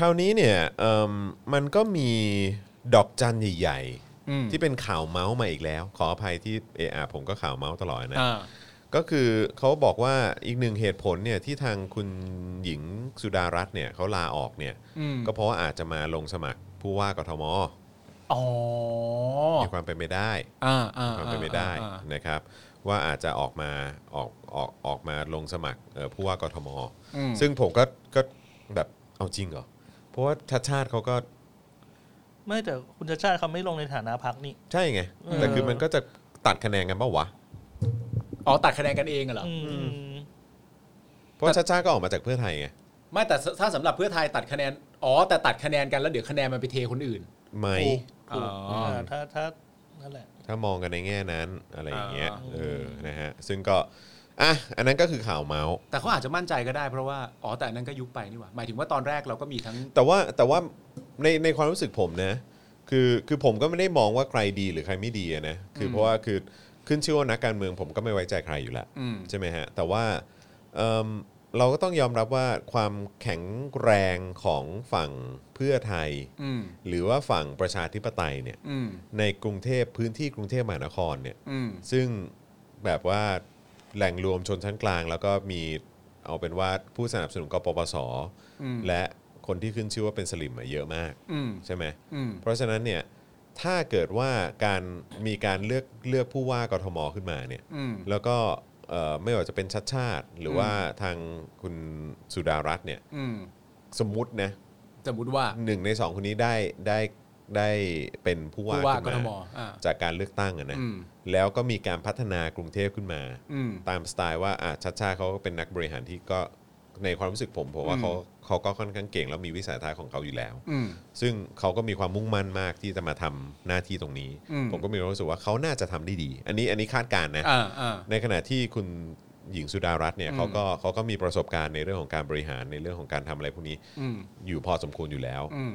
A: คราวนี้เนี่ยเอิ่มมันก็มีดอกจันใหญ่
B: อืม
A: ๆที่เป็นข่าวเมาส์มาอีกแล้ว ขออภัยที่เออผมก็ข่าวเมาส์ตลอดนะ
B: อ่า
A: ก็คือเขาบอกว่าอีกหนึ่งเหตุผลเนี่ยที่ทางคุณหญิงสุดารัตน์เนี่ยเขาลาออกเนี่ย
B: อืม
A: ก็เพราะว่าอาจจะมาลงสมัครผู้ว่ากทม
B: อ๋อ
A: มีความเป็นไปได้
B: อ่าอ่า
A: มีความเป็นไปได้
B: อ่าอ่า
A: นะครับ ว่าอาจจะออกมาออกออกออกมาลงสมัครเอ่อผู้ว่ากทม
B: อืม
A: ซึ่งผมก็ก็แบบเอาจริงเหรอเพราะว่าชาติชาติเขาก็
C: ไม่แต่คุณชาติชาติเขาไม่ลงในฐานะพักนี่
A: ใช่ไง
C: เออ
A: แต่คือมันก็จะตัดคะแนนกันปะวะ
B: อ๋อตัดคะแนนกันเองเหรออ
C: อืม
A: เพราะชาติชาติก็ออกมาจากเพื่อไทยไง
B: ไม่แต่ถ้าสำหรับเพื่อไทยตัดคะแนนอ๋อแต่ตัดคะแนนกันแล้วเดี๋ยวคะแนนมันไปเทคนอื่น
A: ไหม
C: ถูกถูก
B: อ๋ออ่
C: าถ้าถ้านั่นแหละ
A: ถ้ามองกันในแง่นั้นอะไรอย่างเงี้ย
B: อ่า
A: เออนะฮะซึ่งก็อ่ะอันนั้นก็คือข่าวเมาส์
B: แต่เขาอาจจะมั่นใจก็ได้เพราะว่าอ๋อแต่อันนั้นก็ยุบไปนี่หว่าหมายถึงว่าตอนแรกเราก็มีทั้ง
A: แต่ว่าแต่ว่าในในความรู้สึกผมนะคือคือผมก็ไม่ได้มองว่าใครดีหรือใครไม่ดีอะนะคือ
B: ม
A: เพราะว่าคือขึ้นชื่อว่านักการเมืองผมก็ไม่ไว้ใจใครอยู่แล้ว
B: อืม
A: ใช่ไหมฮะแต่ว่าเอิ่มเราก็ต้องยอมรับว่าความแข็งแรงของฝั่งเพื่อไทย
B: อืม
A: หรือว่าฝั่งประชาธิปไตยเนี่ย
B: อืม
A: ในกรุงเทพพื้นที่กรุงเทพมหานครเนี่ย
B: อืม
A: ซึ่งแบบว่าแหล่งรวมชนชั้นกลาง แล้วก็มีเอาเป็นว่าผู้สนับสนุนกปปส
B: อืม
A: และคนที่ขึ้นชื่อว่าเป็นสลิมอะเยอะมาก
B: อืม
A: ใช่ไหม
B: อืม
A: เพราะฉะนั้นเนี่ยถ้าเกิดว่าการมีการเลือกเลือกผู้ว่ากทมขึ้นมาเนี่ย
B: อืม
A: แล้วก็เอ่อไม่ว่าจะเป็นชัดชาติ หรือว่าทางคุณสุดารัตน์เนี่ย
B: อืม
A: สมมตินะ
B: สมมติว่า
A: หนึ่งในสองคนนี้ได้ได้ได้เป็นผู้ว่า
B: ผู้ว่า
A: ขึ้
B: ก
A: น
B: ทม
A: มา
B: อ่า
A: จากการเลือกตั้งอะนะ
B: อืม
A: แล้วก็มีการพัฒนากรุงเทพขึ้นมา
B: อืม
A: ตามสไตล์ว่าอ่ะชัดชาติเขาก็เป็นนักบริหารที่ก็ในความรู้สึกผมผมว่า
B: อืม
A: เขาเขาก็ค่อนข้างเก่งแล้วมีวิสัยทัศน์ของเขาอยู่แล้ว
B: อืม
A: ซึ่งเขาก็มีความมุ่งมั่นมากที่จะมาทำหน้าที่ตรงนี้
B: อืม
A: ผมก็มีความรู้สึกว่าเขาน่าจะทำได้ดี อันนี้อันนี้คาดการณ์นะ
B: อ่าอ่า
A: ในขณะที่คุณหญิงสุดารัตน์เนี่ย
B: อืม
A: เขาก็เขาก็มีประสบการณ์ในเรื่องของการบริหารในเรื่องของการทำอะไรพวกนี้
B: อืม
A: อยู่พอสมควรอยู่แล้ว
B: อืม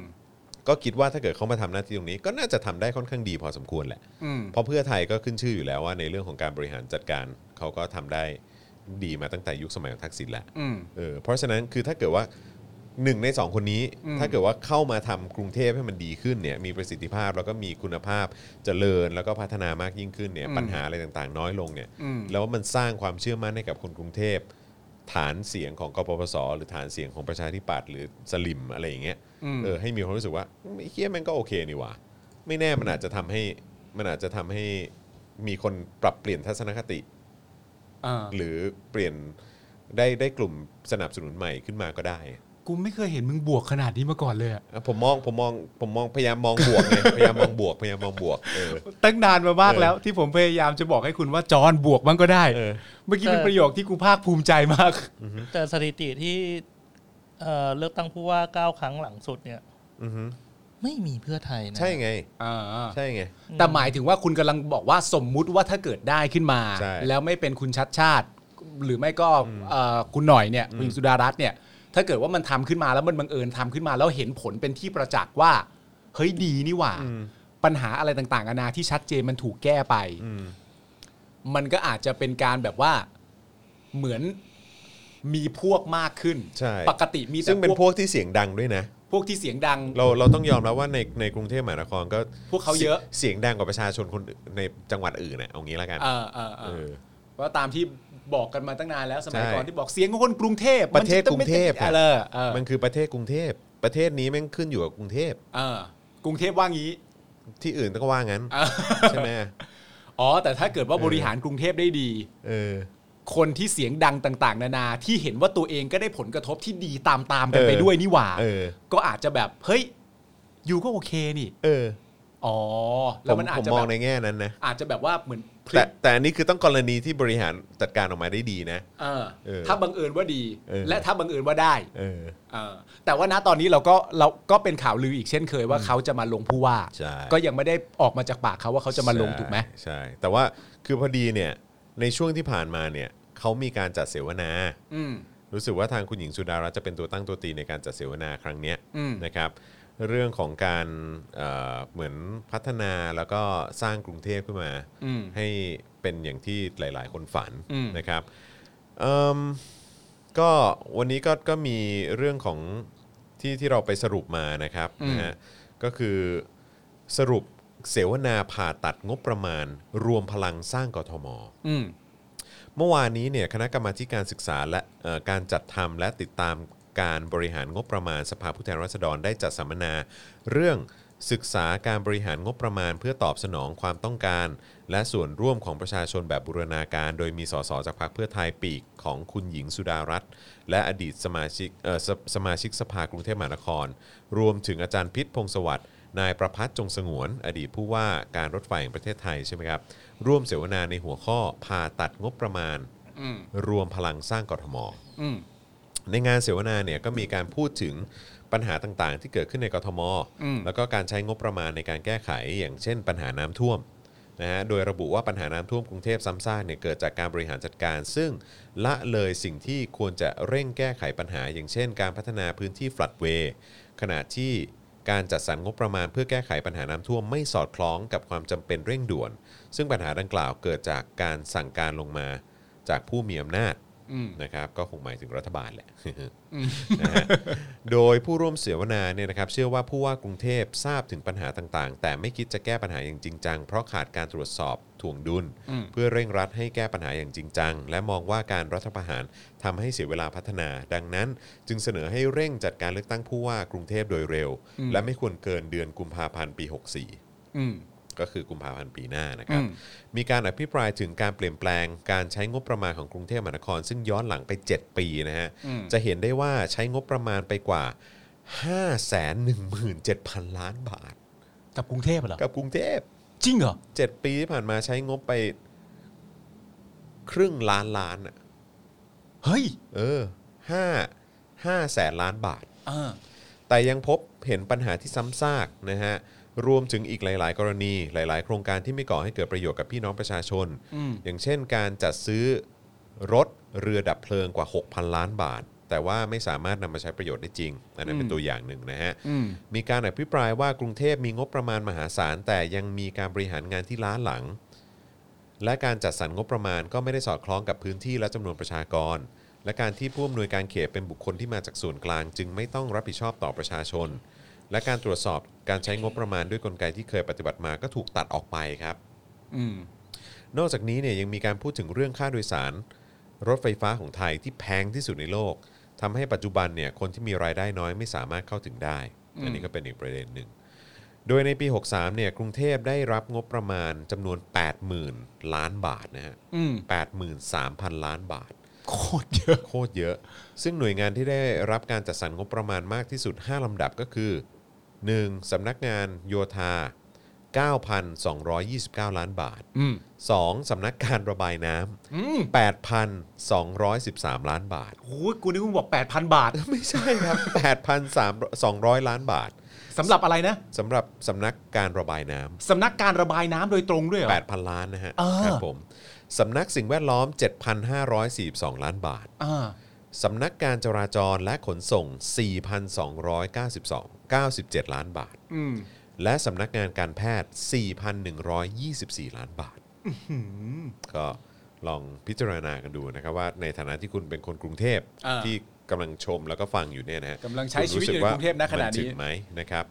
A: ก็คิดว่าถ้าเกิดเขามาทำหน้าที่ตรงนี้ ก็น่าจะทำได้ค่อนข้างดีพอสมควรแหละ
B: อืม
A: เพราะเพื่อไทยก็ขึ้นชื่ออยู่แล้วว่าในเรื่องของการบริหารจัดการเขาก็ทำได้ดีมาตั้งแต่ยุคสมัยของทักษิณแหละ
B: อืม
A: เออเพราะฉะนั้นคือถ้าเกิดว่า หนึ่งในสองคนนี้
B: อืม
A: ถ้าเกิดว่าเข้ามาทำกรุงเทพให้มันดีขึ้นเนี่ยมีประสิทธิภาพแล้วก็มีคุณภาพเจริญแล้วก็พัฒนามากยิ่งขึ้นเนี่ยปัญหาอะไรต่างๆ น้อยลงเนี่ย
B: อืม
A: แล้วมันสร้างความเชื่อมั่นให้กับคนกรุงเทพ ฐานเสียงของกปปส หรือฐานเสียงของประชาธิปัตย์หรือสลิมอะไรอย่างเงี้ย
B: อืม
A: เออให้มีความรู้สึกว่าไอ้เฮียแมันก็โอเคนี่หว่าไม่แน่มันอาจจะทำให้มันอาจจะทำให้มีคนปรับเปลี่ยนทัศนคติ
B: อ่า
A: หรือเปลี่ยนได้ได้กลุ่มสนับสนุนใหม่ขึ้นมาก็ได้
B: กูไม่เคยเห็นมึงบวกขนาดนี้มาก่อนเลยอะ
A: อ่ะผมมองผมมองผมมองพยายามมองบวกไง พยายามมองบวกพยายามมองบวกเออ
B: ตั้งนานมามาก
A: เออ
B: แล้ว ที่ผมพยายามจะบอกให้คุณว่าจอนบวกบ้างก็ได้
A: เออ
B: เมื่อกี้
C: แต่
B: เป็นประโยคที่กูภาคภูมิใจมาก
C: แต่สถิติที่เอ่อเลือกตั้งผู้ว่าเก้าครั้งหลังสุดเนี่ย
A: อือฮึ
C: ไม่มีเพื่อไทยนะ
A: ใช่ไง ใช่ไง
B: แต่หมายถึงว่าคุณกำลังบอกว่าสมมุติว่าถ้าเกิดได้ขึ้นมา
A: ใช่
B: แล้วไม่เป็นคุณชัดชาติ หรือไม่ก็เอ่อคุณหน่อยเนี่ยคุณหญิงสุดารัตน์เนี่ยถ้าเกิดว่ามันทำขึ้นมาแล้วมันบังเอิญทำขึ้นมา แล้วเห็นผลเป็นที่ประจักษ์ว่าเฮ้ยดีนี่หว่า ปัญหาอะไรต่างๆนานาที่ชัดเจนมันถูกแก้ไป
A: อืม
B: มันก็อาจจะเป็นการแบบว่าเหมือนมีพวกมากขึ้น
A: ใช่
B: ปกติมีแต่
A: ซึ่งเป็น
B: พ
A: พ
B: วก
A: วกที่เสียงดังด้วยนะ
B: พวกที่เสียงดัง
A: เราเราต้องยอมรับว่าในในกรุงเทพมหานครก็
B: พวกเขาเยอะ
A: สีเสียงดังกว่าประชาชนคนในจังหวัดอื่นน่ะเอางี้แล้วกัน
B: เออเออเอ
A: เอ
B: อ
A: อ
B: เพราะตามที่บอกกันมาตั้งนานแล้วสมัย
A: ใช่
B: ก่อนที่บอกเสียงของคนกรุงเทพ
A: ประเทศกรุงเทพ
B: มันจะไม่ติดอะไรเออ
A: มันคือประเทศกรุงเทพประเทศนี้แม่งขึ้นอยู่กับกรุงเทพ
B: เออกรุงเทพว่างี้
A: ที่อื่นก็ว่างั้น
B: เออ
A: ใช่ไหม
B: อ๋อ แต่ถ้าเกิดว่าบริหารกรุงเทพได้ดี
A: เออ
B: คนที่เสียงดังต่าง ๆ นานาที่เห็นว่าตัวเองก็ได้ผลกระทบที่ดีตามๆกันไป
A: เออ
B: ด้วยนี่หว่า
A: เออ
B: ก็อาจจะแบบเฮ้ยอยู่ก็โอเคนี่
A: เออ
B: อ๋อ
A: ผ
B: แล้ว
A: ม
B: มันอา
A: ผ
B: จ
A: ม
B: จะ
A: ม
B: แบ
A: อง
B: บ
A: ในแง่นั้นนะ
B: อาจจะแบบว่าเหมือนพลิ
A: แต่
B: ก
A: แต่อันนี้คือต้องกรณีที่บริหารจัดการออกมาได้ดีนะ
B: เออ
A: เออ
B: ถ้าบังเอิญว่าดี
A: เออ
B: และถ้าบังเอิญว่าได้
A: เออ
B: เออแต่ว่าณตอนนี้เราก็เราก็เป็นข่าวลืออีกเช่นเคยว่าเขาจะมาลงผู้ว่า
A: ใช่
B: ก็ยังไม่ได้ออกมาจากปากเขาว่าเขาจะมาลงถูกไหม
A: ใช่ใช่ แต่ว่าคือพอดีเนี่ยในช่วงที่ผ่านมาเนี่ยเขามีการจัดเสวนา
B: อืม
A: รู้สึกว่าทางคุณหญิงสุดารัตน์จะเป็นตัวตั้งตัวตีในการจัดเสวนาครั้งเนี้ย
B: อืม
A: นะครับ เรื่องของการเอ่อเหมือนพัฒนาแล้วก็สร้างกรุงเทพขึ้นมา
B: อืม
A: ให้เป็นอย่างที่หลาย ๆ คนฝัน
B: อืม
A: นะครับเอิ่มก็วันนี้ก็ก็มีเรื่องของที่ที่เราไปสรุปมานะครับนะฮะก็คือสรุปเสวนาผ่าตัดงบประมาณ รวมพลังสร้างกทม
B: อืม
A: เมื่อวานนี้เนี่ยคณะกรรมาธิการศึกษาและเอ่อการจัดทำและติดตามการบริหารงบประมาณสภาผู้แทนราษฎรได้จัดสัมมนา เรื่องศึกษาการบริหารงบประมาณ เพื่อตอบสนองความต้องการ และส่วนร่วมของประชาชนแบบบูรณาการ โดยมีสสจากพรรคเพื่อไทยปีกของคุณหญิงสุดารัตน์และอดีตสมาชิกเอ่อสสมาชิกสภากรุงเทพมหานคร รวมถึงอาจารย์พิษพงษ์สวัสดิ์ นายประพัฒน์จงสงวน อดีตผู้ว่าการรถไฟแห่งประเทศไทยใช่ไหมครับร่วมเสวนาในหัวข้อผ่าตัดงบประมาณ
B: อืม
A: รวมพลังสร้างกทม
B: อืม
A: ในงานเสวนาเนี่ยก็มีการพูดถึงปัญหาต่างๆ ที่เกิดขึ้นในกทม
B: อืม
A: แล้วก็การใช้งบประมาณในการแก้ไขอย่างเช่น ปัญหาน้ำท่วมนะฮะ โดยระบุว่าปัญหาน้ำท่วมกรุงเทพซ้ำซากเนี่ยเกิดจากการบริหารจัดการ ซึ่งละเลยสิ่งที่ควรจะเร่งแก้ไขปัญหา อย่างเช่น การพัฒนาพื้นที่ฟลัดเวย์ขณะที่การจัดสรรงบประมาณเพื่อแก้ไขปัญหาน้ำท่วมไม่สอดคล้องกับความจำเป็นเร่งด่วน ซึ่งปัญหาดังกล่าวเกิดจากการสั่งการลงมาจากผู้มีอำนาจ
B: อืม
A: นะครับก็คงหมายถึงรัฐบาลแหละ นะฮะโดยผู้ร่วมเสวนาเนี่ยนะครับเชื่อว่าผู้ว่ากรุงเทพทราบถึงปัญหาต่างๆ แต่ไม่คิดจะแก้ปัญหาอย่างจริงจัง เพราะขาดการตรวจสอบถ่วงดุล
B: อืม
A: เพื่อเร่งรัดให้แก้ปัญหาอย่างจริงจัง และมองว่าการรัฐประหารทำให้เสียเวลาพัฒนา ดังนั้น จึงเสนอให้เร่งจัดการเลือกตั้งผู้ว่ากรุงเทพโดยเร็ว และไม่ควรเกินเดือนกุมภาพันธ์ปี 64
B: อืม
A: ก็คือกุมภาพันธ์ปีหน้านะครับ
B: อืม
A: มีการอภิปรายถึงการเปลี่ยนแปลงการใช้งบประมาณของกรุงเทพมหานคร ซึ่งย้อนหลังไป 7 ปีนะฮะ จะเห็นได้ว่าใช้งบประมาณไปกว่า 517,000 ล้านบาท
B: กับกรุงเทพเหรอ
A: กับกรุงเทพ
B: จริงเหรอ
A: 7 ปีที่ผ่านมาใช้งบไปครึ่งล้านล้านอะ
B: เฮ้ย
A: เออห้าห้าแสนล้านบาท
B: เออ
A: แต่ยังพบเห็นปัญหาที่ซ้ำซากนะฮะ รวมถึงอีกหลาย ๆ กรณีหลาย ๆ โครงการที่ไม่ก่อให้เกิดประโยชน์กับพี่น้องประชาชน
B: อืม
A: อย่างเช่นการจัดซื้อรถเรือดับเพลิงกว่า 6,000 ล้านบาท แต่ว่าไม่สามารถนำมาใช้ประโยชน์ได้จริง อันนั้นเป็นตัวอย่างหนึ่งนะฮะ
B: อืม
A: มีการอภิปรายว่ากรุงเทพมีงบประมาณมหาศาล แต่ยังมีการบริหารงานที่ล้าหลัง และการจัดสรรงบประมาณก็ไม่ได้สอดคล้องกับพื้นที่และจำนวนประชากร และการที่ผู้อำนวยการเขตเป็นบุคคลที่มาจากส่วนกลาง จึงไม่ต้องรับผิดชอบต่อประชาชน และการตรวจสอบการใช้งบประมาณด้วยกลไกที่เคยปฏิบัติมาก็ถูกตัดออกไปครับ
B: อืม
A: นอกจากนี้เนี่ยยังมีการพูดถึงเรื่องค่าโดยสาร รถไฟฟ้าของไทยที่แพงที่สุดในโลกทำให้ปัจจุบันเนี่ยคนที่มีรายได้น้อยไม่สามารถเข้าถึงได้ อันนี้ก็เป็นอีกประเด็นหนึ่ง โดยในปี 63เนี่ยกรุงเทพได้รับงบประมาณจำนวน 80,000 ล้านบาทนะฮะ
B: อืม
A: 83,000 ล้านบา ท
B: โคตรเยอะ
A: โคตรเยอะ ซึ่งหน่วยงานที่ได้รับการจัดสรรงบประมาณมากที่สุด 5 ลำดับก็คือ 1. สำนักงานโยธา 9,229 ล้านบาท
B: อืม
A: 2. สำนักการระบายน้
B: อืม
A: ำ8,213 ล้านบาท
B: โอ้ยกูนึกว่ามึงบอกแปดพันบาท
A: ไม่ใช่ ครับ 8,200 ล้านบาท
B: สำหรับอะไรนะ
A: สำหรับสำนักการระบายน้ำ
B: สำนักการระบายน้ำโดยตรงด้วยเหรอ
A: 8,000 ล้านนะฮะ
B: เออ
A: ครับผมสำนักสิ่งแวดล้อม 7,542 ล้านบาท
B: อ่า
A: สำนักการจราจรและขนส่ง 4,292 97 ล้านบาท
B: อืม
A: และสำนักงานการแพทย์ 4,124 ล้านบาท ก็ลองพิจารณากันดูนะครับว่าในฐานะที่คุณเป็นคนกรุงเทพที่กำลังชมแล้วก็ฟังอยู่เนี่ยนะฮะ
B: กำลังใช้ชีวิตอยู่ในกรุงเทพณขณะ
A: มัถึ
B: นี้
A: งไหมนะครับ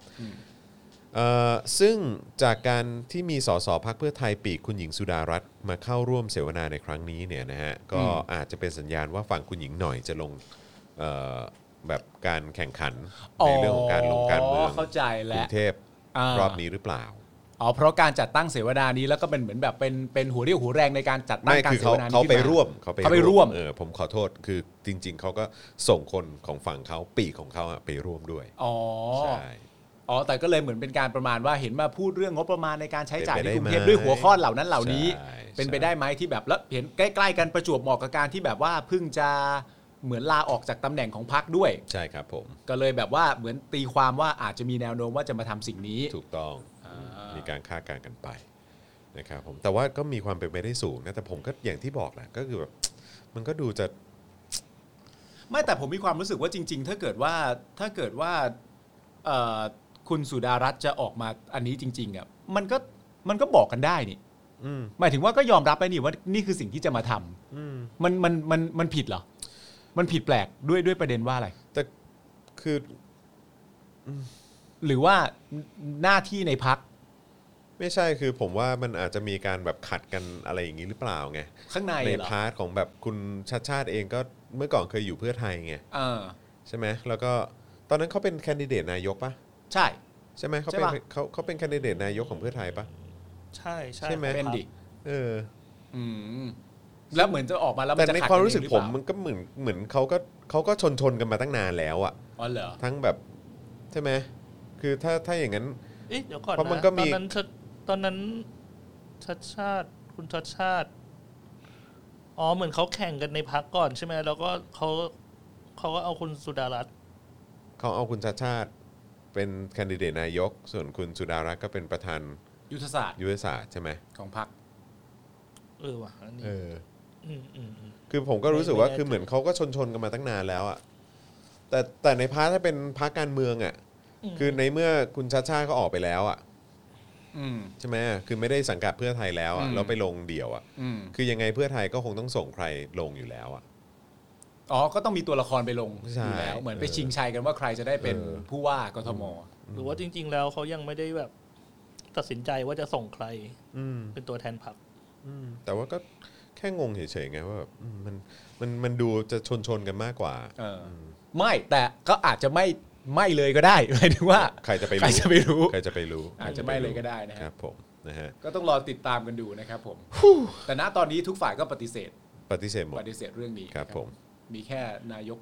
A: เอ่อซึ่งจากการที่มีสสพักเพื่อไทยปีกคุณหญิงสุดารัตน์มาเข้าร่วมเสวนาในครั้งนี้เนี่ยนะฮะก็
B: อืม
A: อาจจะเป็นสัญญาณว่าฝั่งคุณหญิงหน่อยจะลงเอ่อแบบการแข่งขันในเรื่องของการลงการเมือง
B: เข้าใจ
A: กรุ
B: แล้ว
A: งเทพ
B: อ่าร
A: รอบนี้หรือเปล่า
B: อ๋อเพราะการจัดตั้งเสวนานี้แล้วก็เป็นเหมือนแบบเป็นเป็นหัวเรี่ยวหัวแรงในการจัดตั้ง
A: ไม่
B: การ
A: คือ
B: เส
A: เขา
B: วนานี้
A: เขาไป
B: ขึ้น
A: ร่วม
B: เขาไปร่วม
A: เออผมขอโทษคือจริง ๆ เขาก็ส่งคนของฝั่งเขาปีกของเขาอะไปร่วมด้วย
B: อ๋อ
A: ใช่
B: อ๋อแต่ก็เลยเหมือนเป็นการประมาณว่าเห็นมาพูดเรื่องงบประมาณในการใช้จ่ายในกรุงเทพด้วยหัวข้อเหล่านั้นเหล่านี้
A: ใช่
B: เป็นไปได้ไหมที่แบบแล้วเห็นใกล้ๆกันประจวบเหมาะกับการที่แบบว่าเพิ่งจะเหมือนลาออกจากตำแหน่งของพรรคด้วย
A: ใช่ครับผม
B: ก็เลยแบบว่าเหมือนตีความว่าอาจจะมีแนวโน้มว่าจะมาทำสิ่งนี้
A: ถูกต้อง
B: อ่ามี
A: มีการคาดการณ์กันไปนะครับผมแต่ว่าก็มีความเป็นไปได้สูงนะแต่ผมก็อย่างที่บอกแหละก็คือแบบมันก็ดูจะ
B: ไม่แต่ผมมีความรู้สึกว่าจริง ๆ ถ้าเกิดว่าถ้าเกิดว่าเอ่อคุณสุดารัตน์จะออกมาอันนี้จริง ๆอ่ะมันก็มันก็บอกกันได้นี่
A: อืม
B: หมายถึงว่าก็ยอมรับไปนี่ว่านี่คือสิ่งที่จะมาทำ
A: อืม
B: มันมันมันมันผิดเหรอ มันผิดแปลกด้วยด้วยประเด็นว่าอะไร
A: แต่คือ
B: หรือว่าหน้าที่ในพัก
A: ไม่ใช่คือผมว่ามันอาจจะมีการแบบขัดกันอะไรอย่างนี้หรือเปล่าไง
B: ข้างใน
A: ใน
B: เหรอ
A: พาร์ทของแบบคุณชาติชาติเองก็เมื่อก่อนเคยอยู่เพื่อไทยไง
B: เออ
A: ใช่ไหมแล้วก็ตอนนั้นเขาเป็นแคนดิเดตนายกปะ
B: ใช่
A: ใช่ไหมเขา
B: ใช่
A: เป็น
B: ปะ
A: เขาเขาเป็นแคนดิเดตนายกของเพื่อไทยปะ
C: ใช่ใช่
A: ใช่ไหม
C: ครับ
B: เป็นดิ
A: เออ
B: อืมแล้วเหมือนจะออกมาแล้วมั
A: แต่
B: นจะ
A: ใน
B: ขัด
A: ความรู้สึก
B: เองห
A: ผม
B: เปล่า
A: มันก็เหมือนเหมือนเขาก็เขาก็ชนชนๆกันมาตั้งนานแล้วอะ
B: อ๋อเหรอ
A: ทั้งแบบใช่ไหมคือถ้าถ้าอย่างนั้น
C: เอ๊ะเดี๋ยวก่อน
A: เพราะ
C: นะ
A: มันก็มี
C: ตอนนั้นชัดตอนนั้นชัดชาติ คุณชัดชาติ อ๋อเหมือนเขาแข่งกันในพักก่อนใช่ไหมแล้วก็เขาเขาก็เอาคุณสุดารัตน์
A: เขาเอาคุณชาติชาติเป็นแคนดิเดตนายก ส่วนคุณสุดารัตน์ก็เป็นประธาน
B: ยุทธศาสตร์
A: ยุทธศาสตร์ใช่ไหม
B: ของพัก
C: เออว่ะอันนี้
A: เออ
C: มอืมอืม
A: คือผมก็รู้สึกว่า
C: ไม่แน่ใจ
A: คือเหมือนเขาก็ชนชนๆกันมาตั้งนานแล้วอะแต่แต่ในพาร์ทถ้าเป็นพาร์ทการเมืองอะคือในเมื่อคุณชาติชาติก็ออกไปแล้วอะ
B: อืม
A: ใช่ไหมคือไม่ได้สังกัดเพื่อไทยแล้วอ่ะ
B: อืม
A: แล้วไปลงเดี่ยวอ่ะ
B: อืม
A: คือยังไงเพื่อไทยก็คงต้องส่งใครลงอยู่แล้วอ่ะ
B: อ๋อ ก็ต้องมีตัวละครไปลง
A: ใช่
B: อยู่แล้ว เหมือน
A: เออ
B: ไปชิงชัยกันว่าใครจะได้เป็น
A: เออ
B: ผู้ว่ากทม
C: หรือว่าจริง ๆ แล้วเขายังไม่ได้แบบ ตัดสินใจว่าจะส่งใคร
A: อืม
C: เป็นตัวแทนพรรค
A: อืมแต่ว่าก็แค่งงเฉยๆไงว่าแบบอืมมันมันมันดูจะชนชนๆกันมากกว่า
B: เออ ไม่แต่ก็อาจจะไม่ไม่เลยก็ได้ หมายถึงว่า
A: ใครจะไป
B: ใคร
A: รู้
B: จะไปรู้
A: ใครจะไปรู้
B: อาจจะไม่เลยก็ได้นะฮะ
A: ครับผมนะฮะ
B: ก็ต้องรอติดตามกันดูนะครับผม แต่ณตอนนี้ทุกฝ่ายก็ปฏิเสธ
A: ปฏิเสธหมด
B: ปฏิเสธเรื่องนี้
A: ครับผม
B: มีแค่นายก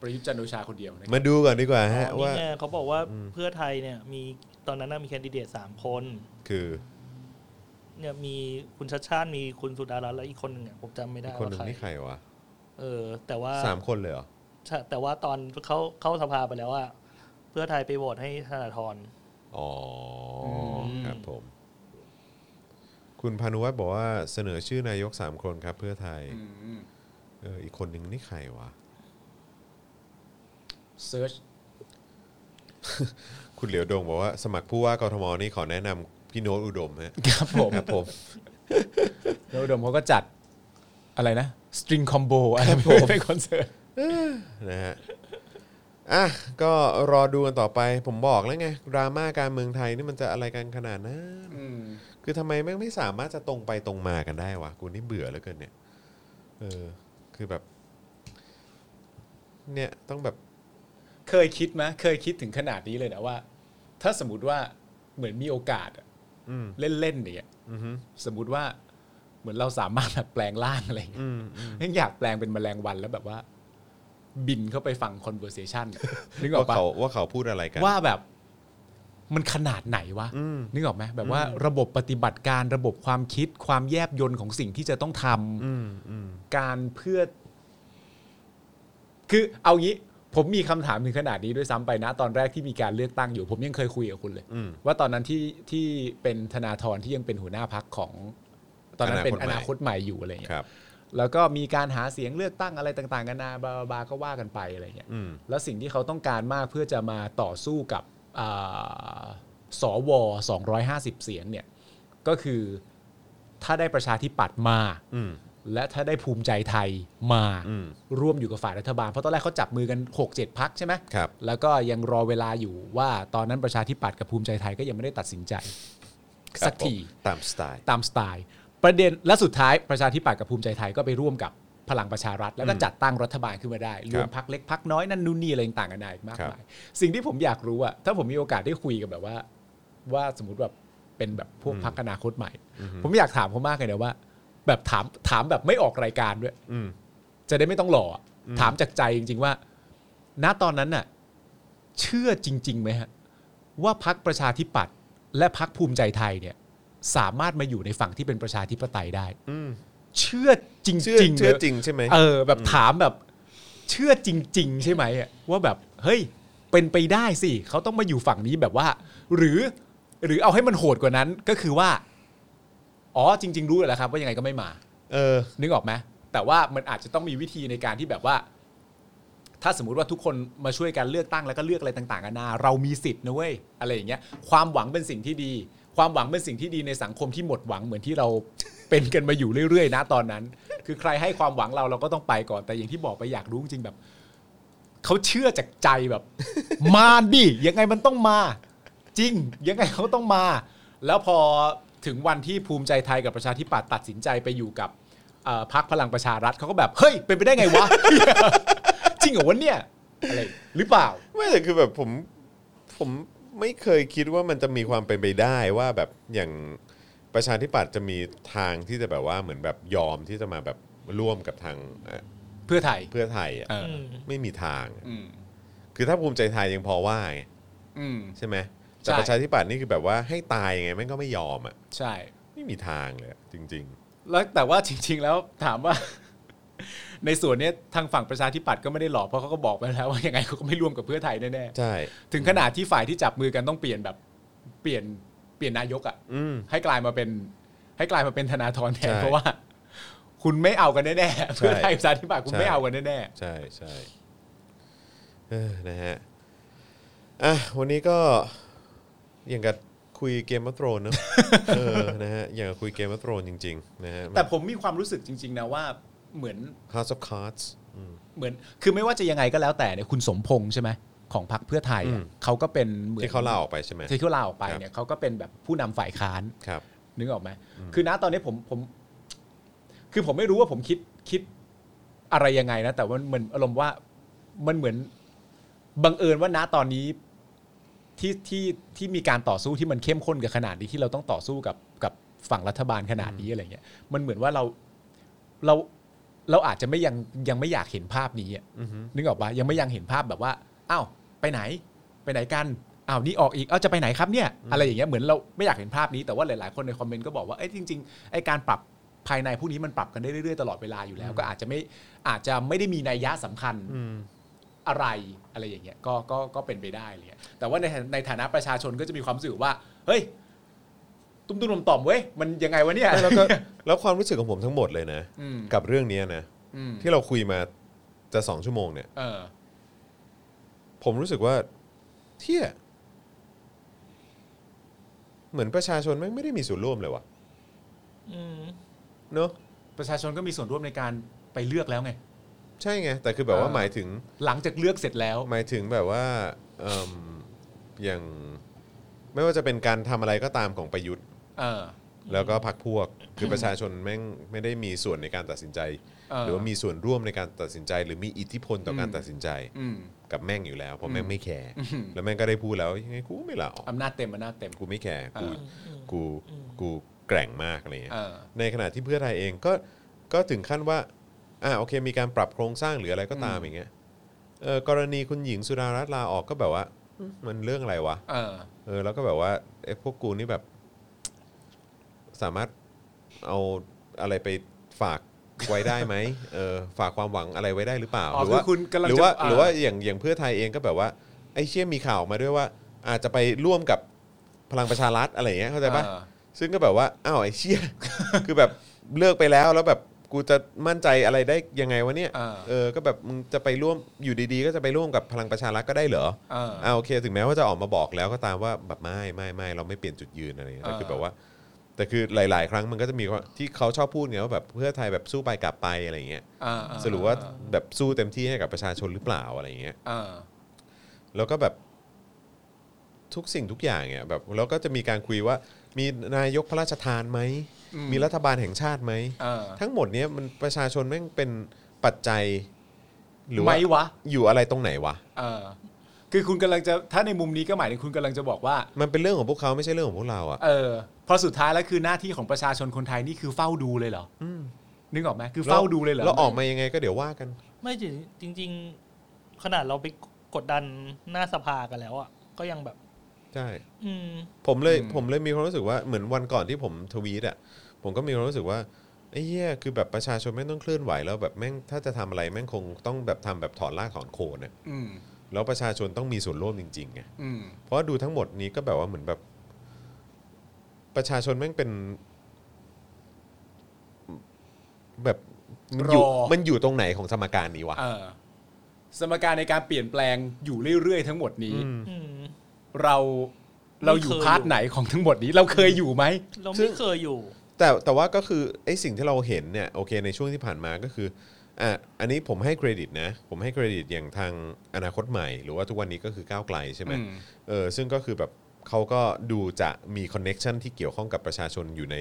B: ประยุทธ์จันทร์โอชาคนเดียวนะครับ
A: มาดูก่อนดีกว่าฮะ
C: อ๋อ
A: ว่า
C: นี่ไงเขาบอกว่าเพื่อไทยเนี่ยมีตอนนั้นน่ะมีแคนดิเดตสามคน
A: คือ
C: เนี่ยมีคุณชัดชาติมีคุณสุดารัตน์และอีกคนหนึ่งอะผมจำไม่ได้
A: อีกคนหนึ่
C: ว่าง ใคร
A: นี่ใครวะ
C: เออ แต่ว่า
A: สามคนเลยเหรอ
C: ใช่แต่ว่าตอนเขาเข้าสภาไปแล้วว่า เพื่อไทยไปโหวตให้ธนาธร
A: อ๋ออ
C: ม
A: ครับผม คุณพานุวัฒน์บอกว่าเสนอชื่อนายกสามคนครับ เพื่อไทย
B: อืม
A: เอออีกคนนึงนี่ใครวะ
B: เซิร์ช
A: คุณเหลียวดงบอกว่าสมัครผู้ว่ากทมนี่ขอแนะนำพี่โน้ตอุดมฮะ
B: ครับผม
A: ครับผม
B: แล้วอุดมเขาก็จัด อะไรนะสตริงคอมโบอะไรผมเป็นคอนเสิร์ต
A: นะฮะอ่ะก็รอดูกันต่อไปผมบอกแล้วไงดราม่าการเมืองไทยนี่มันจะอะไรกันขนาดนั้นคือทำไมแม่งไม่สามารถจะตรงไปตรงมากันได้วะกูนี่เบื่อเหลือเกินเนี่ยเออคือแบบ เนี่ยต้องแบบ
B: เคยคิดไหมเคยคิดถึงขนาดนี้เลยนะว่า ถ้าสมมติว่าเหมือนมีโอกาสอะ
A: อืม
B: เล่นๆเนี่ย
A: อืม
B: สมมติว่าเหมือนเราสามารถแบบแปลงร่างอะไรอย่างเงี้ย
A: อืมอืม
B: ยังอยากแปลงเป็นแมลงวันแล้วแบบว่า บินเข้าไปฟังคอนเวอร์เซชันนึกออ
A: ว่าก
B: ปะ
A: เขาว่าเขาพูดอะไรกัน
B: ว่าแบบมันขนาดไหนวะ
A: อืม
B: นึกออกไหมแบบว่าระบบปฏิบัติการระบบความคิดความแยบยนต์ของสิ่งที่จะต้องทำ
A: อืมอืม
B: การเพื่อ คือเอางี้ผมมีคำถามถึงขนาดนี้ด้วยซ้ำไปนะ ตอนแรกที่มีการเลือกตั้งอยู่ ผมยังเคยคุยกับคุณเลย
A: อืม
B: ว่าตอนนั้นที่ที่เป็นธนาธรที่ยังเป็นหัวหน้าพักของ ตอนนั้นเป็นอ
A: อ
B: นา
A: นา
B: ค
A: ค
B: ต
A: ต
B: ให
A: ใหม่
B: ม่อยู่อะไร
A: ค
B: เงี้ย
A: รับ
B: แล้วก็มีการหาเสียงเลือกตั้งอะไรต่างๆกันานาบลาบลาบลาก็ว่ากันไปอะไรเงี้ย
A: อืม
B: แล้วสิ่งที่เขาต้องการมากเพื่อจะมาต่อสู้กับอ่าสว250 เสียงเนี่ยก็คือถ้าได้ประชาธิปัตย์มา
A: อืม
B: และถ้าได้ภูมิใจไทยมา
A: อืม
B: ร่วมอยู่กับฝ่ายรัฐบาล เพราะตอนแรกเขาจับมือกัน 6 7 พักใช่ไหม
A: ครับ
B: แล้วก็ยังรอเวลาอยู่ว่าตอนนั้นประชาธิปัตย์กับภูมิใจไทยก็ยังไม่ได้ตัดสินใจ สัก
A: ครับผม
B: ที
A: ตามสไตล์
B: ตามสไตล์ ประเด็นและสุดท้ายประชาธิปัตย์กับภูมิใจไทยก็ไปร่วมกับพลังประชารัฐ แล้วก็จัดตั้งรัฐบาลขึ้นมาได้รวมพักเล็กพักน้อยนั่นนู่นนี่อะไรต่างกันอีกมาก
A: ครับ
B: มายสิ่งที่ผมอยากรู้อะถ้าผมมีโอกาสได้คุยกับแบบว่า ว่าสมมติแบบเป็นแบบพวกพักอนาคตใหม่ ผมอยากถามเขามากเลยนะว่า แบบถามถามแบบไม่ออกรายการด้วย
A: อืม
B: จะได้ไม่ต้องหล่ออะถามจากใจจริง ๆ ว่า ณตอนนั้นน่ะ เชื่อจริงๆไหมฮะ ว่าพักประชาธิปัตย์และพักภูมิใจไทยเนี่ย สามารถมาอยู่ในฝั่งที่เป็นประชาธิปไตยได้
A: อืม
B: เชื่อจริงๆ
A: เชื่อ
B: ลย
A: เชื่อจริงใช่ไหม
B: เออ แบบถามแบบ เชื่อจริง ๆ ใช่ไหมอะว่าแบบ เฮ้ย เป็นไปได้สิเขาต้องมาอยู่ฝั่งนี้แบบว่า หรือ หรือเอาให้มันโหดกว่านั้น ก็คือว่า อ๋อจริง ๆ รู้แล้วครับ ว่ายังไงก็ไม่มา
A: เออ
B: นึกออกไหมแต่ว่ามันอาจจะต้องมีวิธีในการที่แบบว่า ถ้าสมมติว่าทุกคนมาช่วยกันเลือกตั้งแล้วก็เลือกอะไรต่างๆกันานาเรามีสิทธิ์นะเว้ยอะไรอย่างเงี้ย ความหวังเป็นสิ่งที่ดี ความหวังเป็นสิ่งที่ดีในสังคมที่หมดหวังเหมือนที่เรา เป็นกันมาอยู่เรื่อยๆนะตอนนั้น คือใครให้ความหวังเราเราก็ต้องไปก่อนแต่อย่างที่บอกไปอยากรู้จริงๆแบบเขาเชื่อจากใจแบบ มาดิยังไงมันต้องมา จริง ยังไงเขาต้องมา แล้วพอถึงวันที่ภูมิใจไทยกับประชาธิปัตย์ตัดสินใจไปอยู่กับเอ่อพรรคพลังประชารัฐเขาก็แบบ เฮ้ย เป็นไปได้ไงวะ จริงเหรอวะเนี่ยอะไรหรือเปล่า
A: ไม่แต่คือแบบผมผมไม่เคยคิดว่ามันจะมีความเป็นไปได้ว่าแบบอย่างประชาธิปัตย์จะมีทางที่จะแบบว่าเหมือนแบบยอมที่จะมาแบบร่วมกับทางเอ่อ
B: เพื่อไทย
A: เพื่อไทยอ่ะ
B: เออ
C: อืม
A: ไม่มีทางอะ
B: อืม
A: คือถ้าภูมิใจไทยยังพอว่าไง
B: อืม
A: ใช่ไหม
B: ใช่
A: แต่ประชาธิปัตย์นี่คือแบบว่าให้ตายยังไงแม่งก็ไม่ยอมอ่ะ
B: ใช่
A: ไม่มีทางเลยอะจริง
B: แล้วแต่ว่าจริง ๆ แล้วถามว่า ในส่วนเนี้ยทางฝั่งประชาธิปัตย์ก็ไม่ได้หลอกเพราะเขาก็บอกไปแล้วว่ายังไงเขาก็ไม่ร่วมกับเพื่อไทยแน่
A: ๆ ใช่
B: ๆถึงขนาดที่ฝ่ายที่จับมือกันต้องเปลี่ยนแบบเปลี่ยนเปลี่ยนนายกอ่ะ
A: อืม
B: ให้กลายมาเป็นให้กลายมาเป็นธนาธรแทน
A: ใช่
B: เพราะว่า คุณไม่เอากันแน่ๆเพื่อไทยประชาธิปัตย์คุณ
A: ใช่
B: ไม่เอากันแน่
A: ใช่ใช่เออนะฮะอ่ะวันนี้ก็อย่างกับคุยเกมมัตโตรนเนอะเออ นะฮะอย่างกับคุยเกมมัตโตรนจริง ๆ นะฮะ
B: ๆแต่ผมมีความรู้สึกจริง ๆ นะว่าเหมือน
A: ฮาร์ดออฟคาร์ด
B: เหมือน คือไม่ว่าจะยังไงก็แล้วแต่เนี่ยคุณสมพงษ์ใช่ไหมของพรรคเพื่อไทย
A: อื
B: อะ
A: ม
B: เขาก็เป็นเหมือน
A: ที่เขาเล่าออกไปใช่ไหม
B: ที่เขาลาออกไป
A: ครับ
B: เนี่ยเขาก็เป็นแบบผู้นำฝ่ายค้าน
A: ครับ
B: นึกออกไหม คือณตอนนี้ผมผม คือผมไม่รู้ว่าผมคิดคิดอะไรยังไงนะ แต่ว่ามันอารมณ์ว่ามันเหมือนบังเอิญว่าณตอนนี้ที่ที่ที่มีการต่อสู้ที่มันเข้มข้นกับขนาดนี้ที่เราต้องต่อสู้กับกับฝั่งรัฐบาลขนาดนี้อะไรเงี้ย มันเหมือนว่าเราเราเราอาจจะไม่ยังยังไม่อยากเห็นภาพนี้อะ
A: อือฮึ
B: นึกออกปะยังไม่ยังเห็นภาพแบบว่าอ้าวไปไหน ไปไหนกัน อ้าว นี่ออกอีก เอ้า จะไปไหนครับเนี่ย อะไรอย่างเงี้ย เหมือนเราไม่อยากเห็นภาพนี้ แต่ว่าหลาย ๆ คนในคอมเมนต์ก็บอกว่า เอ้ย จริง ๆ ไอการปรับภายในพวกนี้มันปรับกันได้เรื่อย ๆ ตลอดเวลาอยู่แล้ว ก็อาจจะไม่ อาจจะไม่ได้มีนัยยะสำคัญ
A: อืม
B: อะไร อะไรอย่างเงี้ย ก็ ก็ ก็เป็นไปได้อะไรเลยแต่ว่าใน ในฐานะประชาชนก็จะมีความรู้สึกว่า เฮ้ย ตุ้มตุ้มต่อมๆเว้ย มันยังไงวะเนี่ย
A: แล้วก็ แล้วความรู้สึกของผมทั้งหมดเลยนะ
B: อืม
A: กับเรื่องเนี้ยนะ
B: อืม
A: ที่เราคุยมาจะสองชั่วโมงเนี่ย
B: เออ
A: ผมรู้สึกว่าเที่ยเหมือนประชาชนแม่งไม่ได้มีส่วนร่วมเลยว่ะ
C: อืม
A: เนาะ
B: ประชาชนก็มีส่วนร่วมในการไปเลือกแล้วไง
A: ใช่ไง แต่คือแบบว่า
B: เออ
A: หมายถึง
B: หลังจากเลือกเสร็จแล้ว
A: หมายถึงแบบว่าเอิ่มอย่างไม่ว่าจะเป็นการทำอะไรก็ตามของประยุทธ์
B: เออ
A: แล้วก็พรรคพวก คือประชาชนแม่ง ไม่ได้มีส่วนในการตัดสินใจ
B: เออ
A: หรือว่ามีส่วนร่วมในการตัดสินใจ หรือมีอิทธิพลต่อการตัดสินใจ
B: อืม
A: กับแม่งอยู่แล้วเพราะแม่งไม่แคร์
B: อืม
A: แล้วแม่งก็ได้พูดแล้วยังไงกูไม่ลาออก
B: อำนาจเต็มอำนาจเต็ม
A: กูไม่แคร์
B: เอ
A: กู
B: อ
A: กูกูแกร่งมากอะไรเงี้ย
B: เออ
A: ในขณะที่เพื่อไทยเองก็ก็ถึงขั้นว่าอ่าโอเค มีการปรับโครงสร้างหรืออะไรก็ตาม
B: อืม
A: อย่างเงี้ยเออกรณีคุณหญิงสุดารัตน์ลาออกก็แบบว่าอืมมันเรื่องอะไรวะ
B: เออ
A: เออแล้วก็แบบว่าไอ้พวกกูนี่แบบ สามารถเอาอะไรไปฝากไว้ได้ไหมเออฝากความหวังอะไรไว้ได้หรือเปล่า
B: อ๋อ
A: หรืว่า
B: คือคุณกำลัง
A: หรือว่า
B: จะอ่า
A: หรือว่าอย่างอย่างเพื่อไทยเองก็แบบว่าไอ้เชี่ยมีข่าวมาด้วยว่า อาจจะไปร่วมกับพลังประชารัฐอะไรอย่างเงี้ยเข้าใจปะ
B: เออ
A: ซึ่งก็แบบว่าอ้าวไอ้เชี่ย คือแบบเลิกไปแล้วแล้วแบบกูจะมั่นใจอะไรได้ยังไงวะเนี่ย
B: เออ
A: เออก็แบบมึงจะไปร่วมอยู่ดีๆ ก็จะไปร่วมกับพลังประชารัฐก็ได้เหรอ
B: เออ
A: อ่าโอเคถึงแม้ว่าจะออกมาบอกแล้วก็ตามว่าแบบไม่ไม่ไม่เราไม่เปลี่ยนจุดยืนอะไรอย่างเงี้ยแต่คื
B: เออ
A: อแบบว่า แต่คือหลาย ๆ ครั้งมันก็จะมีว่าที่เขาชอบพูดไงว่าแบบเพื่อไทยแบบสู้ไปกลับไปอะไรอย่างเงี้ย
B: เออเออ
A: สรุปว่าแบบสู้เต็มที่ให้กับประชาชนหรือเปล่าอะไรอย่างเงี้ย
B: เออ
A: แล้วก็แบบทุกสิ่งทุกอย่างเนี่ยแบบแล้วก็จะมีการคุยว่ามีนายกพระราชทานไหม
B: อืม
A: มีรัฐบาลแห่งชาติไหม
B: เออ
A: ทั้งหมดเนี้ยมันประชาชนแม่งเป็นปัจจัย หรือ
B: ไหม
A: ว่าว
B: ะ
A: อยู่อะไรตรงไหนวะ
B: เออ คือคุณกำลังจะถ้าในมุมนี้ก็หมายถึงคุณกำลังจะบอกว่า
A: มันเป็นเรื่องของพวกเขาไม่ใช่เรื่องของพวกเราอะ
B: เออเพอสุดท้ายแล้วคือหน้าที่ของประชาชนคนไทยนี่คือเฝ้าดูเลยเหรออนึกออกไหมคือเฝ้าดูเลยเหรอ
A: แล้วออกมายังไงก็เดี๋ยวว่ากัน
C: ไม่จริงจริง ๆ ขนาดเราไปกดดันหน้าสภากันแล้วอ่ะก็ยังแบบ
A: ใช่
C: อืม
A: ผมเลยผมเลยมีความรู้สึกว่าเหมือนวันก่อนที่ผมทวีตอ่ะผมก็มีความรู้สึกว่าไอ้เหี้ยคือแบบประชาชนแม่งต้องเคลื่อนไหวแล้วแบบแม่งถ้าจะทำอะไรแม่งคงต้องแบบทำแบบถอนรากถอนโคนน่ะ
B: อืม
A: แล้วประชาชนต้องมีส่วนร่วมจริงๆไง
B: อืม
A: เพราะดูทั้งหมดนี้ก็แบบว่าเหมือนแบบ ประชาชนแม่งเป็น แบบมันอยู่มันอยู่ตรงไหนของสมการนี้วะ
B: เออสมการในการเปลี่ยนแปลงอยู่เรื่อยๆทั้งหมดนี้
A: อืม
C: อืม
B: เราเรา
C: ไม่
B: อ
C: เคย
B: ยู่พาร์ทไหนของทั้งหมดนี้ เราเคยอยู่ไหม
C: เรา
A: ซึ่
C: ไม่
A: ง
C: เคยอยู่
A: แต่แต่ว่าก็คือไอ้สิ่งที่เราเห็นเนี่ยโอเคในช่วงที่ผ่านมาก็คืออ่ะอันนี้ผมให้เครดิตนะ ผมให้เครดิตอย่างทางอนาคตใหม่ หรือว่าทุกวันนี้ก็คือก้าวไกลใช่ไหม
B: อืม
A: เออซึ่งก็คือแบบเขาก็ดูจะมีคอนเน็ชันที่เกี่ยวข้องกับประชาชนอยู่ใน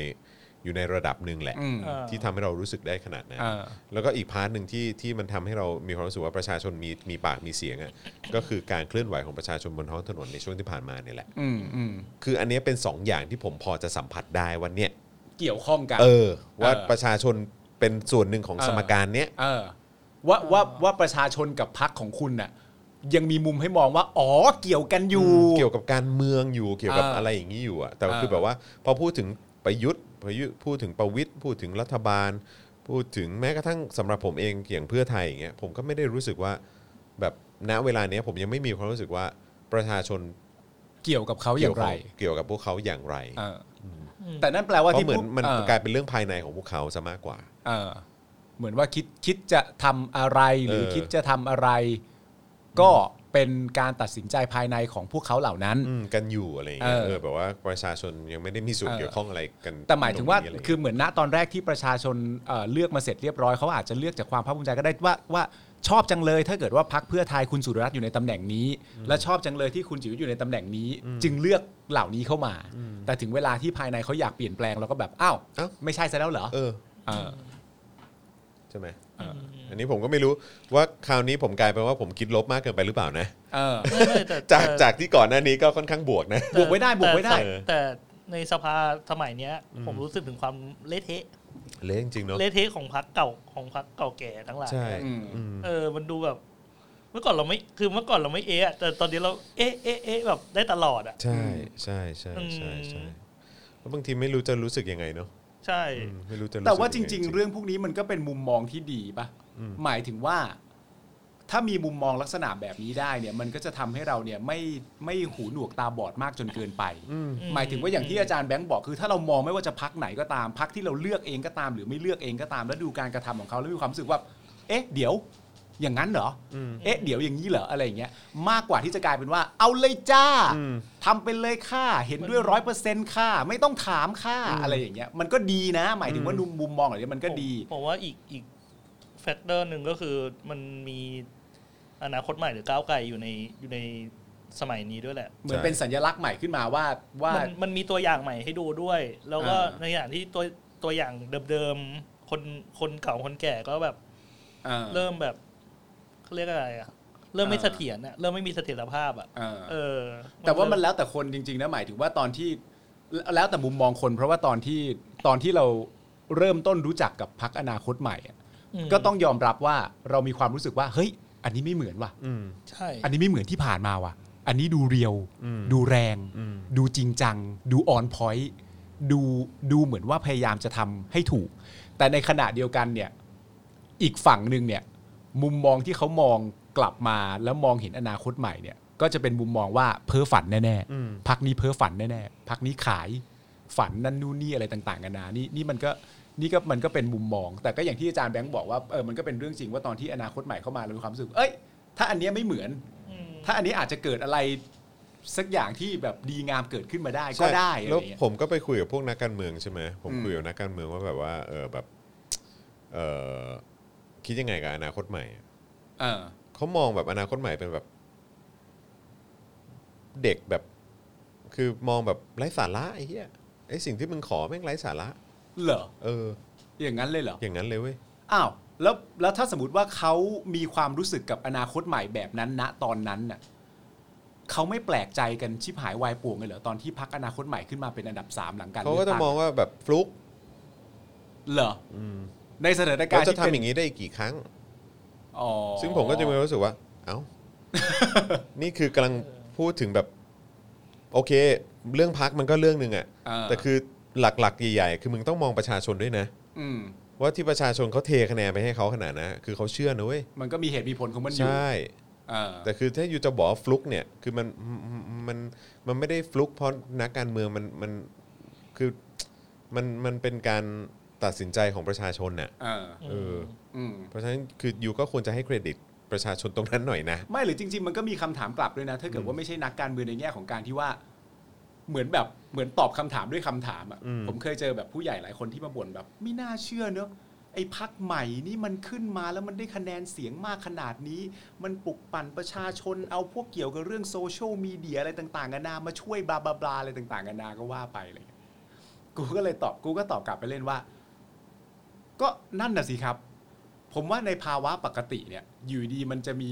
A: อยู่ในระดับหนึ่งแหละ
B: อืม
C: เออ
A: ที่ทำให้เรารู้สึกได้ขนาดนั้น
B: เออ
A: แล้วก็อีกพาร์ทหนึ่งที่ที่มันทำให้เรามีความรู้สึกว่าประชาชนมีมีปากมีเสียงอ่ะก็คือการเคลื่อนไหวของประชาชนบนท้องถนนในช่วงที่ผ่านมาเนี่ยแหละ
B: อืมอืม
A: คืออันเนี้ยเป็นสองอย่างที่ผมพอจะสัมผัสได้วันเนี้ย
B: เกี่ยวข้องกัน
A: เออว่า
B: เออ
A: ประชาชนเป็นส่วนหนึ่งของ
B: เออ
A: สมการเนี้ย
B: เออว่าว่าว่าประชาชนกับพักของคุณน่ะ ยังมีมุมให้มองว่า อ๋อเกี่ยวกันอยู่
A: เกี่ยวกับการเมืองอยู่เกี่ยวกับ
B: เอออ
A: อะไรอย่างนี้อยู่อะแต่ว่า
B: เออ
A: คือแบบว่าพอพูดถึงประยุทธ์ประยุทธ์พูดถึงประวิทย์พูดถึงรัฐบาล พูดถึงแม้กระทั่งสำหรับผมเองอย่างเพื่อไทยอย่างเงี้ยผมก็ไม่ได้รู้สึกว่าแบบณเวลาเนี้ยผมยังไม่มีความรู้สึกว่าประชาชน
B: เกี่ยวกับเขาอย่างไร
A: เกี่วกับเกี่ยวกับพวกเขาอย่างไร
B: เอออ
C: ม
B: แต่นั่นแปลว่า
A: เพราะ
B: ที่
A: เหมือ
B: พ
A: น
B: ว
A: มัน
B: เออ
A: กลายเป็นเรื่องภายในของพวกเขาซะมากกว่า
B: เออเหมือนว่าคิดคิดจะทำอะไรหรือ
A: เออ
B: คิดจะทำอะไร ก็เป็นการตัดสินใจภายในของพวกเขาเหล่านั้น
A: อืมกันอยู่อะไรอย่างเงี้ย
B: เออ
A: เออแบบว่าประชาชนยังไม่ได้มีส่วน
B: เออ
A: เกี่ยวข้องอะไรกัน
B: แต่หมายถึงว่า
A: ตรนี้ะไรย่เย
B: คือเหมือนณตอนแรกที่ประชาชนเอ่อเลือกมาเสร็จเรียบร้อยเขาอาจจะเลือกจากความภาคภูมิใจก็ได้ว่าว่าชอบจังเลย ถ้าเกิดว่าพักเพื่อไทยคุณสุรรัตน์อยู่ในตำแหน่งนี้ และชอบจังเลยที่คุณจิ๋วอยู่ในตำแหน่งนี้ จึงเลือกเหล่านี้เข้ามา แต่ถึงเวลาที่ภายในเขาอยากเปลี่ยนแปลงเราก็แบบอ้าว
A: เอ้า
B: ไม่ใช่ซะแล้วเหรอ
A: เออ
B: เออ
A: ใช่ไหม
B: เออ
A: อันนี้ผมก็ไม่รู้ว่าคราวนี้ผมกลายเป็นว่าผมคิดลบมากเกินไปหรือเปล่านะ
B: เออ
C: ไม่ไม่แต่แต่
A: จากจากที่ก่อนหน้านี้ก็ค่อนข้างบวกนะ
C: แต่
B: บวกไว้ได้บวกไว้ได้
C: แต่แต่ในสภาสมัยเนี้ย ผมรู้สึกถึงความเละเทะ
A: เละจริงๆเนาะ
C: เละเทะของพักเก่าของพักเก่าแก่ทั้งหลาย
A: ใช่
B: อืม
A: อืม
C: เออ มันดูแบบ เมื่อก่อนเราไม่ คือเมื่อก่อนเราไม่เอะอะแต่ตอนนี้เราเอะเอะเอะแบบได้ตลอดอ่ะ
A: ใช่ใช่ใช่ใช่ใช่แล้วบางทีไม่รู้จะรู้สึกยังไงเนาะ
C: ใช่
A: อืมไม่รู้จะสึก
B: แต่ว่าจ
A: ยังไ
B: ริง ๆ เรื่องพวกนี้มันก็เป็นมุมมองที่ดีปะหมายถึงว่า ถ้ามีมุมมองลักษณะแบบนี้ได้เนี่ย มันก็จะทำให้เราเนี่ยไม่ไม่หูหนวกตาบอดมากจนเกินไป หมายถึงว่าอย่างที่อาจารย์แบงค์บอกคือ ถ้าเรามองไม่ว่าจะพักไหนก็ตามพักที่เราเลือกเองก็ตาม หรือไม่เลือกเองก็ตาม แล้วดูการกระทำของเขาแล้วมีความรู้สึกว่า เอ๊ะ เดี๋ยว อย่างนั้นเหรออเอ๊ะเดี๋ยวอย่างนี้เหรออะไรอย่างเงี้ยมากกว่าที่จะกลายเป็นว่า เอาเลยจ้าทำไปเลยค่ะเห็นด้วยร้อยเปอร์เซ็นต์ค่ะไม่ต้องถามค่ะอะไรอย่างเงี้ยมันก็ดีนะ หมายถึงว่ามุมมุมมองอะไรมันก็ดี
C: ผมผมว่าอีกอีกแฟกเตอร์หนึ่งก็คือมันมีอนาคตใหม่หรือก้าวไกลอยู่ในอยู่ในสมัยนี้ด้วยแหละ
B: เหมือนเป็นสัญลักษณ์ใหม่ขึ้นมาว่าว่า
C: มันมันมีตัวอย่างใหม่ให้ดูด้วย แล้วก็
B: อ่า
C: ในอย่างที่ตัวตัวอย่างเดิมๆคนคนเก่าคนแก่ก็แบบ
B: เออ
C: เริ่มแบบเขาเรียกอะไรอะเริ่มไม่
B: อ่า
C: เสถียรอะเริ่มไม่มีเสถียรภาพอะ
B: เออ
C: เออ
B: แต่ว่ามันแล้
C: เริ่
B: วแต่คนจริงๆนะหมายถึงว่าตอนที่แล้วแล้วแต่มุมมองคน เพราะว่าตอนที่ตอนที่เราเริ่มต้นรู้จักกับพักอนาคตใหม่อะ
C: อืม
B: ก็ต้องยอมรับว่าเรามีความรู้สึกว่า เฮ้ย อันนี้ไม่เหมือนว่ะ
A: อืม
C: ใช่
B: อันนี้ไม่เหมือนที่ผ่านมาว่ะ อันนี้ดูเรียว
A: อืม
B: ดูแรง
A: อืม
B: ดูจริงจัง ดูออนพอยต์ดูดูเหมือนว่าพยายามจะทำให้ถูก แต่ในขณะเดียวกันเนี่ย อีกฝั่งหนึ่งเนี่ย มุมมองที่เขามองกลับมาแล้วมองเห็นอนาคตใหม่เนี่ย ก็จะเป็นมุมมองว่าเพ้อฝันแน่
A: อืม
B: ๆพักนี้เพ้อฝันแน่ๆพักนี้ขายฝันนั่นนู่นนี่อะไรต่างๆกันานานี่นี่มันก็นี่ก็มันก็เป็นมุมมอง แต่ก็อย่างที่อาจารย์แบงค์บอกว่าเออมันก็เป็นเรื่องจริงว่าตอนที่อนาคตใหม่เข้ามาเรามีความรู้สึกเอ้ยถ้าอันเนี้ยไม่เหมือน
C: อืม
B: ถ้าอันนี้อาจจะเกิดอะไรสักอย่างที่แบบดีงามเกิดขึ้นมาได้ก็
A: ใช่
B: ได้อะไร
A: แล้ว
B: เงี้ย
A: ผมก็ไปคุยกับพวกนักการเมืองใช่ไหมผม
B: อืม
A: คุยกับนักการเมืองว่าแบบว่าเออแบบเออคิดยังไงกับอนาคตใหม่อะ
B: เออ
A: เขามองแบบอนาคตใหม่เป็นแบบ เด็กแบบ คือมองแบบไร้สาระไอ้เหี้ยไอ้สิ่งที่มึงขอแม่งไร้สาระ
B: เหรอ
A: เออ
B: อย่างนั้นเลยเหรอ
A: อย่างนั้นเลยเว้ย
B: อ้าวแล้วแล้วถ้าสมมติว่าเขามีความรู้สึกกับอนาคตใหม่แบบนั้นณตอนนั้นน่ะเขาไม่แปลกใจกันชิบหายวายป่วงเลยเหรอตอนที่พักอนาคตใหม่ขึ้นมาเป็นอันดับสามหลังการ
A: เขาก็จะมอง
B: เลื
A: ว่าแบบฟลุก
B: ตั้งเหรอในสถานการ
A: เขา
B: ณ์
A: จะทำ
B: เป็น
A: อย่างนี้ได้อีกกี่ครั้ง
B: อ๋อ
A: ซึ่งผมก็จะมีความรู้สึกว่า เอ้า นี่คือกำลังพูดถึงแบบ โอเค เรื่องพักมันก็เรื่องหนึ่งอะ
B: เ
A: แต่คือหลักๆใหญ่ๆ คือมึงต้องมองประชาชนด้วยนะ
B: ม
A: ว่าที่ประชาชนเขาเทคะแนนไปให้เขาขนาดนะคือเขาเชื่อนะเว้ย
B: มันก็มีเหตุมีผลของมันอยู่
A: ใช่
B: เออ
A: แต่คือถ้าอยู่จะบอกว่าฟลุกเนี่ย คือมันมันมันมันไม่ได้ฟลุกเพราะนักการเมืองมันมันคือมันมันเป็นการตัดสินใจของประชาชนน่ะ
B: เออ
A: เออ
B: อืม
A: เพราะฉะนั้นคือยูก็ควรจะให้เครดิตประชาชนตรงนั้นหน่อยนะ
B: ไม่หรือจริง ๆ มันก็มีคำถามกลับด้วยนะ ถ้าเกิดว่าไม่ใช่นักการเมืองในแง่ของการที่ว่า เหมือนแบบเหมือนตอบคำถามด้วยคำถามอ่ะ
A: อืม
B: ผมเคยเจอแบบผู้ใหญ่หลายคนที่มาบ่นแบบไม่น่าเชื่อเนอะไอ้พักใหม่นี่มันขึ้นมาแล้วมันได้คะแนนเสียงมากขนาดนี้ มันปลุกปั่นประชาชนเอาพวกเกี่ยวกับเรื่องโซเชียลมีเดียอะไรต่างๆกันานามาช่วยบลาบลาบลาอะไรต่างๆกันานาก็ว่าไปอะไรอย่างเงี้ยกูก็เลยตอบกูก็ตอบกลับไปเล่นว่า ก็นั่นน่ะสิครับ ผมว่าในภาวะปกติเนี่ย อยู่ดีมันจะมี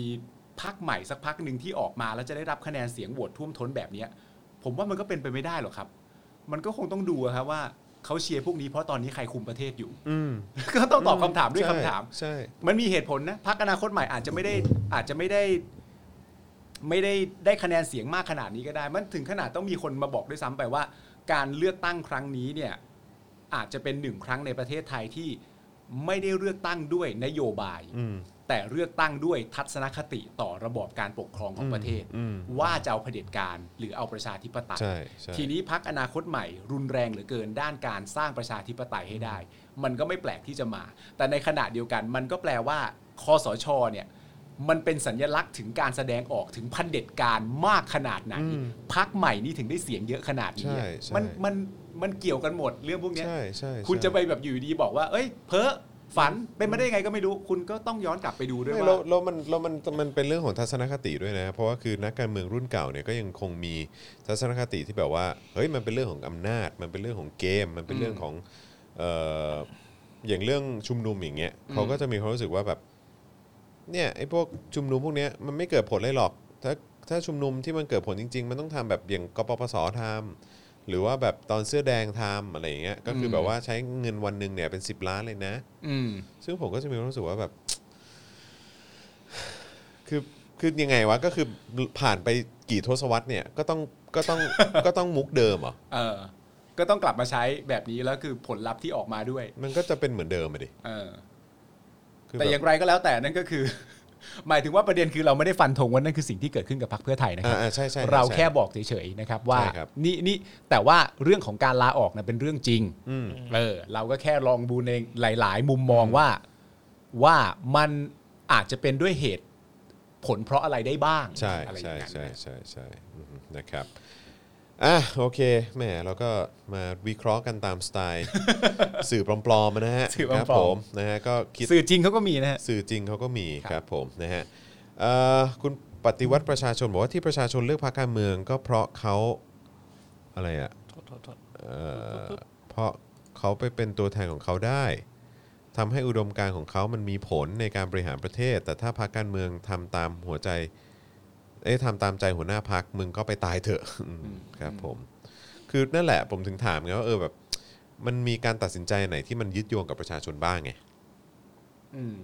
B: พักใหม่สักพักหนึ่งที่ออกมาแล้วจะได้รับคะแนนเสียงโหวตท่วมท้นแบบเนี้ย ผมว่ามันก็เป็นไปไม่ได้หรอกครับ มันก็คงต้องดูอะครับว่าเขาเชียร์พวกนี้เพราะตอนนี้ใครคุมประเทศอยู่
A: อืม
B: ก็ต้องตอบคำถามด้วยคำถาม
A: ใช่
B: มันมีเหตุผลนะพักอนาคตใหม่อาจจะไม่ได้อาจจะไม่ได้ ไม่ได้ได้คะแนนเสียงมากขนาดนี้ก็ได้ มันถึงขนาดต้องมีคนมาบอกด้วยซ้ำไปว่า การเลือกตั้งครั้งนี้เนี่ยอาจจะเป็นหนึ่งครั้งในประเทศไทยที่ไม่ได้เลือกตั้งด้วยนโยบาย
A: อืม
B: แต่เลือกตั้งด้วยทัศนคติต่อระบอบการปกครองของประเทศ
A: อืม
B: ว่าจะเอาเผด็จการหรือเอาประชาธิปไตย
A: ใช่ใช่
B: ทีนี้พักอนาคตใหม่ รุนแรงเหลือเกินด้านการสร้างประชาธิปไตยให้ได้ มันก็ไม่แปลกที่จะมา แต่ในขณะเดียวกัน มันก็แปลว่าคอสชเนี่ย มันเป็นสัญลักษณ์ถึงการแสดงออกถึงพันเผด็จการมากขนาดไหนพักใหม่นี่ถึงได้เสียงเยอะขนาดนี้
A: ใช่
B: อะ
A: ใช่
B: มันมันมันเกี่ยวกันหมดเรื่องพวกเนี้ย
A: ใช่ใช่
B: คุณ
A: ใช่
B: จะไปแบบอยู่ดีบอกว่า เอ้ย เพ้อฝันเป็นมาได้ยังไงก็ไม่รู้ คุณก็ต้องย้อนกลับไปดูด้วย
A: ไม่
B: ว่า
A: แล้วแล้วมันแล้วมันมันเป็นเรื่องของทัศนคติด้วยนะ เพราะว่าคือนักการเมืองรุ่นเก่าเนี่ยก็ยังคงมีทัศนคติที่แบบว่า เฮ้ย มันเป็นเรื่องของอำนาจ มันเป็นเรื่องของเกม มันเป็นเรื่องของเอ่ออย่างเรื่องชุมนุมอย่างเงี้ยเขาก็จะมีความรู้สึกว่าแบบ เนี่ยไอ้พวกชุมนุมพวกเนี้ยมันไม่เกิดผลเลยหรอก ถ้าถ้าชุมนุมที่มันเกิดผลจริง ๆ มันต้องทำแบบอย่างกปปสทำหรือว่าแบบตอนเสื้อแดงทำอะไรอย่างเงี้ย ก็คืออ
B: ม
A: แบบว่าใช้เงินวันหนึ่งเนี่ยเป็น 10 ล้านเลยนะ
B: อืม
A: ซึ่งผมก็จะมีความรู้สึกว่าแบบ คือ คือยังไงวะ ก็คือผ่านไปกี่ทศวรรษเนี่ย ก็ต้อง ก็ต้อง ก็ต้องมุกเดิมเหรอ
B: เออ ก็ต้องกลับมาใช้แบบนี้แล้วคือผลลัพธ์ที่ออกมาด้วย
A: มันก็จะเป็นเหมือนเดิมไปดิ
B: เออ
A: คื
B: แต่
A: บบ
B: อย่างไรก็แล้วแต่นั่นก็คือ หมายถึงว่าประเด็นคือเราไม่ได้ฟันธงว่านั่นคือสิ่งที่เกิดขึ้นกับพรรคเพื่อไทยนะครั
A: อ่า
B: บ
A: อ่าใช่ใช่ใช่
B: เราแค่บอกเฉยๆนะครับ ว่า
A: ใช่ครับ
B: นี่นี่แต่ว่าเรื่องของการลาออกนะเป็นเรื่องจริง
A: อืม
B: เออ เราก็แค่ลองดูในหลาย ๆ มุมมองว่าว่ามัน อาจจะเป็นด้วยเหตุผลเพราะอะไรได้บ้าง
A: ใช่
B: อะไรอ
A: ใช่
B: ย่างนั้น
A: ใช่
B: นะ
A: ใช่ใช่อือฮึนะครับอ่ะโอเคแหมเราก็มาวิเคราะห์กันตามสไตล์ สื่อปลอมๆนะฮะ
B: สื่อปลอมๆ
A: ครับผมนะฮะก็คิด
B: สื่อจริงเขาก็มีนะฮะ
A: สื่อจริงเขาก็มี
B: ครับ
A: ครับผมนะฮะเอ่อคุณปฏิวัติประชาชนบอกว่าที่ประชาชนเลือกพรรคการเมือง ก็เพราะเขาอะไรอ่ะ
C: โทษโทษโทษ
A: เอ่อเพราะเขาไปเป็นตัวแทนของเขาได้ทำให้อุดมการณ์ของเขามันมีผลในการบริหารประเทศ แต่ถ้าพรรคการเมืองทำตามหัวใจเอ้ยทำตามใจหัวหน้าพรรคมึงก็ไปตายเถอะ อืมครับผมคือนั่นแหละผมถึงถามไงว่าเออแบบมันมีการตัดสินใจไหนที่มันยึดโยงกับประชาชนบ้างไง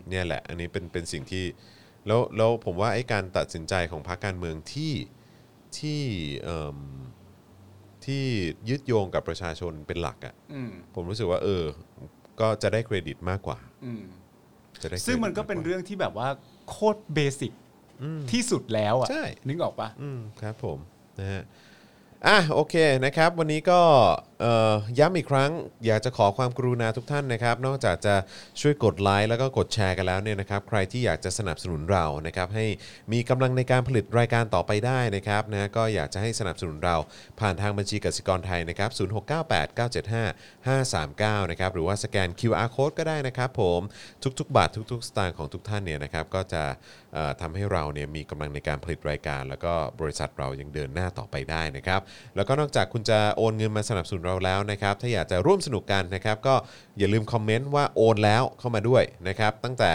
A: เนี่ยแหละ อันนี้เป็นเป็นสิ่งที่แล้วแล้วผมว่าไอ้การตัดสินใจของพรรคการเมืองที่ที่เอิ่มที่ยึดโยงกับประชาชนเป็นหลักอะ่ะผมรู้สึกว่า เออ ก็จะได้เครดิตมากกว่า จะได้เครดิต
B: ซึ่งมันก็เป็น
A: ากว่า
B: เรื่องที่แบบว่าโคตรเบสิกที่สุดแล้วอ่ะ
A: ใช่
B: นึกออกปะ
A: อืมครับผมนะฮะอ่ะโอเคนะครับ วันนี้ก็เอ่อย้ำอีกครั้ง อยากจะขอความกรุณาทุกท่านนะครับ นอกจากจะช่วยกดไลค์แล้วก็กดแชร์กันแล้วเนี่ยนะครับ ใครที่อยากจะสนับสนุนเรานะครับ ให้มีกำลังในการผลิตรายการต่อไปได้นะครับนะฮะก็อยากจะให้สนับสนุนเราผ่านทางบัญชีกสิกรไทยนะครับ 0698975539 นะครับ หรือว่าสแกน QR code ก็ได้นะครับผมทุกๆบาททุกๆสตางค์ของทุกท่านเนี่ยนะครับ ก็จะ เอ่อทำให้เราเนี่ยมีกำลังในการผลิตรายการ แล้วก็บริษัทเรายังเดินหน้าต่อไปได้นะครับ แล้วก็นอกจากคุณจะโอนเงินมาสนับสนุนเราแล้วนะครับ ถ้าอยากจะร่วมสนุกกันนะครับ ก็อย่าลืมคอมเมนต์ว่าโอนแล้วเข้ามาด้วยนะครับ ตั้งแต่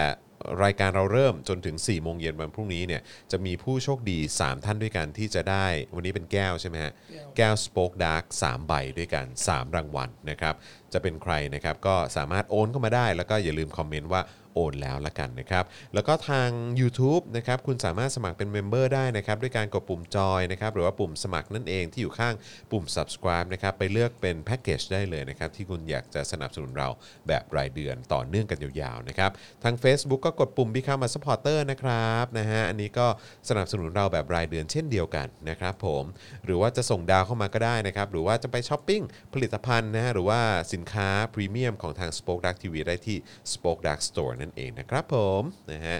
A: รายการเราเริ่มจนถึง 4 โมงเย็นวันพรุ่งนี้เนี่ยจะมีผู้โชคดี 3 ท่านด้วยกันที่จะได้ วันนี้เป็นแก้วใช่ไหมฮะ แก้วสป o อคดาร์กสามใบด้วยกัน 3 รางวัลนะครับ จะเป็นใครนะครับก็สามารถโอนเข้ามาได้ แล้วก็อย่าลืมคอมเมนต์ว่าโอนแล้วละกันนะครับ แล้วก็ทาง u t u b e นะครับคุณสามารถสมัครเป็นเมมเบอร์ได้นะครับ ด้วยการกดปุ่มจอยนะครับ หรือว่าปุ่มสมัครนั่นเองที่อยู่ข้างปุ่ม subscribe นะครับไปเลือกเป็นแพ็กเกจได้เลยนะครับ ที่คุณอยากจะสนับสนุนเราแบบรายเดือนต่อเนื่องกันยาวๆนะครับทาง Facebook ก็กดปุ่ม Become a supporter นะครับนะฮะอันนี้ก็สนับสนุนเราแบบรายเดือนเช่นเดียวกันนะครับผม หรือว่าจะส่งดาวเข้ามาก็ได้นะครับ หรือว่าจะไปช้อปปิ้งผลิตภัณฑ์นะฮะหรือว่าสินค้าพรีเมียมของทาง Spoke Dark TV ได้ที่ Spoke Dark Store นั่นเองนะครับผมนะฮะ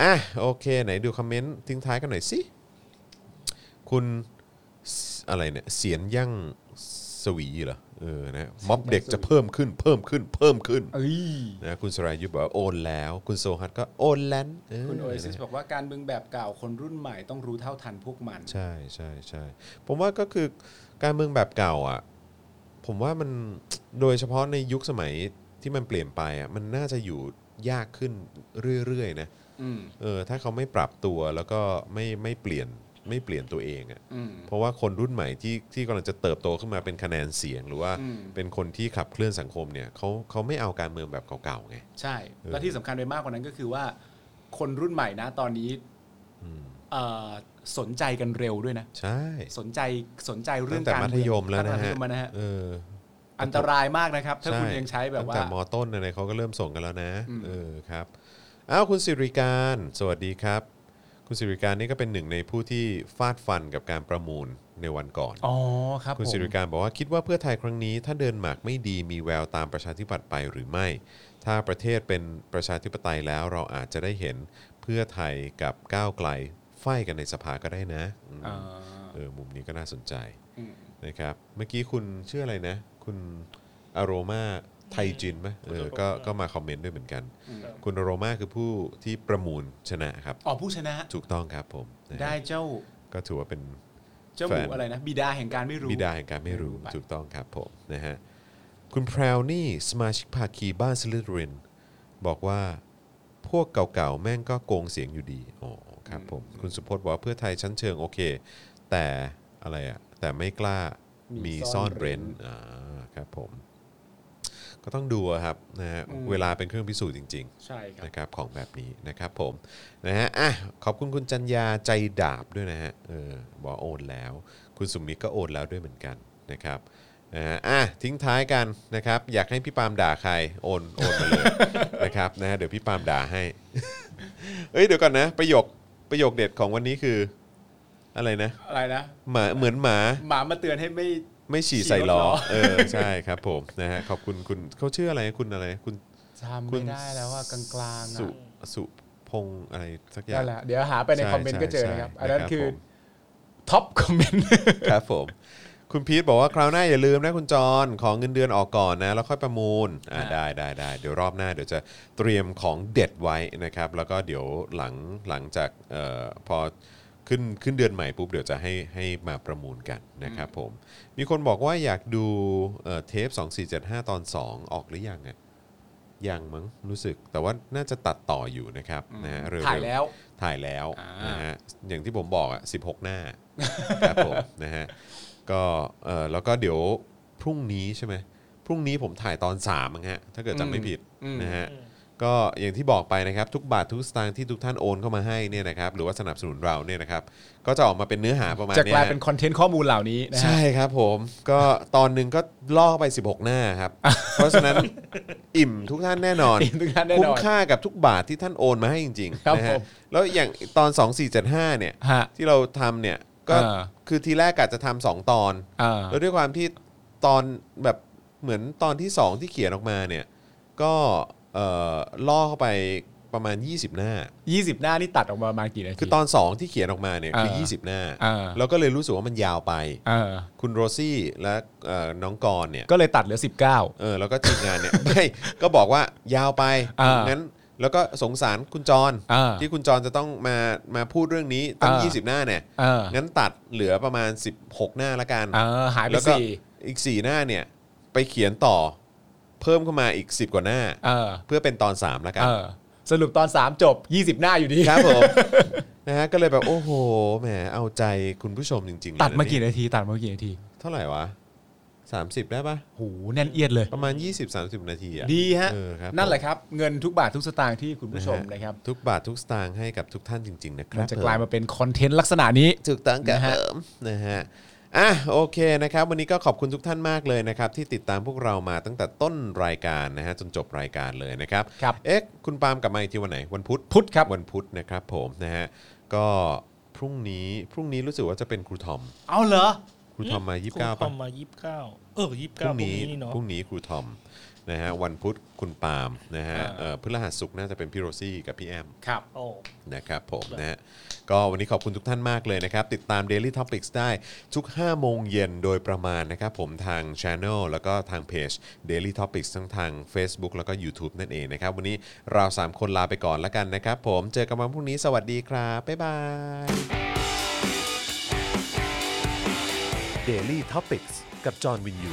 A: อ่ะโอเค ไหนดูคอมเมนต์ทิ้งท้ายกันหน่อยสิ คุณสอะไรเนี่ย เสียนยั่งสวีเหรอเออนะม็อบเด็กจะเพิ่มขึ้นเพิ่มขึ้นเพิ่มขึ้น
B: เอ้ย
A: นะคุณสรายุทธบอกว่าโอนแล้ว คุณโซฮัตก็โอนแล้วเ
B: คุณโอเอซิสบอกว่าการเมืองแบบเก่าคนรุ่นใหม่ต้องรู้เท่าทันพวกมัน
A: ใช่ใช่ใช่ผมว่าก็คือการเมืองแบบเก่าอ่ะผมว่ามันโดยเฉพาะในยุคสมัยที่มันเปลี่ยนไปอ่ะมันน่าจะอยู่ยากขึ้นเรื่อยๆนะ
B: อืม
A: เออถ้าเขาไม่ปรับตัวแล้วก็ไม่ไม่เปลี่ยนไม่เปลี่ยนตัวเองอ่ะ
B: อืม
A: เพราะว่าคนรุ่นใหม่ที่ที่กำลังจะเติบโตขึ้นมาเป็นคะแนนเสียง หรือว่า
B: อืม
A: เป็นคนที่ขับเคลื่อนสังคมเนี่ยเขาเขาไม่เอาการเมืองแบบเก่าๆไง
B: ใช่ และที่สำคัญไปมากกว่านั้นก็คือว่า คนรุ่นใหม่นะตอนนี้เอ่อสนใจกันเร็วด้วยนะ
A: ใช่
B: สนใจสนใจเรื่
A: ตั้
B: อง
A: งแต่
B: การ
A: มัธยมแล้วนะ
B: ตั้งต่มัธ
A: ฮะ
B: ยมนะฮะ
A: เออ
B: อันตรายมากนะครับ ถ้าคุณยังใช้แบบว่า
A: ตั้งแต่มอต้นอะไรเขาก็เริ่มส่งกันแล้วนะเออครับอ้าวคุณสิริการ สวัสดีครับ คุณสิริการนี่ก็เป็นหนึ่งในผู้ที่ฟาดฟันกับการประมูลในวันก่อน
B: อ๋อครับ
A: คุณ
B: ผม
A: สิริการบอกว่าคิดว่าเพื่อไทยครั้งนี้ ถ้าเดินหมากไม่ดีมีแววตามประชาธิปัตย์ไปหรือไม่ ถ้าประเทศเป็นประชาธิปไตยแล้วเราอาจจะได้เห็นเพื่อไทยกับก้าวไกลไฟกันในสภาก็ได้นะอืม
B: อ่า
A: เออมุมนี้ก็น่าสนใจ
B: อืม
A: นะครับเมื่อกี้คุณชื่ออะไรนะ คุณอโรมาไทยจินไหมเออก็ก็มาคอมเมนต์ด้วยเหมือนกัน
C: ครับ
A: คุณอโรมาคือผู้ที่ประมูลชนะครับ
B: อ๋อผู้ชนะ
A: ถูกต้องครับผมนะฮะ
B: ได้เจ้า
A: ก็ถือว่าเป็น
B: เจ้าหมูอะไรนะ บิดาแห่งการไม่รู้
A: บิดาแห่งการไม่รู้
B: ไม่รู้ไป
A: ถูกต้องครับผมนะฮะคุณแพรวนี่สมาชิกภาคีบ้านสลิดริน บอกว่าพวกเก่าๆ แม่งก็โกงเสียงอยู่ดีอ๋อครับผม คุณสุพจน์บอกว่าเพื่อไทยชั้นเชิงโอเค แต่อะไรอะแต่ไม่กล้ามีซ่อนเร้นอ่าครับผม ก็ต้องดูอะครับนะฮะเวลาเป็นเครื่องพิสูจน์จริง ๆ
B: ใช่ครับ
A: นะครับของแบบนี้นะครับผมนะฮะอ่ะขอบคุณคุณจันยาใจดาบด้วยนะฮะเออบอกโอนแล้ว คุณสุมิตรก็โอนแล้วด้วยเหมือนกันนะครับนะฮะอ่ะทิ้งท้ายกันนะครับ อยากให้พี่ปาล์มด่าใครโอนโอนมาเลย นะครับนะฮะเดี๋ยวพี่ปาล์มด่าให้ เอ้ยเดี๋ยวก่อนนะประโยคประโยคเด็ดของวันนี้คืออะไรนะ
B: อะไรนะ
A: หมาเหมือนหมา
B: หมามาเตือนให้ไม่
A: ไม่ฉี่ใส่ล้อ
B: ฉี่รถล้อ
A: เออใช่ครับผมนะฮะขอบคุณคุณเขาชื่ออะไรคุณอะไรคุณ
B: จำไม่ได้แล้วว่ากลางๆ
A: สุ
B: อะ
A: สุพ พงษ์อะไรสักอย่า
B: นั่
A: ง
B: นแหละเดี๋ยวหาไปใน
A: ใช่
B: คอมเมนต์ก็เจอ
A: ใช่
B: นะครับ
A: ใช่
B: อันนั้น
A: นะครับ
B: คือ
A: ผม
B: ท็อปคอมเมนต์
A: ครับผม คุณพีทบอกว่าคราวหน้าอย่าลืมนะคุณจรของเงินเดือนออกก่อนนะ แล้วค่อยประมูลอ่าได้ได้ได้เดี๋ยวรอบหน้าเดี๋ยวจะเตรียมของเด็ดไว้นะครับ แล้วก็เดี๋ยวหลังหลังจากเอ่อพอขึ้นขึ้นเดือนใหม่ปุ๊บเดี๋ยวจะให้ให้มาประมูลกันนะครับผม มีคนบอกว่าอยากดูเอ่อเทป 2475 ตอน 2 ออกหรือยังอะยังมั้งรู้สึกแต่ว่าน่าจะตัดต่ออยู่นะครับนะฮะเร็วๆ
B: ถ่ายแล้ว
A: ถ่ายแล้ว
B: อ่า
A: นะฮะอย่างที่ผมบอกอ่ะ16 หน้า ครับผมนะฮะก็เออแล้วก็เดี๋ยวพรุ่งนี้ใช่ไหมพรุ่งนี้ผมถ่ายตอน3ามมั้งฮะถ้าเกิดจำไม่ผิดนะฮะก็อย่างที่บอกไปนะครับ ทุกบาททุกสตางค์ที่ทุกท่านโอนเข้ามาให้เนี่ยนะครับหรือว่าสนับสนุนเราเนี่ยนะครับก็จะออกมาเป็นเนื้อหาประมาณ
B: จะก
A: เนี้ย
B: ลาย
A: ฮะ
B: เป็นคอนเทนต์ข้อมูลเหล่านี้นะฮะ
A: ใช่ครับผมก็ตอนหนึ่งก็ล่อไป 16 หน้าครับ เพราะ ฉะนั้นอิ่มทุกท่านแน่นอน
B: อิ่มทุกท่านแน่นอน
A: คุ้มค่ากับทุกบาทที่ท่านโอนมาให้จริง
B: ครับ
A: ๆนะฮะ
B: ผม
A: แล้วอย่างตอน 2475 เนี่ย
B: ฮะ
A: ที่เราทำเนี่ยก็
B: อ่า
A: คือทีแรกกะจะทำสองตอน
B: อ่า
A: แล้วด้วยความที่ตอนแบบเหมือนตอนที่ 2 ที่เขียนออกมาเนี่ยก็เอ่อล่อเข้าไปประมาณ 20 หน้า
B: ยี่สิบหน้านี่ตัดออกมาประมาณกี่นาที
A: คือตอน 2 ที่เขียนออกมาเนี่ยคือ
B: อ่า
A: 20 หน้า
B: อ่า
A: แล้วก็เลยรู้สึกว่ามันยาวไป
B: เออ
A: คุณโรซี่และเอ่อน้องกรณ์เนี่ย
B: ก็เลยตัดเหลือสิบเก้า
A: เออแล้วก็ทีมงานเนี่ย ไม่ก็บอกว่ายาวไป
B: อ่างั้
A: งั้นแล้วก็สงสารคุณจร
B: อ่า
A: ที่คุณจรจะต้องมามาพูดเรื่องนี้ตั้ง
B: อ่า
A: 20 หน้าเนี่ย
B: อ่างั้
A: งั้นตัดเหลือประมาณ 16 หน้าละกัน
B: เออหายไป
A: แล้วก็
B: สี่
A: อีก 4 หน้าเนี่ยไปเขียนต่อเพิ่มเข้ามาอีก 10 กว่าหน้า
B: เออ
A: เพื่อเป็นตอน 3 ละกัน
B: เออสรุปตอนสามจบยี่สิบหน้าอยู่ดี
A: ครับผม นะฮะก็เลยแบบโอ้โหแหมเอาใจคุณผู้ชมจริงๆเลยนะ
B: ตัดมากี่
A: เนี่ย
B: นาที ตัดมากี่นาที
A: เท่าไหร่วะ 30 ได้ปะ
B: โหแน่นเอียดเลย
A: ประมาณ 20-30 นาทีอ่ะ
B: ดีฮะ
A: เออครับ
B: นั่นแหละครับ เงินทุกบาททุกสตางค์ที่คุณผู้ชมนะครับ
A: ทุกบาททุกสตางค์ให้กับทุกท่านจริง ๆ นะค
B: มั
A: รั
B: น
A: บ
B: จะกลายมาเป็นคอนเทนต์ลักษณะนี้
A: ถูกต้องกับ
B: นะฮะ
A: เอิมนะฮะอ่ะโอเคนะครับ วันนี้ก็ขอบคุณทุกท่านมากเลยนะครับ ที่ติดตามพวกเรามาตั้งแต่ต้นรายการนะฮะจนจบรายการเลยนะครับ
B: ครับ
A: เอ๊ะคุณปาล์มกลับมาอีกทีวันไหน วันพุธ
B: พุธครับ
A: วันพุธนะครับผมนะฮะก็พรุ่งนี้พรุ่งนี้รู้สึกว่าจะเป็นครูทอม
B: เอาเหรอ
A: ครูทอมมา
C: ครู
A: 29
C: ทอ
A: ป่ะ
C: มมายี่สิบเก้าเออยี่สิบ
A: พ
C: เก้า
A: รุ่ง
C: พรุ่ง
A: นี้
C: นี้นี่เนาะ
A: พรุ่งนี้ครูทอมนะฮะวันพุธคุณปาล์มนะฮะเอ่อพฤหัสศุกร์น่าจะเป็นพี่โรซี่กับพี่แอม
B: ครับ
C: โอ้
A: นะครับผมนะฮะก็วันนี้ขอบคุณทุกท่านมากเลยนะครับ ติดตาม Daily Topics ได้ทุก 5 โมงเย็นโดยประมาณนะครับผมทาง Channel แล้วก็ทางเพจ Daily Topics ทั้งทาง Facebook แล้วก็ YouTube นั่นเองนะครับ วันนี้เรา 3 คนลาไปก่อนแล้วกันนะครับผมเจอกันวันพรุ่งนี้สวัสดีครับ บ๊ายบาย
D: Daily t o p i c กกับจอห์นวินยู